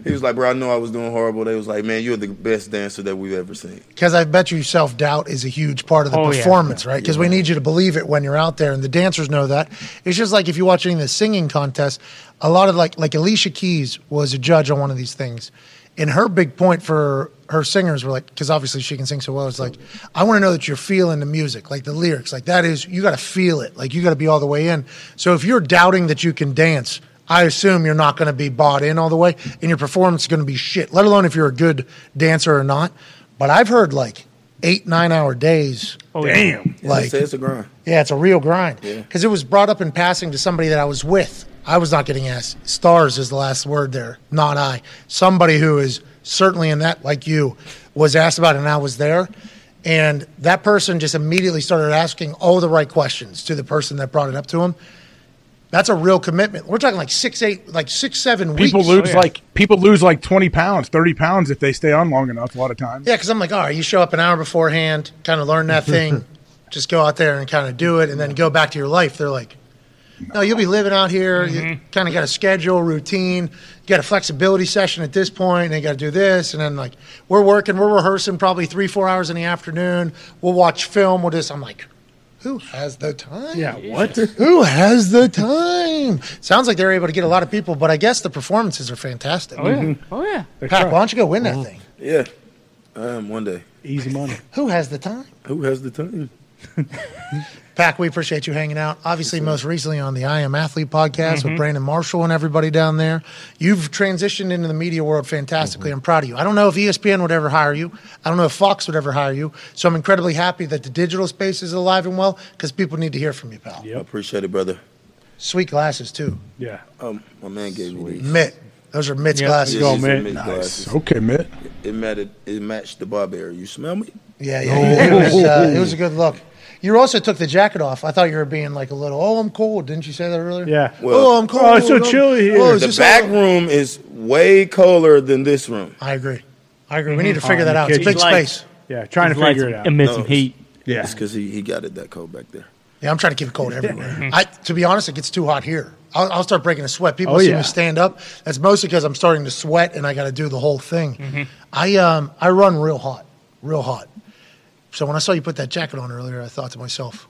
E: he was like, "Bro, I know I was doing horrible." They was like, "Man, you're the best dancer that we've ever seen."
A: Because I bet you self doubt is a huge part of the
E: Oh, yeah.
A: performance, right? Because we
E: Yeah.
A: need you to believe it when you're out there, and the dancers know that. It's just like if you watch any of the singing contests, a lot of like like Alicia Keys was a judge on one of these things, and her big point for her singers were like, because obviously she can sing so well, it's like I want to know that you're feeling the music, like the lyrics, like that is you got to feel it, like you got to be all the way in. So if you're doubting that you can dance. I assume you're not going to be bought in all the way, and your performance is going to be shit. Let alone if you're a good dancer or not. But I've heard like eight, nine hour days.
E: Oh, Like,
A: Like,
E: it says a grind.
A: yeah, it's a real grind.
E: Yeah.
A: Because it was brought up in passing to somebody that I was with. I was not getting asked. Stars is the last word there, not I. Somebody who is certainly in that, like you, was asked about it, and I was there. And that person just immediately started asking all the right questions to the person that brought it up to him. That's a real commitment. We're talking like six, eight, like six, seven weeks.
B: People lose like people lose like twenty pounds, thirty pounds if they stay on long enough. A lot of times.
A: Yeah, because I'm like, all right, you show up an hour beforehand, kind of learn that thing, just go out there and kind of do it, and then go back to your life. They're like, no, you'll be living out here. You
E: Mm-hmm.
A: kind of got a schedule, routine. You got a flexibility session at this point, and you got to do this. And then, like, we're working, we're rehearsing probably three, four hours in the afternoon. We'll watch film, we'll just, I'm like, Who has the time?
C: Yeah, what?
A: Who has the time? Sounds like they're able to get a lot of people, but I guess the performances are fantastic.
E: Oh, yeah. Mhm. Oh, yeah.
A: Pack, Mm-hmm. why don't you go win that thing?
E: Uh-huh. Yeah, I am one day.
C: Easy money.
A: Who has the time?
E: Who has the time?
A: Pack, we appreciate you hanging out. Obviously, most recently on the I Am Athlete podcast with Brandon Marshall and everybody down there. You've transitioned into the media world fantastically. I'm proud of you. I don't know if E ESPN would ever hire you. I don't know if Fox would ever hire you. So I'm incredibly happy that the digital space is alive and well because people need to hear from you, pal.
E: I appreciate it, brother.
A: Sweet glasses, too.
C: Yeah.
E: Um, my man gave me these.
A: Mitt. Those are Mitt's glasses.
E: Yeah, these are Mitt's glasses.
B: Okay, Mitt.
E: It matted. It matched the barberry. You smell me?
A: Yeah,
B: Oh.
A: yeah. It, was, uh, it was a good look. You also took the jacket off. I thought you were being like a little, oh, I'm cold. Didn't you say that earlier?
C: Yeah.
A: oh, I'm cold. I'm- Oh, is
E: the
A: this
E: back
A: all-
E: room is way colder than this room.
A: I agree. I agree. We need
C: Mm-hmm.
A: to
C: Oh,
A: figure that out. It's a big space.
C: Yeah,
A: trying to These figure lights it out. emit some heat.
E: Yeah, it's because he, he got it that cold back there.
A: Yeah, I'm trying to keep it cold everywhere. I, to be honest, it gets too hot here. I'll, I'll start breaking a sweat. People
E: Oh,
A: see
E: yeah.
A: me stand up. That's mostly because I'm starting to sweat and I got to do the whole thing.
C: Mm-hmm.
A: I um I run real hot, real hot. So when I saw you put that jacket on earlier, I thought to myself,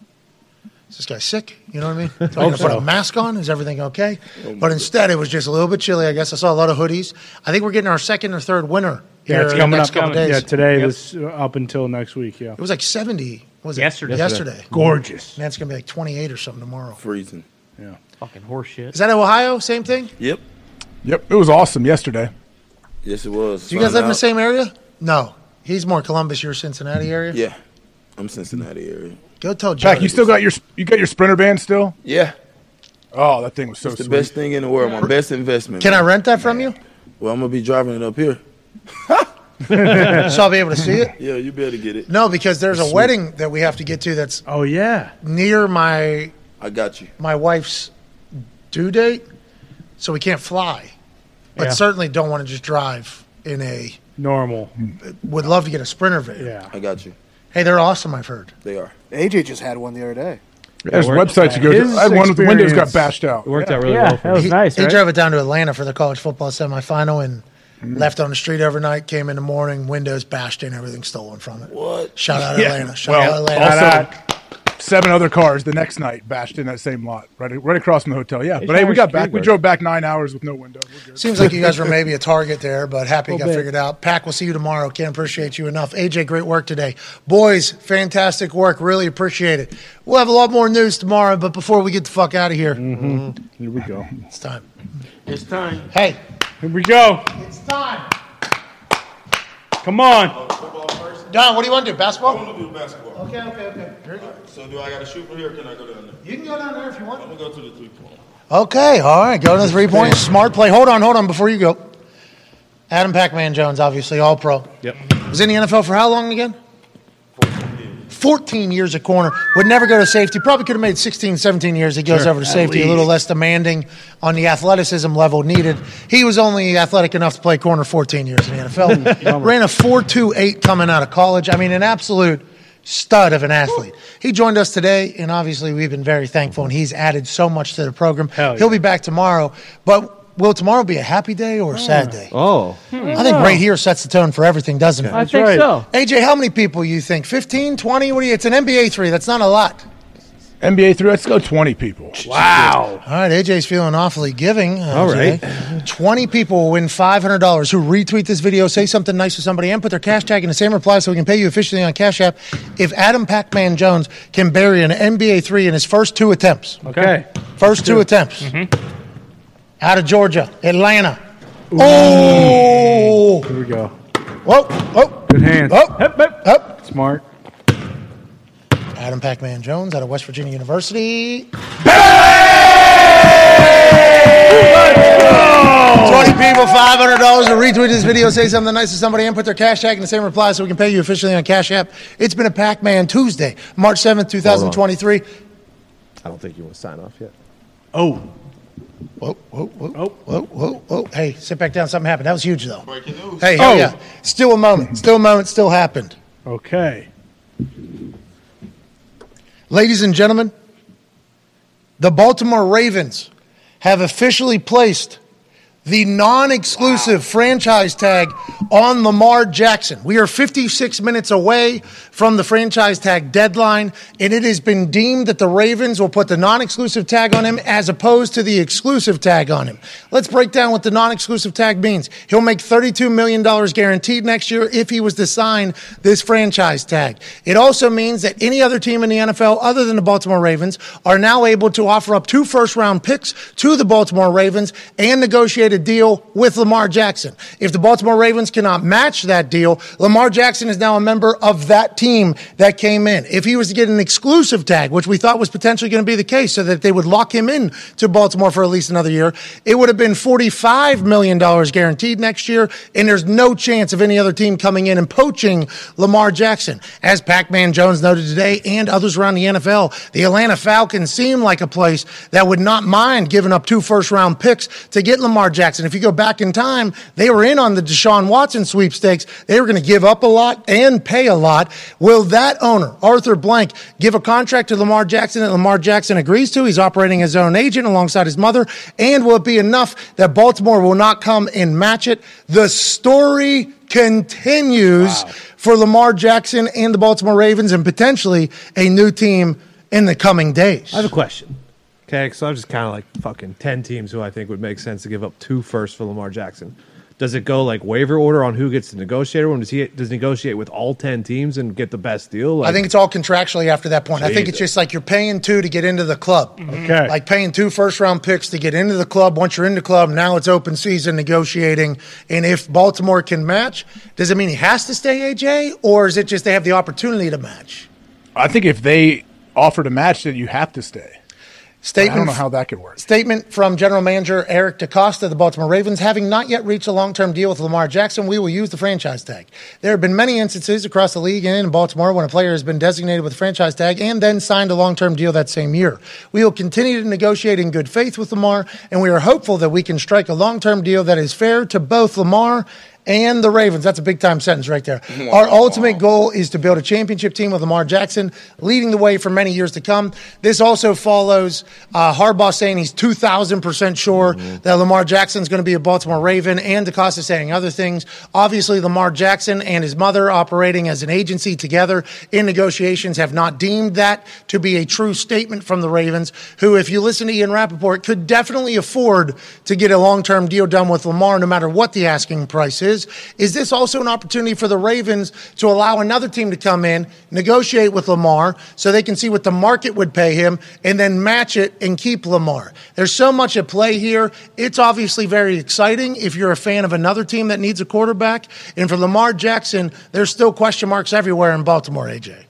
A: "Is this guy sick?" You know what I mean? So I'm
C: Hope
A: gonna put
C: so.
A: a mask on. Is everything okay?
C: Oh, my
A: but instead, it was just a little bit chilly. I guess I saw a lot of hoodies. I think we're getting our second or third winter.
C: Yeah,
A: here
C: it's
A: in
C: coming
A: the next
C: up.
A: couple days.
C: Yeah, today this uh, up until next week. Yeah,
A: It was like 70. Was it
C: Yesterday.
A: Yesterday.
C: Yesterday. Gorgeous.
A: And that's gonna be like 28 or something tomorrow.
E: Freezing.
C: Yeah.
G: Fucking horseshit.
A: Is that Ohio? Same thing.
E: Yep.
B: Yep. It was awesome yesterday.
E: Yes, it was.
A: Do you guys
E: Found
A: live in the
E: out-
A: same area? No. He's more Columbus. You're Cincinnati area.
E: Yeah, I'm Cincinnati area.
A: Go tell Jack.
B: Pack, you still got your you got your sprinter band still?
E: Yeah.
B: Oh, that thing was so
E: it's the
B: sweet.
E: best thing in the world. My best investment.
A: Can I
E: man.
A: rent that from you?
E: Well, I'm gonna be driving it up here.
A: so I'll be able to see it.
E: Yeah, you better get it.
A: No, because there's a
E: Sweet.
A: wedding that we have to get to. That's
C: oh yeah
A: near my
E: I got you.
A: my wife's due date, so we can't fly, but
C: Yeah.
A: certainly don't want to just drive in a.
C: normal.
A: Would love to get a sprinter van.
C: Yeah,
E: I got you.
A: Hey, they're awesome. I've heard.
E: They are.
K: AJ just had one the other day.
B: There's websites you go to. I had one with the windows got bashed out.
A: He- He drove it down to Atlanta for the college football semifinal and left on the street overnight. Came in the morning, windows bashed in, everything stolen from it.
E: What?
A: Shout out
B: Yeah.
A: Atlanta! Shout
B: Well,
A: out Atlanta!
B: Also, seven other cars the next night bashed in that same lot, right, right across from the hotel. Yeah,
A: They
B: but hey, we
A: showered
B: got back. We
A: Spielberg.
B: drove back nine hours with no window. We're good.
A: Seems like you guys were maybe a target there, but happy it got
B: Little bit.
A: figured out. Pack, we'll see you tomorrow. Can't appreciate you enough. AJ, great work today. Boys, fantastic work. Really appreciate it. We'll have a lot more news tomorrow, but before we get the fuck out of here,
C: here we go.
A: It's time.
E: It's time.
A: Hey,
C: here we go.
A: It's time.
C: Come on.
A: Don, what do you want to do? Basketball? I want to do basketball. Okay, okay, okay.
E: So do I got to shoot from here? Or can I go down there?
A: You can go down there if you want.
E: I'm gonna go to the three point.
A: Okay, all right. Go to the three point. Smart play. Hold on, hold on before you go. Adam Pac Man Jones, obviously, all pro.
D: Yep.
A: Was in the NFL for how long again? 14 years a corner. Would never go to safety. Probably could have made 16, 17 years. He goes
D: Sure.
A: over to
D: At
A: safety, a
D: least.
A: little less demanding on the athleticism level needed. He was only athletic enough to play corner 14 years in the NFL. Ran a 4.28 coming out of college. I mean, an absolute stud of an athlete. He joined us today, and obviously, we've been very thankful, and he's added so much to the program. He'll be back tomorrow. But will tomorrow be a happy day or a sad day?
D: Oh.
A: I think right here sets the tone for everything, doesn't it?
D: I That's think right. so.
A: AJ, how many people you think? 15, 20? What do you? It's an NBA three. That's not a lot.
B: NBA three. Let's go twenty people.
A: Wow. All right, AJ's feeling awfully giving. uh,
B: All right.
A: today. 20 people will win $500 who retweet this video, say something nice to somebody, and put their cash tag in the same reply so we can pay you officially on Cash App if Adam Pac Man Jones can bury an NBA three in his first two attempts.
C: Okay.
A: First two attempts. Out of Georgia, Atlanta. Oh!
C: Here we go.
A: Whoa, whoa.
C: Good hands.
A: Up, up.
C: Smart.
A: Adam Pac Man Jones out of West Virginia University. 20 people, $500 to retweet this video, say something nice to somebody, and put their cash tag in the same reply so we can pay you officially on Cash App. It's been a Pac Man Tuesday, March 7th, 2023.
D: I don't think you want to sign off yet.
A: Oh. Whoa, whoa, whoa, oh. whoa, whoa, whoa. Hey, sit back down. Something happened. That was huge, though. Breaking news. Hey, hell
C: Oh.
A: yeah. Still a moment. Still a moment. Still happened.
C: Okay.
A: Ladies and gentlemen, the Baltimore Ravens have officially placed the non exclusive franchise tag on Lamar Jackson. We are 56 minutes away from the franchise tag deadline, and it has been deemed that the Ravens will put the non exclusive tag on him as opposed to the exclusive tag on him. Let's break down what the non exclusive tag means. He'll make $32 million guaranteed next year if he was to sign this franchise tag. It also means that any other team in the NFL other than the Baltimore Ravens are now able to offer up two first round picks to the Baltimore Ravens and negotiate a deal with Lamar Jackson. If the Baltimore Ravens cannot match that deal, Lamar Jackson is now a member of that team that came in. If he was to get an exclusive tag, which we thought was potentially going to be the case so that they would lock him in to Baltimore for at least another year, it would have been $45 million guaranteed next year. And there's no chance of any other team coming in and poaching Lamar Jackson. As Pac Man Jones noted today and others around the NFL, the Atlanta Falcons seem like a place that would not mind giving up two first round picks to get Lamar Jackson. If you go back in time, they were in on the Deshaun Watson sweepstakes. They were going to give up a lot and pay a lot. Will that owner, Arthur Blank, give a contract to Lamar Jackson that Lamar Jackson agrees to? He's operating his own agent alongside his mother. And will it be enough that Baltimore will not come and match it? The story continues for Lamar Jackson and the Baltimore Ravens and potentially a new team in the coming days.
D: I have a question. Okay, so I'm just kind of like fucking ten teams who I think would make sense to give up two first for Lamar Jackson. Does it go like waiver order on who gets to negotiate? Or does he does he negotiate with all ten teams and get the best deal? Like,
A: I think it's all contractually after that point. I think it's
D: Jesus.
A: just like you're paying two to get into the club.
B: Mm-hmm.
D: Okay.
A: Like paying two first round picks to get into the club. Once you're in the club, now it's open season negotiating. And if Baltimore can match, does it mean he has to stay AJ or is it just they have the opportunity to match?
B: I think if they offer to match it, you have to stay.
A: Statement
B: I don't know how that could work.
A: Statement from General Manager Eric DaCosta of the Baltimore Ravens having not yet reached a long term deal with Lamar Jackson, we will use the franchise tag. There have been many instances across the league and in Baltimore when a player has been designated with a franchise tag and then signed a long term deal that same year. We will continue to negotiate in good faith with Lamar, and we are hopeful that we can strike a long term deal that is fair to both Lamar and the Ravens. That's a big time sentence right there.
L: Wow.
A: Our ultimate goal is to build a championship team with Lamar Jackson, leading the way for many years to come. This also follows uh, Harbaugh saying he's 2,000% sure that Lamar Jackson's going to be a Baltimore Raven, and DaCosta saying other things. Obviously, Lamar Jackson and his mother operating as an agency together in negotiations have not deemed that to be a true statement from the Ravens, who, if you listen to Ian Rappaport, could definitely afford to get a long term deal done with Lamar no matter what the asking price is. Is this also an opportunity for the Ravens to allow another team to come in, negotiate with Lamar so they can see what the market would pay him and then match it and keep Lamar? There's so much at play here. It's obviously very exciting if you're a fan of another team that needs a quarterback. And for Lamar Jackson, there's still question marks everywhere in Baltimore, AJ.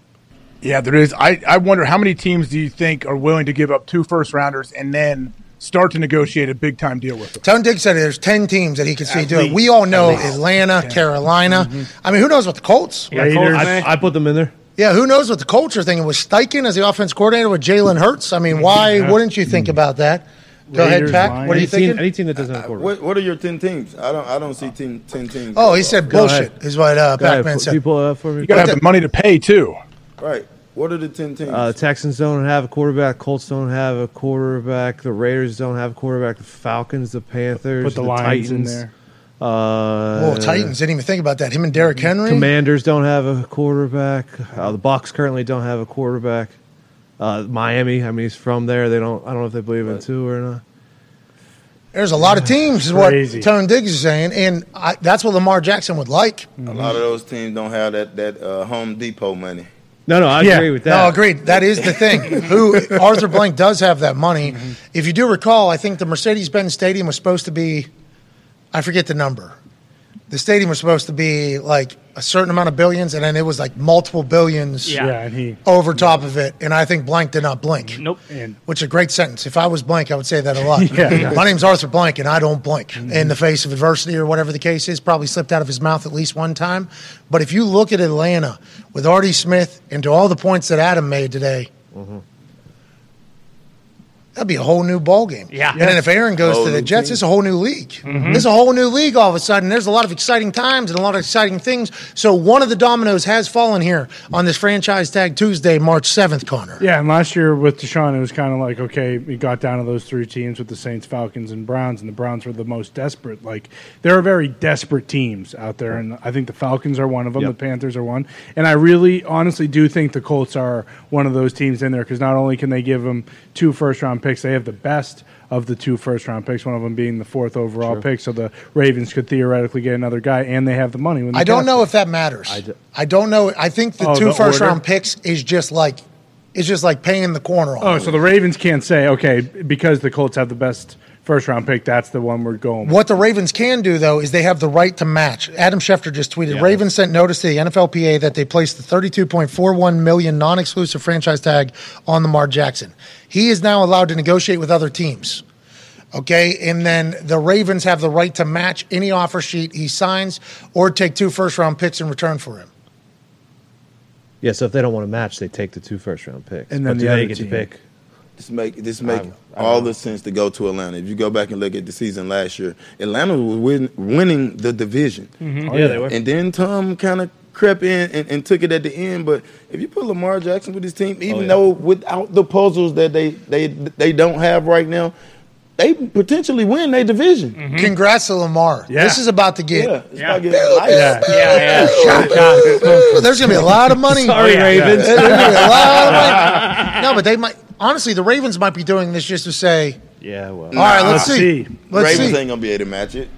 B: Yeah, there is. I, I wonder how many teams do you think are willing to give up two first rounders and then start to negotiate a big time deal with them?
A: Tone Diggs said there's 10 teams that he could see
B: At
A: doing.
B: least.
A: We all know
B: At least. Mm-hmm.
A: Atlanta, Carolina. I mean, who knows what the Colts?
D: I, I put them in there.
A: Yeah, who knows what the culture thing was? Steichen as the offense coordinator with Jalen Hurts. I mean, why
E: Yeah.
A: wouldn't you think about that? Go ahead, Pat. What are you thinking?
D: that doesn't have a
E: Oh. What, what are your ten teams? I don't. I don't see ten, 10 teams.
A: Oh, he said
E: Go
A: bullshit is what uh,
D: Go ahead,
A: Pac-Man
D: put-
A: said.
D: people, uh, for me.
A: You gotta have the
B: money to pay too.
E: Right. What are the ten teams?
D: Uh, Texans don't have a quarterback. Colts don't have a quarterback. The Raiders don't have a quarterback. The Falcons, the Panthers,
C: Put the
D: the,
C: Lions in
D: Titans.
C: there.
D: Uh,
A: oh, Titans didn't even think about that. Him and Derrick
D: Mm-hmm.
A: Henry.
D: Commanders don't have a quarterback. Uh, the Bucks currently don't have a quarterback. Uh, Miami, I mean, he's from there. They don't. I don't know if they believe in two or not.
A: There's a lot of teams, is what
D: Crazy.
A: Tone Diggs is saying, and I, that's what Lamar Jackson would like.
E: A lot of those teams don't have that that uh, Home Depot money.
D: No, no, I
A: Yeah.
D: agree with that.
A: No, agreed. That is the thing. Who Arthur Blank does have that money.
D: Mm-hmm.
A: If you do recall, I think the Mercedes-Benz Stadium was supposed to be, I forget the number. The stadium was supposed to be like a certain amount of billions, and then it was like multiple billions
C: Yeah. and he
A: over top of it. And I think Blank did not blink.
G: Nope.
C: And
A: Which is a great sentence. If I was blank, I would say that a lot.
C: Yeah. Mm-hmm.
A: My name's Arthur Blank, and I don't blink in the face of adversity or whatever the case is. Probably slipped out of his mouth at least one time. But if you look at Atlanta with
D: Mm-hmm.
A: Artie Smith and to all the points that Adam made today, that'd be a whole new ball game.
G: Yeah.
A: And then if Aaron goes
G: Whole
A: to the
G: new
A: Jets,
G: team.
A: it's a whole new league.
G: Mhm.
A: It's a whole new league all of a sudden. There's a lot of exciting times and a lot of exciting things. So one of the dominoes has fallen here on this franchise tag Tuesday, March 7th, Connor.
C: Yeah, and last year with Deshaun, it was kind of like okay, we got down to those three teams with the Saints, Falcons, and Browns, and the Browns were the most desperate. Like there are very desperate teams out there, and I think the Falcons are one of them.
D: Yep.
C: The Panthers are one, and I really, honestly, do think the Colts are one of those teams in there because not only can they give them two first round picks, they have the best of the two first round picks. One of them being the fourth overall
A: True.
C: pick, so the Ravens could theoretically get another guy, and they have the money. When they
A: I don't
C: cap
A: know if that matters. I d- I don't know. I think the
C: Oh,
A: two
C: the
A: first
C: order?
A: round picks is just like it's just like paying the corner on.
C: Oh, so the Ravens can't say, okay, because the Colts have the best first round pick, that's the one we're going with.
A: What the Ravens can do, though, is they have the right to match. Adam Schefter just tweeted Ravens sent notice to the NFLPA that they placed the 32.41 million non exclusive franchise tag on Lamar Jackson. He is now allowed to negotiate with other teams. Okay. And then the Ravens have the right to match any offer sheet he signs or take two first round picks in return for him.
D: Yeah, so if they don't want to match, they take the two first round picks.
E: And then
D: But
E: the
D: do they
E: other
D: get
E: team.
D: to pick.
E: This make this make
D: I
E: all
D: know.
E: the sense to go to Atlanta. If you go back and look at the season last year, Atlanta was win, winning the division.
D: Mhm. Oh, yeah, they were.
E: And then Tom kind of crept in and, and took it at the end. But if you put Lamar Jackson with his team, even
D: Oh, yeah.
E: though without the puzzles that they they they don't have right now, they potentially win their division.
D: Mm-hmm.
A: Congrats to Lamar.
E: Yeah.
A: This is about to get.
E: Yeah, it's about getting lights.
A: Yeah.
E: Yeah,
A: There's gonna be a lot of money.
E: Sorry, Oh, yeah. Ravens.
A: There's gonna be a lot of money. No, but they might. Honestly, the Ravens might be doing this just to say,
D: Yeah, well.
A: All right, let's see. Let's
E: Ravens
A: see.
E: ain't gonna be able to match it.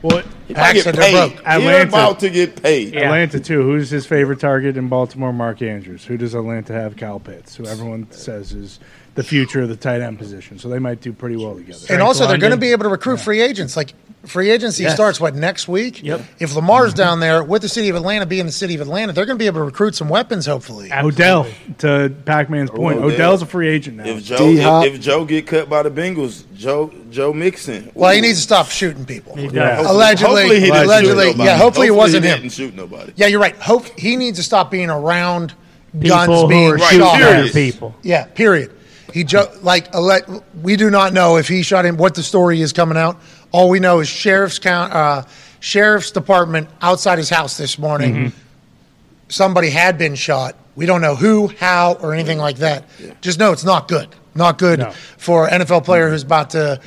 C: What?
E: He might get paid. Atlanta.
C: Atlanta.
E: about to get paid.
C: Atlanta, too. Who's his favorite target in Baltimore? Mark Andrews. Who does Atlanta have? Cal Pitts, who everyone says is the future of the tight end position. So they might do pretty well together.
A: and also they're going to be able to recruit free agents. Like free agency
C: Yes.
A: starts what next week.
C: Yep.
A: If Lamar's down there with the city of Atlanta, being the city of Atlanta, they're going to be able to recruit some weapons. Hopefully,
C: Odell to Pac Man's point.
E: Oh, Odell.
C: Odell's a free agent now.
E: If Joe if, if Joe get cut by the Bengals, Joe Joe Mixon.
A: Well, he needs to stop shooting people.
E: He
A: does. Allegedly-
E: hopefully he didn't
A: allegedly,
E: shoot nobody.
A: yeah, hopefully it wasn't
E: he
A: him.
E: Didn't shoot nobody.
A: Yeah, you're right. Hope he needs to stop being around
E: People
A: guns
E: who
A: being
E: are
A: shot.
E: shooting other
A: at.
E: people.
A: Yeah. Period. He jo- like ele- we do not know if he shot him. What the story is coming out. All we know is sheriff's count, uh, sheriff's department outside his house this morning.
E: Mm-hmm.
A: Somebody had been shot. We don't know who, how, or anything like that. Just know it's not good. Not good for an NFL player who's about to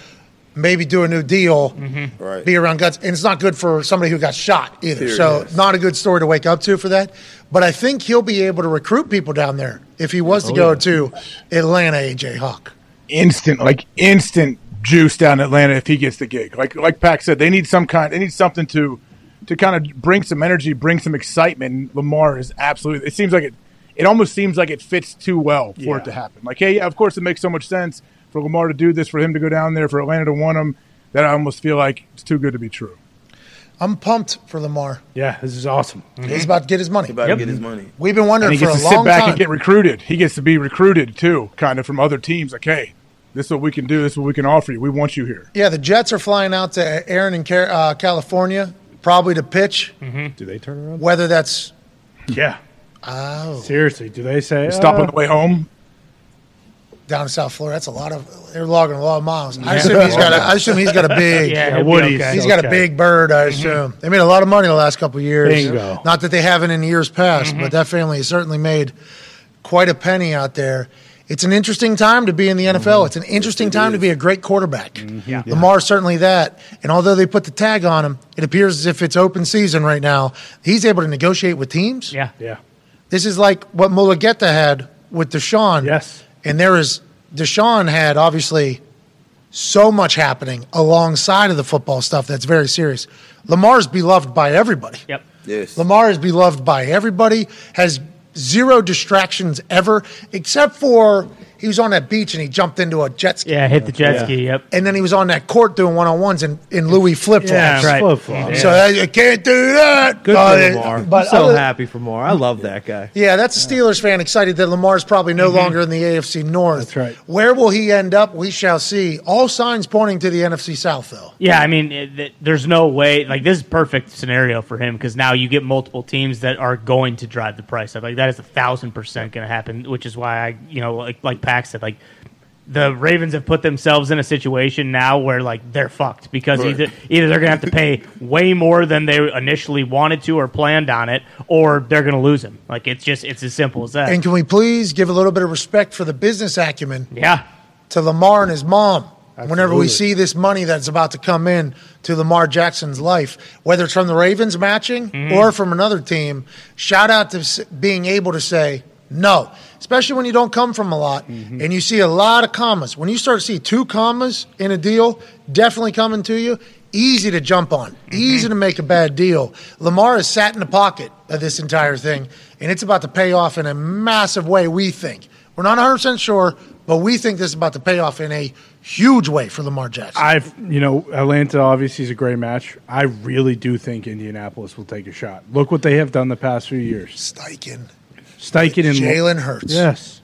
A: maybe do a new deal,
E: Right.
A: be around guts, and it's not good for somebody who got shot either.
E: Period.
A: So not a good story to wake up to for that. But I think he'll be able to recruit people down there if he was to
B: Oh,
A: go
B: yeah.
A: to Atlanta, AJ Hawk.
B: instant, like instant juice down in Atlanta if he gets the gig. Like like Pack said, they need some kind, they need something to to kind of bring some energy, bring some excitement. And Lamar is absolutely. It seems like it. It almost seems like it fits too well for it to happen. Like, hey, yeah, of course it makes so much sense for Lamar to do this, for him to go down there, for Atlanta to want him. That I almost feel like it's too good to be true.
A: I'm pumped for Lamar.
C: Yeah, this is awesome.
A: He's about to get his money.
E: about to Yep. get his money.
A: We've
B: Mm-hmm.
A: been
B: and
A: wondering
B: he
A: for
B: gets
A: a
B: to
A: long
B: sit back
A: time.
B: and get recruited. He gets to be recruited too, kind of from other teams. Like, hey, this is what we can do. This is what we can offer you. We want you here.
A: yeah, the Jets are flying out to Aaron in Car- uh, California, probably to pitch.
D: Do they turn around?
A: Whether that's
C: Yeah.
A: oh,
C: Seriously, do they say "Oh." uh,
A: Stop on the
B: way home?
A: down in South Florida, that's a lot of they're logging a lot of miles. I assume he's got. A, I assume he's got a big.
C: Yeah, Yeah, Woody's okay.
A: He's got a
C: okay.
A: big bird. I assume they made a lot of money the last couple of years.
C: Bingo.
A: Not that they haven't in years past, but that family has certainly made quite a penny out there. It's an interesting time to be in the NFL.
C: Mm-hmm.
A: It's an interesting time to be a great quarterback.
D: Mm-hmm.
C: Yeah.
A: Lamar's certainly that. And although they put the tag on him, it appears as if it's open season right now. He's able to negotiate with teams.
G: Yeah.
C: Yeah.
A: This is like what Mulligetta had with Deshaun.
C: Yes.
A: And there is Deshaun had obviously so much happening alongside of the football stuff that's very serious. Lamar's beloved by everybody.
G: Yep.
E: Yes.
A: Lamar is beloved by everybody, has zero distractions ever, except for he was on that beach and he jumped into a jet ski.
G: Yeah, hit the jet Yeah. ski, yep.
A: And then he was on that court doing one on ones in, in Louis flip flops.
D: Yeah, Right. flip-flops.
A: So I, I can't do that.
D: Good
A: Uh,
D: for Lamar.
A: But
D: I'm so
A: other-
D: happy for Lamar. I love that guy.
A: yeah, that's a Steelers fan excited that Lamar's probably
G: Mm-hmm.
A: no longer in the AFC North. That's right. Where will he end up? We shall see. All signs pointing to the NFC South, though.
G: Yeah, I mean, it, th- there's no way. Like, this is perfect scenario for him because now you get multiple teams that are going to drive the price up. Like, that is a thousand percent going to happen, which is why I, you know, like like Pax said, like the Ravens have put themselves in a situation now where like they're fucked because
L: Right.
G: either either they're gonna have to pay way more than they initially wanted to or planned on it, or they're gonna lose him. Like it's just it's as simple as that.
A: And can we please give a little bit of respect for the business acumen?
G: Yeah.
A: To Lamar and his mom. Whenever
G: Absolutely.
A: we see this money that's about to come in to Lamar Jackson's life, whether it's from the Ravens matching
M: Mhm.
A: or from another team, shout out to s- being able to say no, especially when you don't come from a lot and you see a lot of commas. When you start to see two commas in a deal, definitely coming to you, easy to jump on, easy to make a bad deal. Lamar has sat in the pocket of this entire thing, and it's about to pay off in a massive way, we think. We're not 100% sure, but we think this is about to pay off in a huge way for Lamar Jackson.
C: I've you know Atlanta obviously is a great match. I really do think Indianapolis will take a shot. Look what they have done the past few years.
A: Steichen,
C: Steichen, and
A: Jalen Hurts.
C: Yes.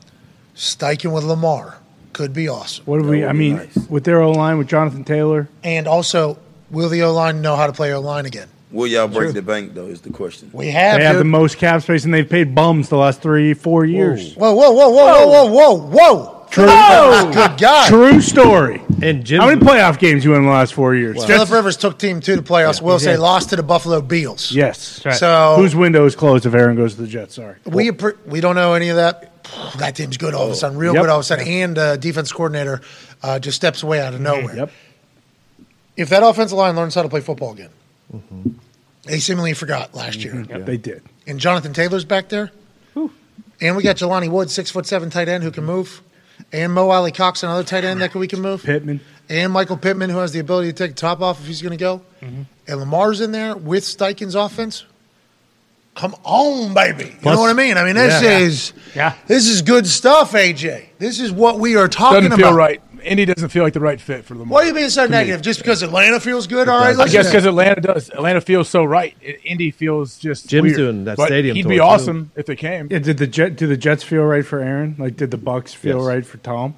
A: Steichen with Lamar could be awesome.
C: What do we? I mean, with their O line with Jonathan Taylor,
A: And also, will the O line know how to play O line again?
E: Will y'all break
C: True.
E: the bank though? Is the question.
A: We have.
C: they have the
A: dude.
C: most cap space, and they've paid bums the last three, four years.
A: Whoa, whoa, whoa, whoa, whoa, whoa, whoa, whoa.
C: True.
A: Good God.
C: True story.
D: And
C: how many playoff games you won in the last four years?
A: Philip Rivers took team two to playoffs. we'll
C: he
A: say
C: did.
A: lost to the Buffalo Bills.
C: Yes.
A: right. So-
C: whose window is closed if Aaron goes to the Jets? Sorry.
A: We appre- we don't know any of that. That team's good all of a sudden, real
C: Yep. Mm-hmm.
A: good all of a sudden, and uh, defense coordinator uh, just steps away out of nowhere. Yep. If that offensive line learns how to play football again, they seemingly forgot last year.
C: Yep, They did.
A: And Jonathan Taylor's back there, and we got Jelani Woods, six foot seven tight end who can move, and Mo Ali Cox, another tight end that we can move.
C: Pittman
A: and Michael Pittman who has the ability to take the top off if he's going to go, and Lamar's in there with Steichen's offense. Come on, baby. You
M: Plus-
A: know what I mean? I mean, this
B: Yeah.
A: is this is good stuff, AJ. This is what we are talking
B: Doesn't
A: about.
B: feel right. Indy doesn't feel like the right fit for Lamar.
A: Why are you being so
B: To me.
A: negative? Just because Atlanta feels good? All right,
B: I
A: listen
B: guess
A: to
B: because
A: me.
B: Atlanta does. Atlanta feels so right. I- Indy feels just.
D: Jim's
B: weird.
D: doing that
B: But
D: stadium
B: He'd
D: tour,
B: be
D: too.
B: awesome if they came.
C: Yeah, did the Jet do the Jets feel right for Aaron? Like did the Bucks feel
B: Yes.
C: right for Tom?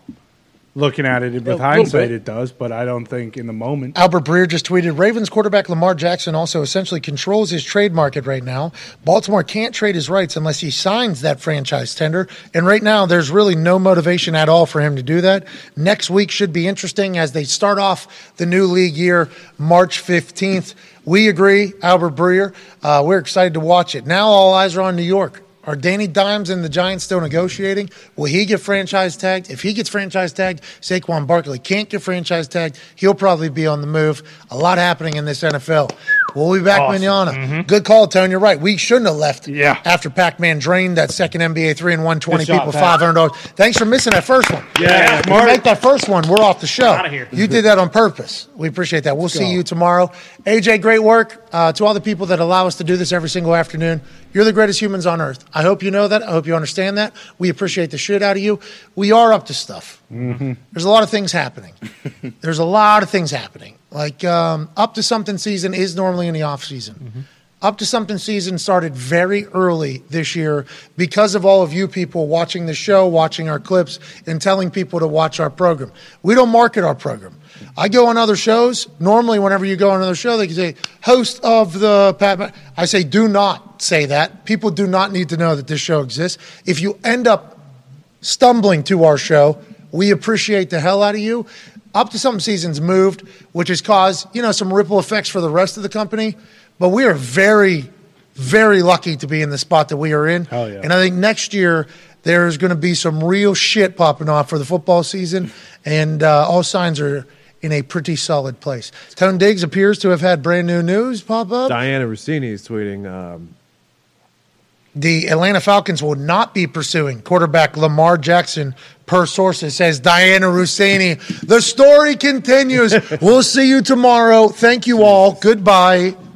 C: Looking at it with
A: little
C: hindsight
A: bit.
C: it does, but I don't think in the moment.
A: Albert Breer just tweeted Ravens quarterback Lamar Jackson also essentially controls his trade market right now. Baltimore can't trade his rights unless he signs that franchise tender. And right now, there's really no motivation at all for him to do that. Next week should be interesting as they start off the new league year, March 15th. We agree, Albert Breer. Uh, we're excited to watch it. Now all eyes are on New York. Are Danny Dimes and the Giants still negotiating? Will he get franchise tagged? If he gets franchise tagged, Saquon Barkley can't get franchise tagged. He'll probably be on the move. A lot happening in this NFL. We'll be back,
M: Awesome. Mm-hmm.
A: Manana. Good call, Tone. You're right. We shouldn't have left yeah. after Pac Man drained that second NBA 3 and 120
M: Good shot,
A: people,
M: Pat.
A: $500. Thanks for missing that first one.
M: Yeah, Yeah.
A: If you make that first one, we're off the show.
M: Outta here.
A: You did that on purpose. We appreciate that. We'll see you tomorrow. AJ, great work uh, to all the people that allow us to do this every single afternoon. You're the greatest humans on earth. I hope you know that. I hope you understand that. We appreciate the shit out of you. We are up to stuff. There's a lot of things happening. There's a lot of things happening. Like um, up to something season is normally in the off season. Up to something season started very early this year because of all of you people watching the show, watching our clips, and telling people to watch our program. We don't market our program. I go on other shows. Normally, whenever you go on another show, they can say host of the Pat. Ma-" I say do not say that. People do not need to know that this show exists. If you end up stumbling to our show. We appreciate the hell out of you. Up to some seasons moved, which has caused you know some ripple effects for the rest of the company. But we are very, very lucky to be in the spot that we are in. And I think next year there is going to be some real shit popping off for the football season, and uh, all signs are in a pretty solid place. Tone Diggs appears to have had brand new news pop up.
D: Diana Rossini is tweeting. Um,
A: The Atlanta Falcons will not be pursuing quarterback Lamar Jackson, per sources, says Diana Rossini. The story continues. we'll see you tomorrow. Thank you all. Goodbye.